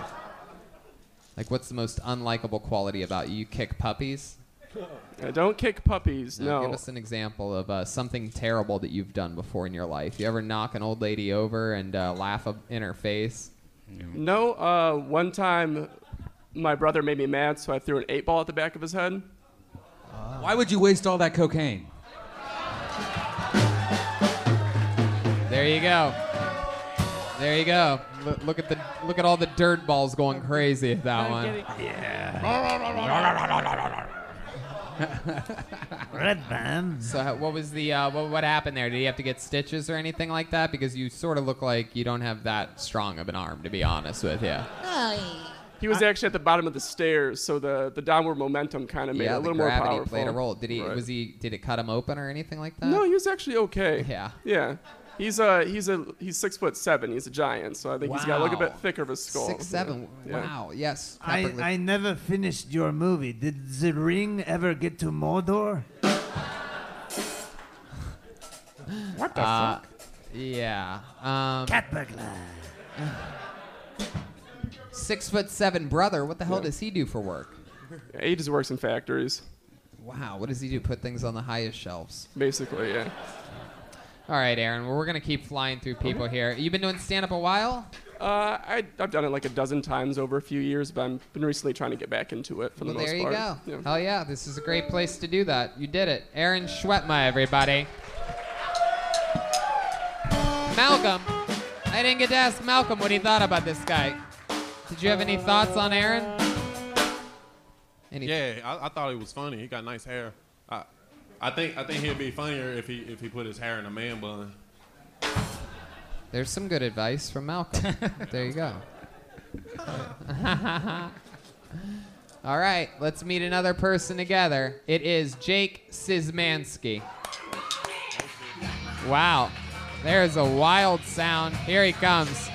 S3: Like, what's the most unlikable quality about you? You kick puppies?
S15: I don't kick puppies. No.
S3: Give us an example of uh, something terrible that you've done before in your life. You ever knock an old lady over and uh, laugh up in her face?
S15: No, uh, one time my brother made me mad, so I threw an eight ball at the back of his head.
S3: Ah.
S4: Why would you waste all that cocaine?
S3: There you go. There you go. Lo- look at the look at all the dirt balls going crazy at that one.
S4: [LAUGHS]
S5: Red band.
S3: So how- what was the uh, what, what happened there? Did you have to get stitches or anything like that? Because you sort of look like you don't have that strong of an arm, to be honest with you.
S15: He was actually at the bottom of the stairs, so the, the downward momentum kind of made
S3: yeah,
S15: it a little
S3: the
S15: more
S3: gravity
S15: powerful.
S3: played a role. Did he
S15: Right.
S3: was he did it cut him open or anything like that?
S15: No, he was actually okay.
S3: Yeah.
S15: Yeah. He's a he's a he's six foot seven. He's a giant, so I think he's got a little
S3: Wow.
S15: bit thicker of a skull.
S3: Six seven.
S15: Yeah.
S3: Wow. Yes.
S5: I,
S3: Pepper-
S5: I never finished your movie. Did the ring ever get to Mordor?
S3: What
S5: the
S3: fuck? Yeah. Uh, Um,
S5: Cat burglar.
S3: six foot seven brother. What the hell
S15: Yeah.
S3: does he do for work?
S15: He just works in factories.
S3: Wow, what does he do? Put things on the highest shelves.
S15: Basically, yeah.
S3: All right, Aaron. Well, we're gonna keep flying through people here. You've been doing stand up a while.
S15: Uh, I, I've done it like a dozen times over a few years, but I've been recently trying to get back into it for
S3: Well,
S15: the most
S3: there you
S15: part.
S3: go. Hell yeah, this is a great place to do that. You did it, Aaron Schwetma, everybody. Malcolm, I didn't get to ask Malcolm what he thought about this guy. Did you have any thoughts on Aaron?
S14: Yeah, I, I thought he was funny. He got nice hair. I, I think I think he'd be funnier if he if he put his hair in a man bun.
S3: There's some good advice from Malcolm. there you go. [LAUGHS] All right, let's meet another person together. It is Jake Szymanski. Wow, there's a wild sound. Here he comes.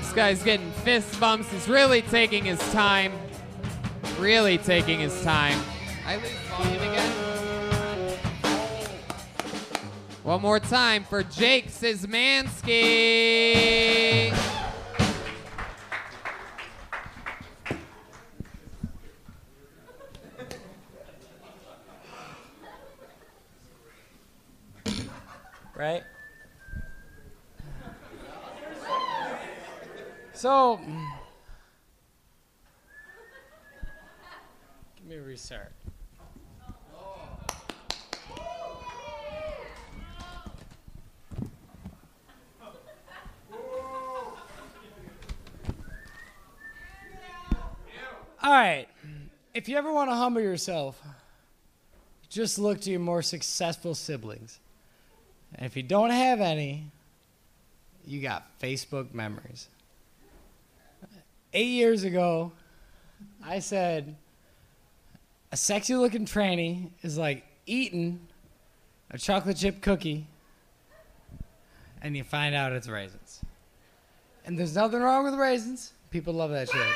S3: This guy's getting fist bumps. He's really taking his time. Really taking his time. I lose volume again. One more time for Jake Szymanski.
S16: right? So, give me a restart. All right. If you ever want to humble yourself, just look to your more successful siblings. And if you don't have any, you got Facebook memories. Eight years ago, I said a sexy looking tranny is like eating a chocolate chip cookie, and you find out it's raisins. And there's nothing wrong with raisins, people love that shit.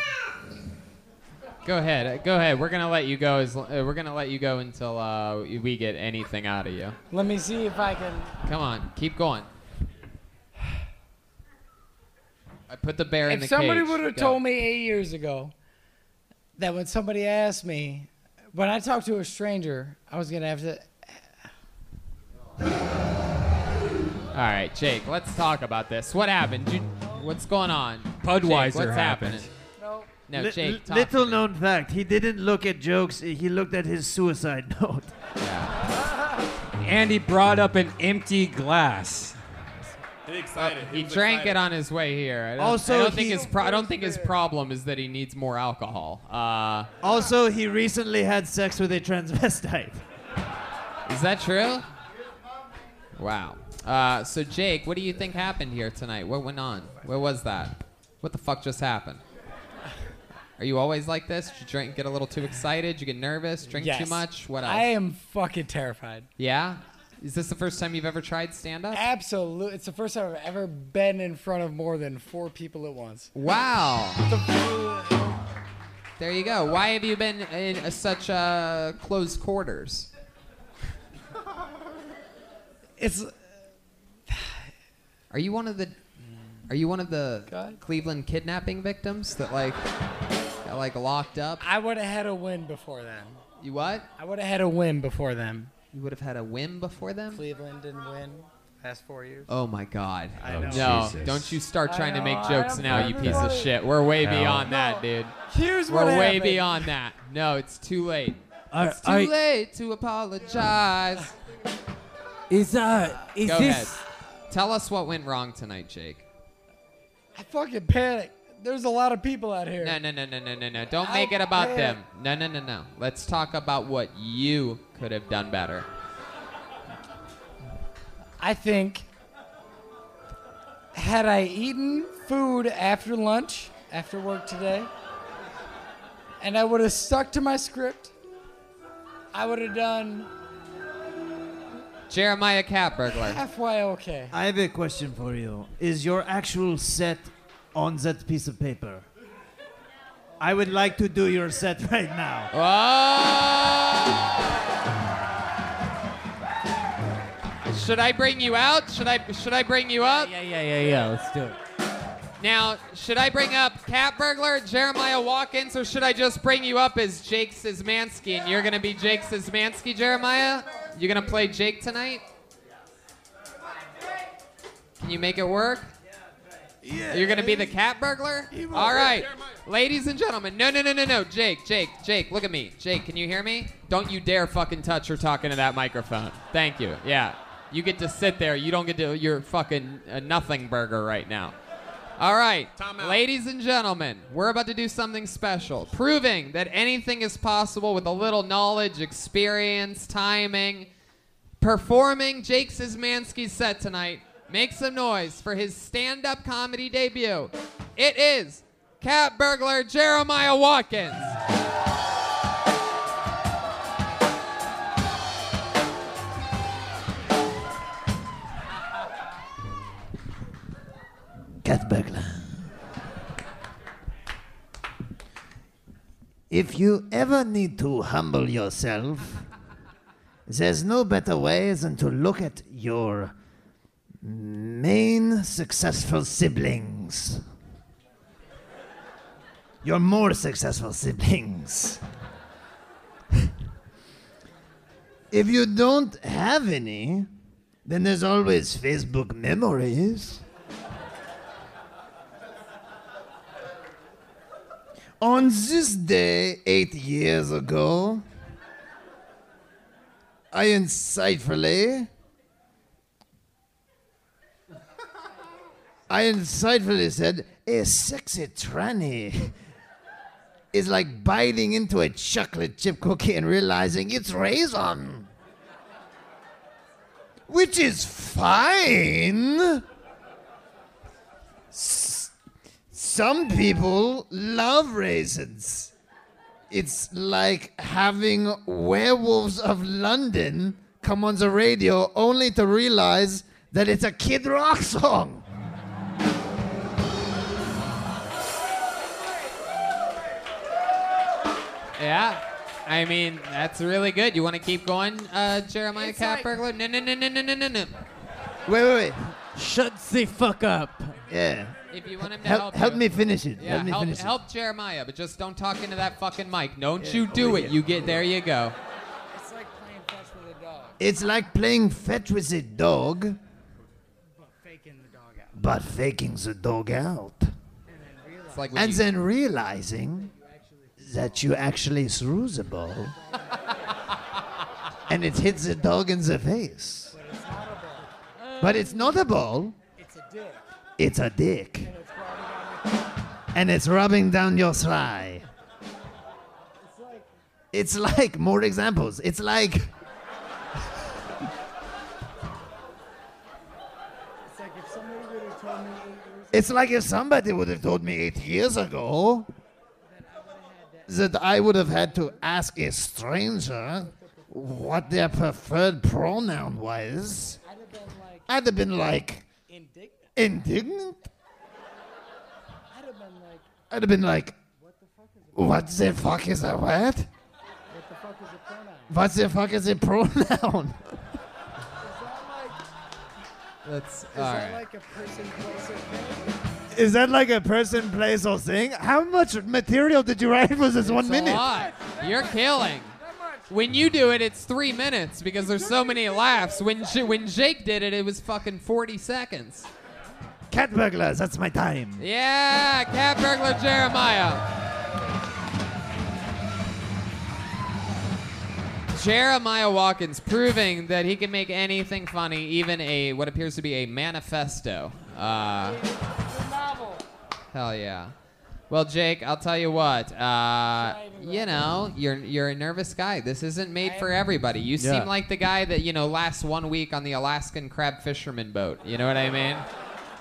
S3: Go ahead. uh, Go ahead. We're gonna let you go. As, l- uh, we're gonna let you go until uh, we get anything out of you.
S16: Let me see if I can.
S3: Come on. Keep going. I put the bear in
S16: If
S3: the
S16: somebody
S3: cage.
S16: would have
S3: Go.
S16: told me eight years ago that when somebody asked me, when I talked to a stranger, I was gonna have to.
S3: All right, Jake. Let's talk about this. What happened? You, what's going on? Jake,
S5: Budweiser
S3: what's
S5: happened.
S3: happening? No. No,
S5: Li-
S3: Jake.
S5: li-
S3: Talk
S5: little known fact: he didn't look at jokes. He looked at his suicide [LAUGHS] note.
S4: And he brought up an empty glass.
S14: He excited.
S3: He drank it on his way here. I don't,
S5: Also,
S3: I don't think
S5: he-
S3: his pro- I don't think his problem is that he needs more alcohol. Uh,
S5: Also, he recently had sex with a
S4: [LAUGHS]
S5: transvestite.
S3: is that true? Wow. Uh, so Jake, what do you think happened here tonight? What went on? Where was that? What the fuck just happened? Are you always like this? Did you drink, get a little too excited? You get nervous? Drink too
S16: Yes.
S3: much? What else?
S16: I am fucking terrified.
S3: yeah. Is this the first time you've ever tried stand up?
S16: Absolutely, it's the first time I've ever been in front of more than four people at once.
S3: Wow. There you go. Why have you been in uh, such uh, close quarters?
S16: It's.
S3: Are you one of the? Are you one of the Cleveland kidnapping victims that like got like locked up?
S16: I would have had a win before then.
S3: You what?
S16: I would have had a win before them.
S3: You would have had a win before them.
S16: Cleveland didn't win past four years.
S3: Oh my God!
S16: I know.
S3: No,
S16: Jesus.
S3: don't you start
S16: I
S3: trying to
S16: know,
S3: make
S16: I
S3: jokes
S16: am
S3: now, you
S16: fucking
S3: piece of
S16: sorry.
S3: shit. We're way
S16: Hell.
S3: beyond
S16: No.
S3: that, dude.
S16: Here's
S3: We're
S16: what
S3: way
S16: happened.
S3: beyond that. No, it's too late.
S7: Are-
S3: it's too
S7: are-
S3: late to apologize.
S7: Is uh, is
S3: Go
S7: this?
S3: ahead. Tell us what went wrong tonight, Jake.
S16: I fucking panicked. There's a lot of people out here.
S3: No, no, no, no, no, no, no. Don't make it about
S16: I-
S3: them. No, no, no, no. Let's talk about what you could have done better.
S16: I think had I eaten food after lunch, after work today, and I would have stuck to my script, I would have done
S3: Jeremiah Catburglar.
S16: halfway okay.
S5: I have a question for you. Is your actual set on that piece of paper? I would like to do [LAUGHS]
S4: Oh!
S5: your set right now.
S3: Oh! Should I bring you out? Should I should I bring you up?
S7: Yeah, yeah, yeah. Let's do it.
S3: Now, should I bring up Cat Burglar, Jeremiah Watkins, or should I just bring you up as Jake Szymanski? And you're gonna be Jake Szymanski, Jeremiah. You're gonna play Jake tonight. Can you make it work? Yeah. You're gonna be the Cat Burglar. All right, ladies and gentlemen. No, no, no, no, no. Jake, Jake, Jake. Look at me. Jake, can you hear me? Don't you dare fucking touch or talk into that microphone. Thank you. Yeah. You get to sit there. You don't get to. You're fucking a nothing burger right now. All right, ladies and gentlemen, we're about to do something special, proving that anything is possible with a little knowledge, experience, timing. Performing Jake Szymanski's set tonight, make some noise for his stand-up comedy debut. It is Cat Burglar Jeremiah Watkins.
S9: Cat burglar. If you ever need to humble yourself, there's no better way than to look at your main successful siblings. Your more successful siblings. if you don't have any, then there's always Facebook memories. On this day, eight years ago, I insightfully. I insightfully said, a sexy tranny is like biting into a chocolate chip cookie and realizing it's raisin. Which is fine. S- some people love raisins. It's like having werewolves of London come on the radio only to realize that it's a Kid Rock song.
S3: Yeah, I mean that's really good. You want to keep going, uh, Jeremiah Cat Burglar? No, no, no, no, no, no, no, no.
S9: Wait, wait, wait.
S7: Shut the fuck up.
S9: Yeah.
S3: If you want him to
S9: Help-
S3: help,
S9: help
S3: you-
S9: me finish it.
S3: Yeah,
S9: Help me
S3: help,
S9: finish it.
S3: help Jeremiah, but just don't talk into that fucking mic. Don't
S9: Yeah,
S3: you do
S9: over
S3: it.
S9: here,
S3: You get there. You go.
S9: It's like playing fetch with a dog. It's like playing fetch with a dog, but faking the dog out.
S3: It's like when
S9: and
S3: you-
S9: then realizing that you actually threw the ball and it hits the dog in the face. But it's not a ball. It's a dick. It's a dick. And it's rubbing down your thigh. It's like more examples. It's like
S17: It's like if somebody would have told me eight
S9: it's
S17: years
S9: like if somebody would have told me eight years ago that I would have had to ask a stranger what their preferred pronoun was. I'd have been like indignant. I'd have been like, what the fuck is a what? What the fuck is a pronoun? [LAUGHS]
S3: That's
S17: Is that like a person, place, or thing?
S9: Is that like a person, place, or thing? How much material did you write for this one
S3: It's
S9: minute?
S3: A lot. You're killing. When you do it, it's three minutes because there's so many laughs. When J- when Jake did it, it was fucking 40 seconds.
S9: Cat burglars, that's my time.
S3: Yeah, cat burglar Jeremiah. Jeremiah Watkins proving that he can make anything funny, even a what appears to be a manifesto. Uh, Hell yeah. Well, Jake, I'll tell you what. Uh, you know, you're you're a nervous guy. This isn't made for everybody. You
S7: Yeah.
S3: seem like the guy that you know lasts one week on the Alaskan crab fisherman boat. You know what I mean?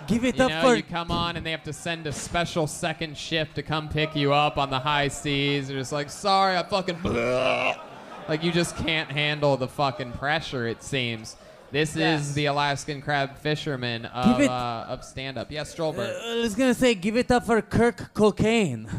S7: Give it
S3: you
S7: up
S3: know,
S7: for-
S3: you come on and they have to send a special second shift to come pick you up on the high seas. They're just like, sorry, I fucking [LAUGHS] like you just can't handle the fucking pressure. It seems. This is the Alaskan crab fisherman of,
S7: Give it-
S3: uh, of stand up. Yeah,
S7: [LAUGHS]
S3: Strolberg.
S7: I was gonna say, give it up for Kirk
S3: [LAUGHS]
S7: Cocaine.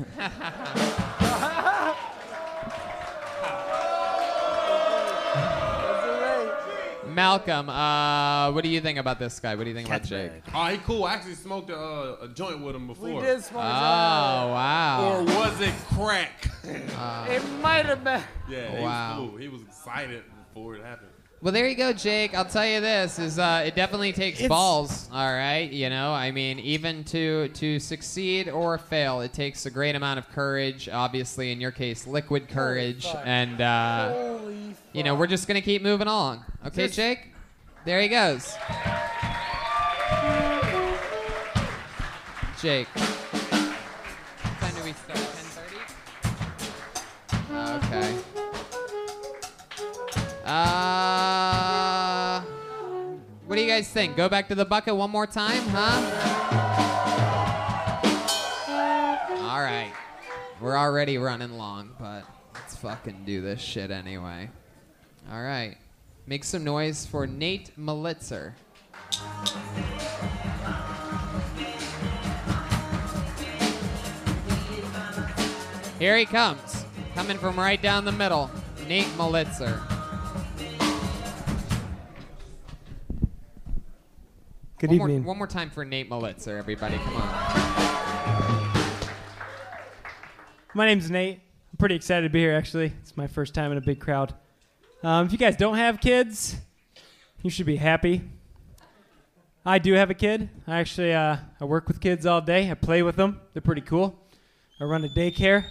S3: Malcolm, uh, what do you think about this guy? What do you think about Jake?
S14: Oh, he cool. I actually smoked a, uh, a joint with him before.
S3: did smoke a Oh, joint. wow.
S14: Or was it crack?
S3: It
S17: might have been.
S14: Yeah,
S3: Wow.
S14: he was cool. He was excited before it happened.
S3: Well, there you go, Jake. I'll tell you this: is uh, it definitely takes balls. All right, you know, I mean, even to to succeed or fail, it takes a great amount of courage. Obviously, in your case, liquid courage,
S17: fuck.
S3: and uh, you know, we're just gonna keep moving along. Okay,
S17: This-
S3: Jake. There he goes. Jake. What time do we start? 10:30. Okay. Uh, what do you guys think? Go back to the bucket one more time, huh? All right. We're already running long, but let's fucking do this shit anyway. All right. Make some noise for Nate Melitzer. Here he comes. Coming from right down the middle, Nate Melitzer.
S18: Good
S3: one
S18: evening.
S3: More, one more time for Nate Melitzer, everybody. Come on.
S18: My name's Nate. I'm pretty excited to be here, actually. It's my first time in a big crowd. Um, if you guys don't have kids, you should be happy. I do have a kid. I actually uh, I work with kids all day. I play with them. They're pretty cool. I run a daycare.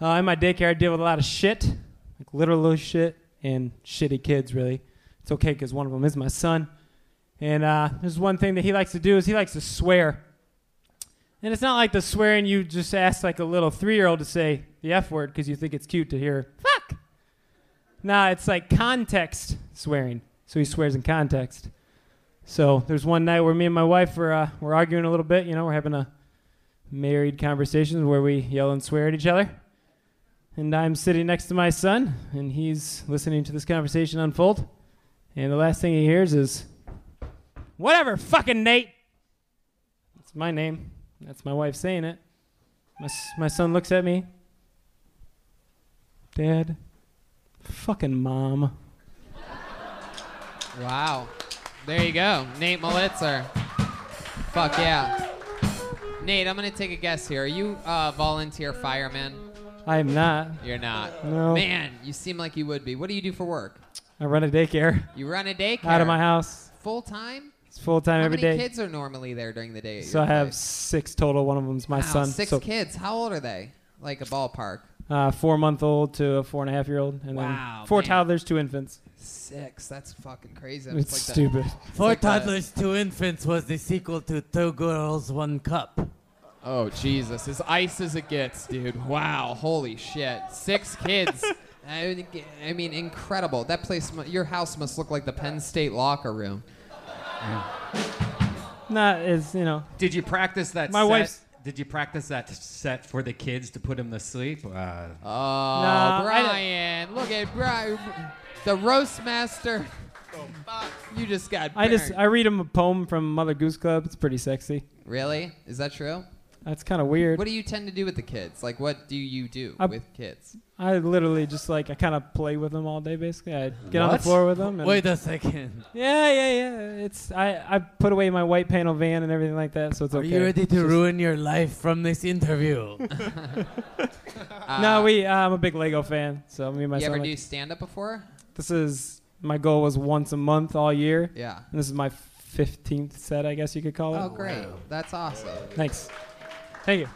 S18: Uh, in my daycare, I deal with a lot of shit, like literal shit and shitty kids. Really, it's okay because one of them is my son. And uh, there's one thing that he likes to do is he likes to swear. And it's not like the swearing you just ask like a little three year old to say the F word because you think it's cute to hear fuck. Nah, it's like context swearing. So he swears in context. So there's one night where me and my wife were, uh, were arguing a little bit. You know, we're having a married conversation where we yell and swear at each other. And I'm sitting next to my son, and he's listening to this conversation unfold. And the last thing he hears is, Whatever, fucking Nate! It's my name. That's my wife saying it. My, s- my son looks at me. Dad. Fucking mom.
S3: Wow. There you go, Nate Melitzer. Fuck yeah. Nate, I'm gonna take a guess here. Are you uh, volunteer fireman?
S18: I am not.
S3: You're not.
S18: No.
S3: Man, you seem like you would be. What do you do for work?
S18: I run a daycare.
S3: You run a daycare.
S18: Out of my house.
S3: Full time.
S18: It's full time
S3: How
S18: every
S3: many
S18: day.
S3: kids are normally there during the day? at
S18: so
S3: your
S18: I have
S3: place?
S18: six total. One of them's my
S3: Wow,
S18: son.
S3: Six
S18: so,
S3: kids. How old are they? Like a ballpark.
S18: Uh, four month old to a four and a half year old, and
S3: Wow,
S18: then four
S3: man.
S18: toddlers, two infants.
S3: Six. That's fucking crazy.
S18: It's
S3: like the-
S18: stupid.
S3: it's
S7: Four
S3: like the-
S7: Toddlers, Two Infants was the sequel to Two Girls, One Cup.
S3: Oh, Jesus. As ice as it gets, dude. Wow. Holy shit. Six kids. [LAUGHS] I, would g- I mean, incredible. That place, mu- your house must look like the Penn State locker room.
S18: Not as, you know.
S4: Did you practice that?
S18: My
S4: set?
S18: wife's-
S4: Did you practice that set for the kids to put them to sleep? Uh, oh,
S3: Oh, Brian. Look at Brian. The roast
S18: [LAUGHS]
S3: master. You just got.
S18: I just
S3: burned.
S18: I read him a poem from Mother Goose Club. It's pretty sexy.
S3: Really? Is that true?
S18: That's kind of weird.
S3: What do you tend to do with the kids? Like, what do you do
S18: I-
S3: with kids?
S18: I literally just like I kind of play with them all day. Basically, I get on the
S7: What?
S18: floor with them. And
S7: Wait a second.
S18: Yeah, yeah, yeah. It's I, I put away my white panel van and everything like that, so it's
S7: Are
S18: okay.
S7: you ready
S18: It's
S7: to
S18: just-
S7: ruin your life from this
S3: [LAUGHS]
S7: interview?
S18: [LAUGHS] no, we. Uh, I'm a big Lego fan, so me and my
S3: you
S18: son.
S3: ever
S18: like-
S3: do stand up before?
S18: this is my goal was once a month all year.
S3: Yeah.
S18: And this is my 15th set, I guess you could call it.
S3: Oh, great. That's awesome.
S18: Thanks. Thank you.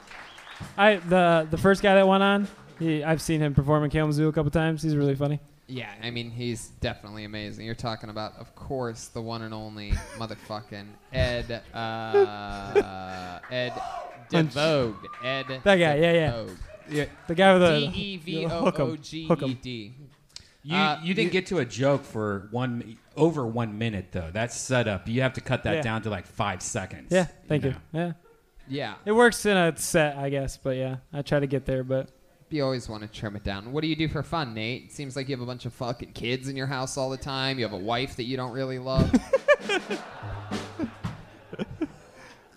S18: I the the first guy that went on, he, I've seen him perform in Kalamazoo a couple times. He's really funny.
S3: Yeah, I mean, he's definitely amazing. You're talking about, of course, the one and
S18: [LAUGHS]
S3: only motherfucking Ed,
S18: [LAUGHS]
S3: uh, Ed
S18: Unch-
S3: DeVogue. Ed
S18: That guy, yeah, yeah. Yeah, the guy with the-
S3: D E V
S18: the
S3: O
S18: hook 'em,
S3: O
S18: hook 'em.
S3: G E D.
S4: You,
S3: Uh,
S4: you didn't get to a joke for one mi- over one minute though. That's set up. You have to cut that
S18: Yeah.
S4: down to like five seconds.
S18: Yeah, thank you. Yeah.
S3: Yeah.
S18: It works in a set, I guess, but yeah, I try to get there, but
S3: You always want to trim it down. What do you do for fun, Nate? It seems like you have a bunch of fucking kids in your house all
S18: [LAUGHS]
S3: the time. You have a wife that you don't really love.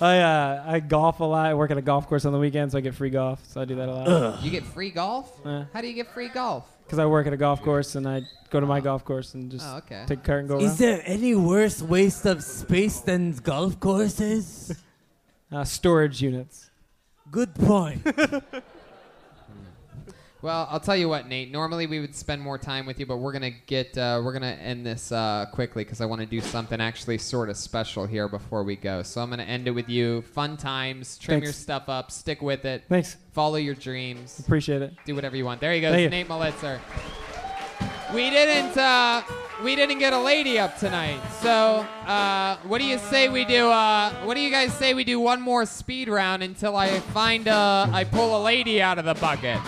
S18: I uh, I golf a lot. I work at a golf course on the weekends, so I get free golf. So I do that a lot.
S3: You get free golf?
S18: Yeah.
S3: How do you get free golf?
S18: Because I work at a golf course and I go to my golf course and just
S3: Oh, okay.
S18: take a cart and go
S7: Is
S18: around.
S7: there any worse waste of space than golf courses?
S18: uh, storage units.
S7: Good
S18: [LAUGHS]
S7: point.
S3: Well, I'll tell you what, Nate. Normally we would spend more time with you, but we're gonna get uh, we're gonna end this uh, quickly because I want to do something actually sort of special here before we go. So I'm gonna end it with you. Fun times. Trim
S18: Thanks.
S3: your stuff up. Stick with it.
S18: Thanks.
S3: Follow your dreams.
S18: Appreciate it.
S3: Do whatever you want. There you go.
S18: Thank
S3: It's
S18: you.
S3: Nate Melitzer. We didn't uh, we didn't get a lady up tonight. So uh, what do you say we do? Uh, what do you guys say we do one more speed round until I find uh, I pull a lady out of the bucket?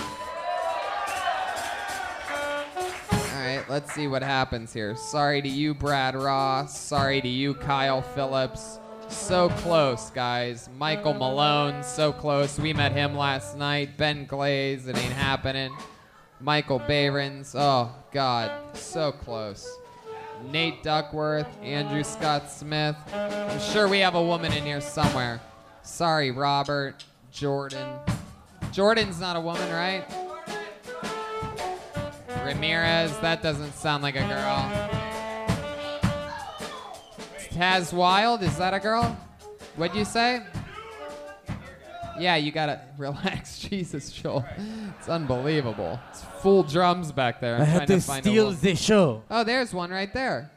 S3: All right, let's see what happens here. Sorry to you, Brad Ross. Sorry to you, Kyle Phillips. So close, guys. Michael Malone, so close. We met him last night. Ben Glaze, it ain't happening. Michael Behrens, oh, God, so close. Nate Duckworth, Andrew Scott Smith. I'm sure we have a woman in here somewhere. Sorry, Robert, Jordan. Jordan's not a woman, right? Ramirez, that doesn't sound like a girl. Taz Wild, is that a girl? What'd you say? Yeah, you gotta [LAUGHS] relax. Jesus, Joel. It's unbelievable. It's full drums back there. I'm
S7: I
S3: trying
S7: had to
S3: find
S7: steal
S3: a little-
S7: the show.
S3: Oh, there's one right there.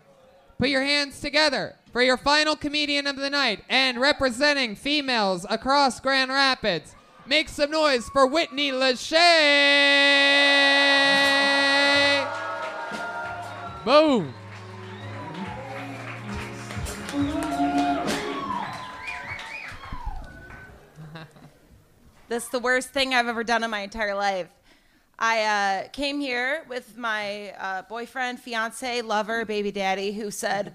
S3: Put your hands together for your final comedian of the night and representing females across Grand Rapids. Make some noise for Whitney Lachey. Boom. [LAUGHS]
S19: This is the worst thing I've ever done in my entire life. I uh, came here with my uh, boyfriend, fiance, lover, baby daddy, who said,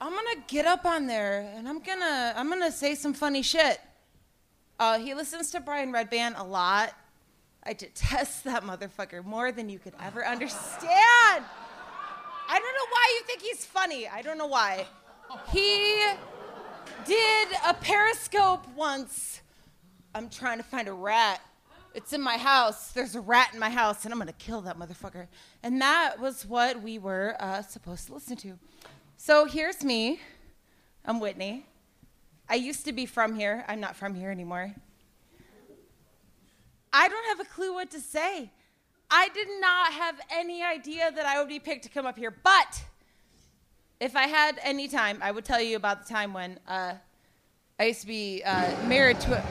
S19: "I'm gonna get up on there and I'm gonna I'm gonna say some funny shit." Uh, he listens to Brian Redband a lot. I detest [LAUGHS] that motherfucker more than you could ever understand. I don't know why you think he's funny. I don't know why. He did a periscope once. I'm trying to find a rat. It's in my house. There's a rat in my house, and I'm gonna kill that motherfucker. And that was what we were uh, supposed to listen to. So here's me. I'm Whitney. I used to be from here. I'm not from here anymore. I don't have a clue what to say. I did not have any idea that I would be picked to come up here, but if I had any time, I would tell you about the time when uh, I used to be uh, married to a.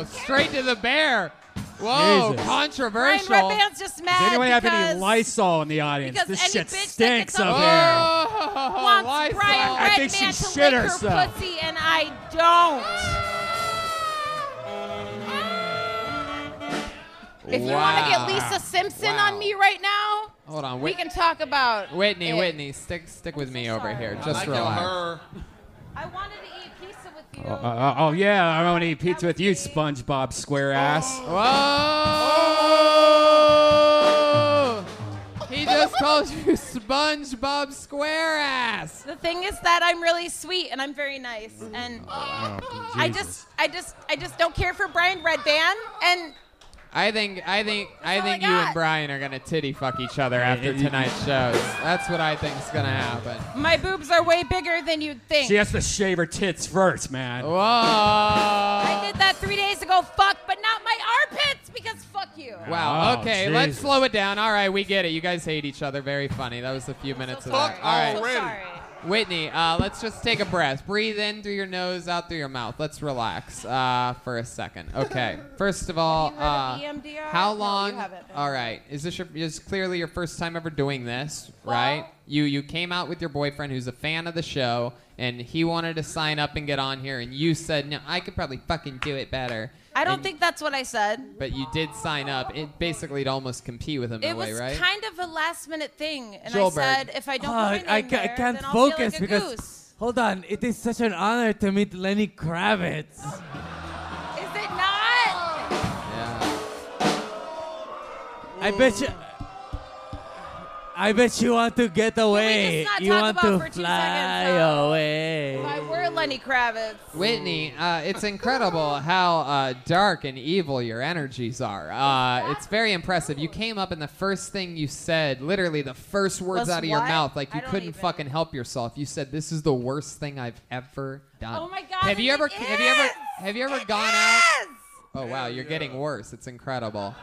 S3: Oh, straight to the bear. Whoa,
S2: Jesus.
S3: Oh, controversial.
S19: Ryan Redband's just mad
S2: Does anyone have
S19: because-
S2: any Lysol in the audience?
S19: because
S2: This
S19: any
S2: shit
S19: bitch that
S2: stinks
S19: gets
S2: up
S19: up
S3: Oh.
S2: here.
S19: wants
S2: Lysol.
S19: Brian Redman
S2: I think she
S19: to
S2: shit
S19: lick her
S2: herself.
S19: pussy, and I don't.
S2: Ah.
S19: If you want to
S3: Wow.
S19: get Lisa Simpson on me right now,
S3: Hold
S2: Uh,
S3: on,
S19: we
S3: Whit-
S19: can talk about
S3: Whitney,
S19: it.
S3: Whitney, stick stick with me over here.
S19: I
S3: Just
S19: like
S3: relax.
S19: I wanted to eat pizza with you.
S2: Oh, oh, oh, yeah, I want to eat pizza with you, SpongeBob square
S19: Oh.
S2: ass.
S3: Whoa!
S19: [LAUGHS]
S3: He just called you SpongeBob SquareAss.
S19: The thing is that I'm really sweet and I'm very nice, and
S2: Oh,
S19: I just, I just, I just don't care for Brian Redband, and
S3: I think I think I think you and Brian are gonna titty fuck each other after tonight's shows. That's what I think's gonna happen.
S19: my boobs are way bigger than you'd think.
S2: She has to shave her tits first, man.
S3: Whoa!
S19: I did that three days ago. Fuck, but not my armpits because fuck you.
S3: Wow.
S2: Oh,
S3: okay, let's
S2: Jesus.
S3: slow it down. All right, we get it. You guys hate each other. Very funny. That was a few minutes of that. All right. Whitney, uh, let's just take a breath. Breathe in through your nose, out through your mouth. Let's relax uh, for a second.
S19: [LAUGHS]
S3: Okay. First of all,
S19: Have you E
S3: uh,
S19: heard of EMDR? No,
S3: how
S19: you
S3: long?
S19: haven't.
S3: all right. Is this your, is clearly your first time ever doing this, right? You you came out with your boyfriend who's a fan of the show, and he wanted to sign up and get on here, and you said no. I could probably fucking do it better.
S19: I don't
S3: And-
S19: think that's what I said.
S3: But you did sign up. It basically to almost compete with him in
S19: It
S3: a way,
S19: was
S3: right?
S19: kind of a last minute thing, and I
S3: Joelberg.
S19: said if I don't
S7: Oh,
S19: put my name
S7: I, ca- I
S19: there,
S7: can't
S19: then I'll feel
S7: focus
S19: like a
S7: because
S19: goose.
S7: hold on, it is such an honor to meet Lenny Kravitz.
S19: Is it not?
S7: I bet you. I bet you want to get away.
S19: not
S7: you
S19: talk
S7: want
S19: about
S7: to
S19: for two
S7: fly
S19: seconds, uh,
S7: away.
S19: If I were Lenny Kravitz.
S3: Whitney, uh, it's incredible how uh, dark and evil your energies are. Uh, it's very impressive. You came up and the first thing you said, literally the first words
S19: Was
S3: out of your
S19: what?
S3: mouth, like
S19: I
S3: you
S19: don't
S3: couldn't fucking help yourself. You said, "This is the worst thing I've ever done."
S19: Oh my God,
S3: Have you
S19: it
S3: ever?
S19: is!
S3: Have you ever? Have you ever gone out? Oh wow, you're getting worse. It's incredible.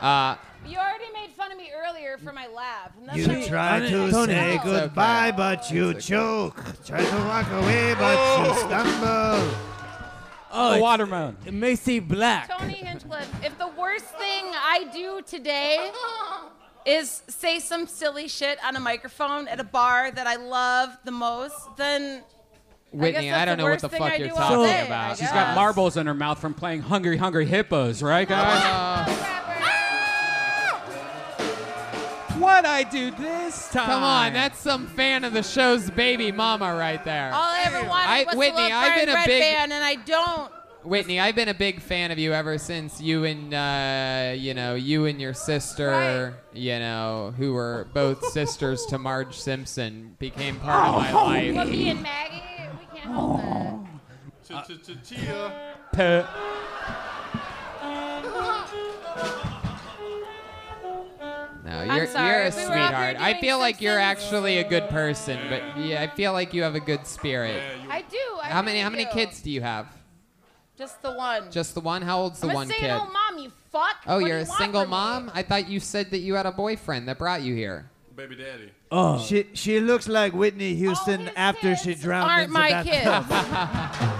S3: Uh,
S19: You already made fun of me earlier for my laugh. And that's
S9: You
S19: why-
S9: try to
S5: Tony,
S9: say
S5: it's okay.
S9: goodbye, but you choke. Try to walk away, but
S4: Oh.
S9: you stumble.
S7: Oh,
S9: it's-
S7: watermelon. Macy Black.
S19: Tony Hinchcliffe, if the worst thing I do today is say some silly shit on a microphone at a bar that I love the most, then I,
S4: Whitney,
S19: guess that's
S4: I don't
S19: the
S4: know what
S19: worst
S4: the
S19: thing
S4: fuck
S19: I
S4: you're
S19: do all
S4: talking
S19: day, I
S4: about. She's
S19: guess.
S4: got marbles in her mouth from playing Hungry Hungry Hippos, right,
S19: Uh,
S4: guys?
S3: Ah! what I do this time? Come on,
S4: time?
S3: that's some fan of the show's baby mama right there.
S19: All I ever wanted
S3: I-
S19: was
S3: Whitney,
S19: a little
S3: I've
S19: Brian
S3: been a
S19: Red
S3: big-
S19: band, and I don't.
S3: Whitney, I've been a big fan of you ever since you and uh, you know you and your sister, you know, who were
S19: [LAUGHS]
S3: both sisters to Marge Simpson, became part of my life.
S19: But me Oh, and Maggie, we can't help that.
S4: Pet.
S17: [LAUGHS]
S3: No,
S19: I'm
S3: you're,
S19: sorry,
S3: you're a
S19: if we were out here
S3: sweetheart. I
S19: doing
S3: feel like you're
S19: Simpsons-
S3: actually a good person, but yeah, I feel like you have a good spirit.
S19: I do. I
S3: how many
S19: really
S3: How many
S19: do.
S3: kids do you have?
S19: Just the one.
S3: Just the one. How old's the
S19: I'm
S3: one
S19: a
S3: kid?
S19: stay-at-home mom. You fuck.
S3: Oh,
S19: What do
S3: you're
S19: you
S3: a
S19: want
S3: single
S19: from me?
S3: mom. I thought you said that you had a boyfriend that brought you here.
S14: Baby daddy.
S5: Oh. She she looks like Whitney Houston after she drowned
S19: aren't
S5: in
S19: my
S5: Sebastian. [LAUGHS]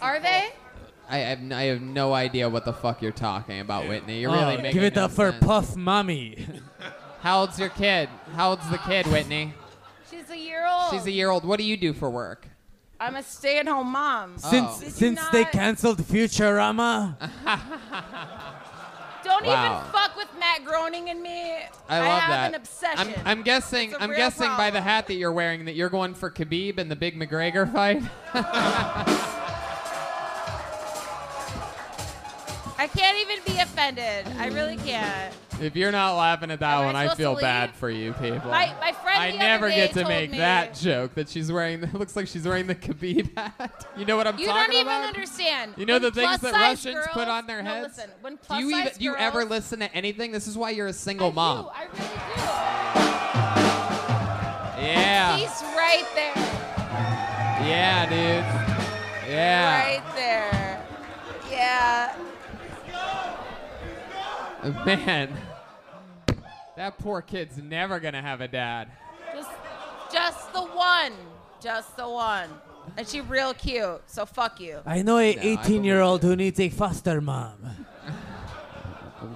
S19: Are they?
S3: I have, n- I have no idea what the fuck you're talking about, Whitney. You're really
S7: Oh,
S3: making
S7: give it
S3: no
S7: up for
S3: sense.
S7: Puff Mommy.
S3: [LAUGHS] How old's your kid? How old's the kid, Whitney?
S19: She's a year old.
S3: She's a year old. What do you do for work? Oh.
S19: I'm a stay-at-home mom.
S7: Since
S19: Did you
S7: since they
S19: not-
S7: canceled Futurama,
S19: [LAUGHS] Don't
S3: Wow.
S19: even fuck with Matt Groening and me.
S3: I love
S19: have
S3: that.
S19: an obsession.
S3: I'm, I'm guessing.
S19: It's a
S3: I'm
S19: real
S3: guessing by
S19: problem.
S3: the hat that you're wearing that you're going for Khabib and the big McGregor fight. [LAUGHS]
S19: I can't even be offended. I really can't.
S3: if you're not laughing at that
S19: I
S3: one, I
S19: supposed to
S3: feel
S19: leave?
S3: bad for you people.
S19: My, my friend
S3: I
S19: the
S3: never
S19: other day
S3: get to
S19: told
S3: make
S19: me,
S3: that joke that she's wearing. [LAUGHS] It looks like she's wearing the Khabib hat. [LAUGHS] You know what I'm
S19: You
S3: talking
S19: don't even
S3: about?
S19: understand.
S3: You know
S19: When
S3: the things
S19: plus
S3: that
S19: size
S3: Russians put
S19: girls-
S3: on their
S19: no,
S3: heads?
S19: listen, when
S3: Do
S19: plus
S3: you even
S19: size
S3: do you ever
S19: girls-
S3: listen to anything? This is why you're a single mom.
S19: I really
S3: do. Yeah.
S19: He's right there.
S3: Yeah, dude. Yeah.
S19: Right there. Yeah.
S3: [LAUGHS] Man, that poor kid's never gonna have a dad.
S19: Just, just the one. Just the one. And she real cute. So fuck you.
S7: I know a 18 year old who needs a foster mom.
S4: [LAUGHS]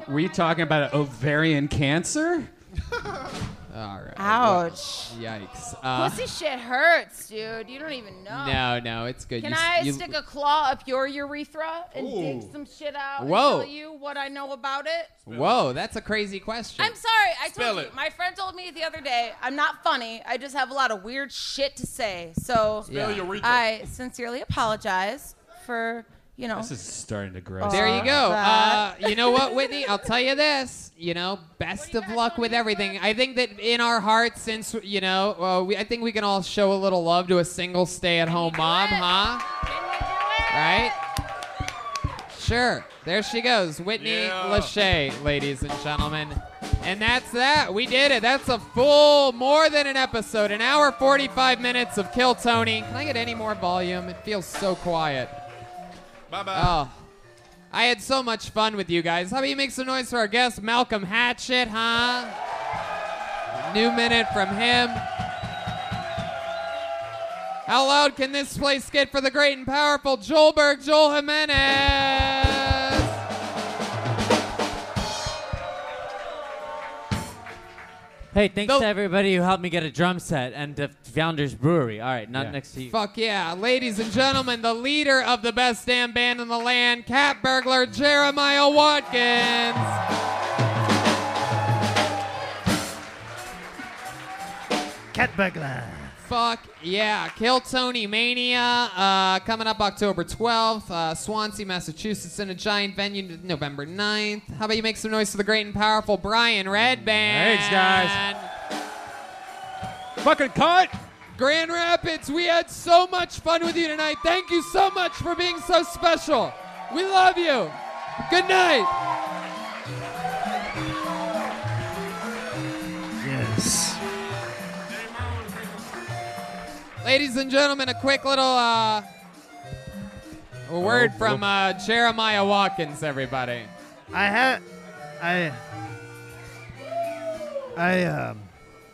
S4: We talking about ovarian cancer?
S3: All right.
S19: Ouch.
S3: Yikes. Uh,
S19: Pussy shit hurts, dude. You don't even know.
S3: no, no, it's good.
S19: Can
S3: You s-
S19: I
S3: you-
S19: stick a claw up your urethra and
S3: Ooh.
S19: dig some shit out and
S3: Whoa.
S19: tell you what I know about it?
S3: Whoa, that's a crazy question.
S19: I'm sorry. I
S3: Spell
S19: told
S3: it.
S19: you. My friend told me the other day. I'm not funny. I just have a lot of weird shit to say. So
S3: Spell Yeah. urethra.
S19: I sincerely apologize for you know.
S4: This is starting to gross.
S3: There you
S4: out.
S3: go. Uh, you know what, Whitney? I'll tell you this. You know, best of luck with everything. I think that in our hearts, since you know, uh, we, I think we can all show a little love to a single stay-at-home mom, huh? Right? Sure. There she goes, Whitney Lachey, ladies and gentlemen. And that's that. We did it. That's a full, more than an episode, an hour 45 minutes of Kill Tony. Can I get any more volume? It feels so quiet.
S14: Bye bye.
S3: Oh, I had so much fun with you guys. How about you make some noise for our guest, Malcolm Hatchett, huh? New minute from him. How loud can this place get for the great and powerful Joelberg Joel Jimenez?
S7: Hey, thanks to everybody who helped me get a drum set and the Founders Brewery. All right, not next to you.
S3: Fuck yeah. Ladies and gentlemen, the leader of the best damn band in the land, cat burglar Jeremiah Watkins.
S9: Cat burglar.
S3: Fuck yeah. Kill Tony Mania uh, coming up October 12th, uh, Swansea, Massachusetts, in a giant venue November 9th. How about you make some noise for the great and powerful Brian Red Band?
S4: Thanks, guys.
S2: Fucking cut. Grand Rapids, we had so much fun with you tonight. Thank you so much for being so special. We love you. Good night.
S5: Yes.
S4: Ladies and gentlemen, a quick little uh,
S3: A word
S4: Oh,
S3: from
S4: whoop.
S3: uh, Jeremiah Watkins, everybody.
S5: I had, I, I um.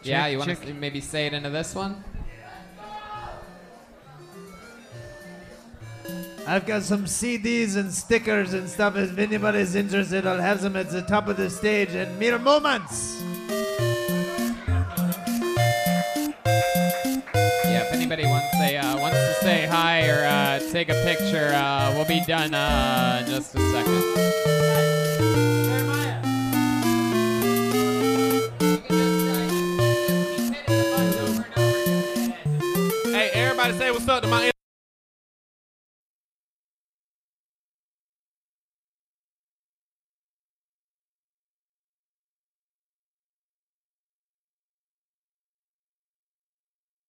S3: yeah,
S5: check-
S3: you want
S5: check-
S3: to maybe say it into this one?
S5: I've got some CDs and stickers and stuff. If anybody's interested, I'll have them at the top of the stage in mere moments.
S3: Yeah, if anybody wants to, uh, wants to say hi or uh, take a picture, uh, we'll be done uh, in just a second.
S14: Hey, everybody say what's up to my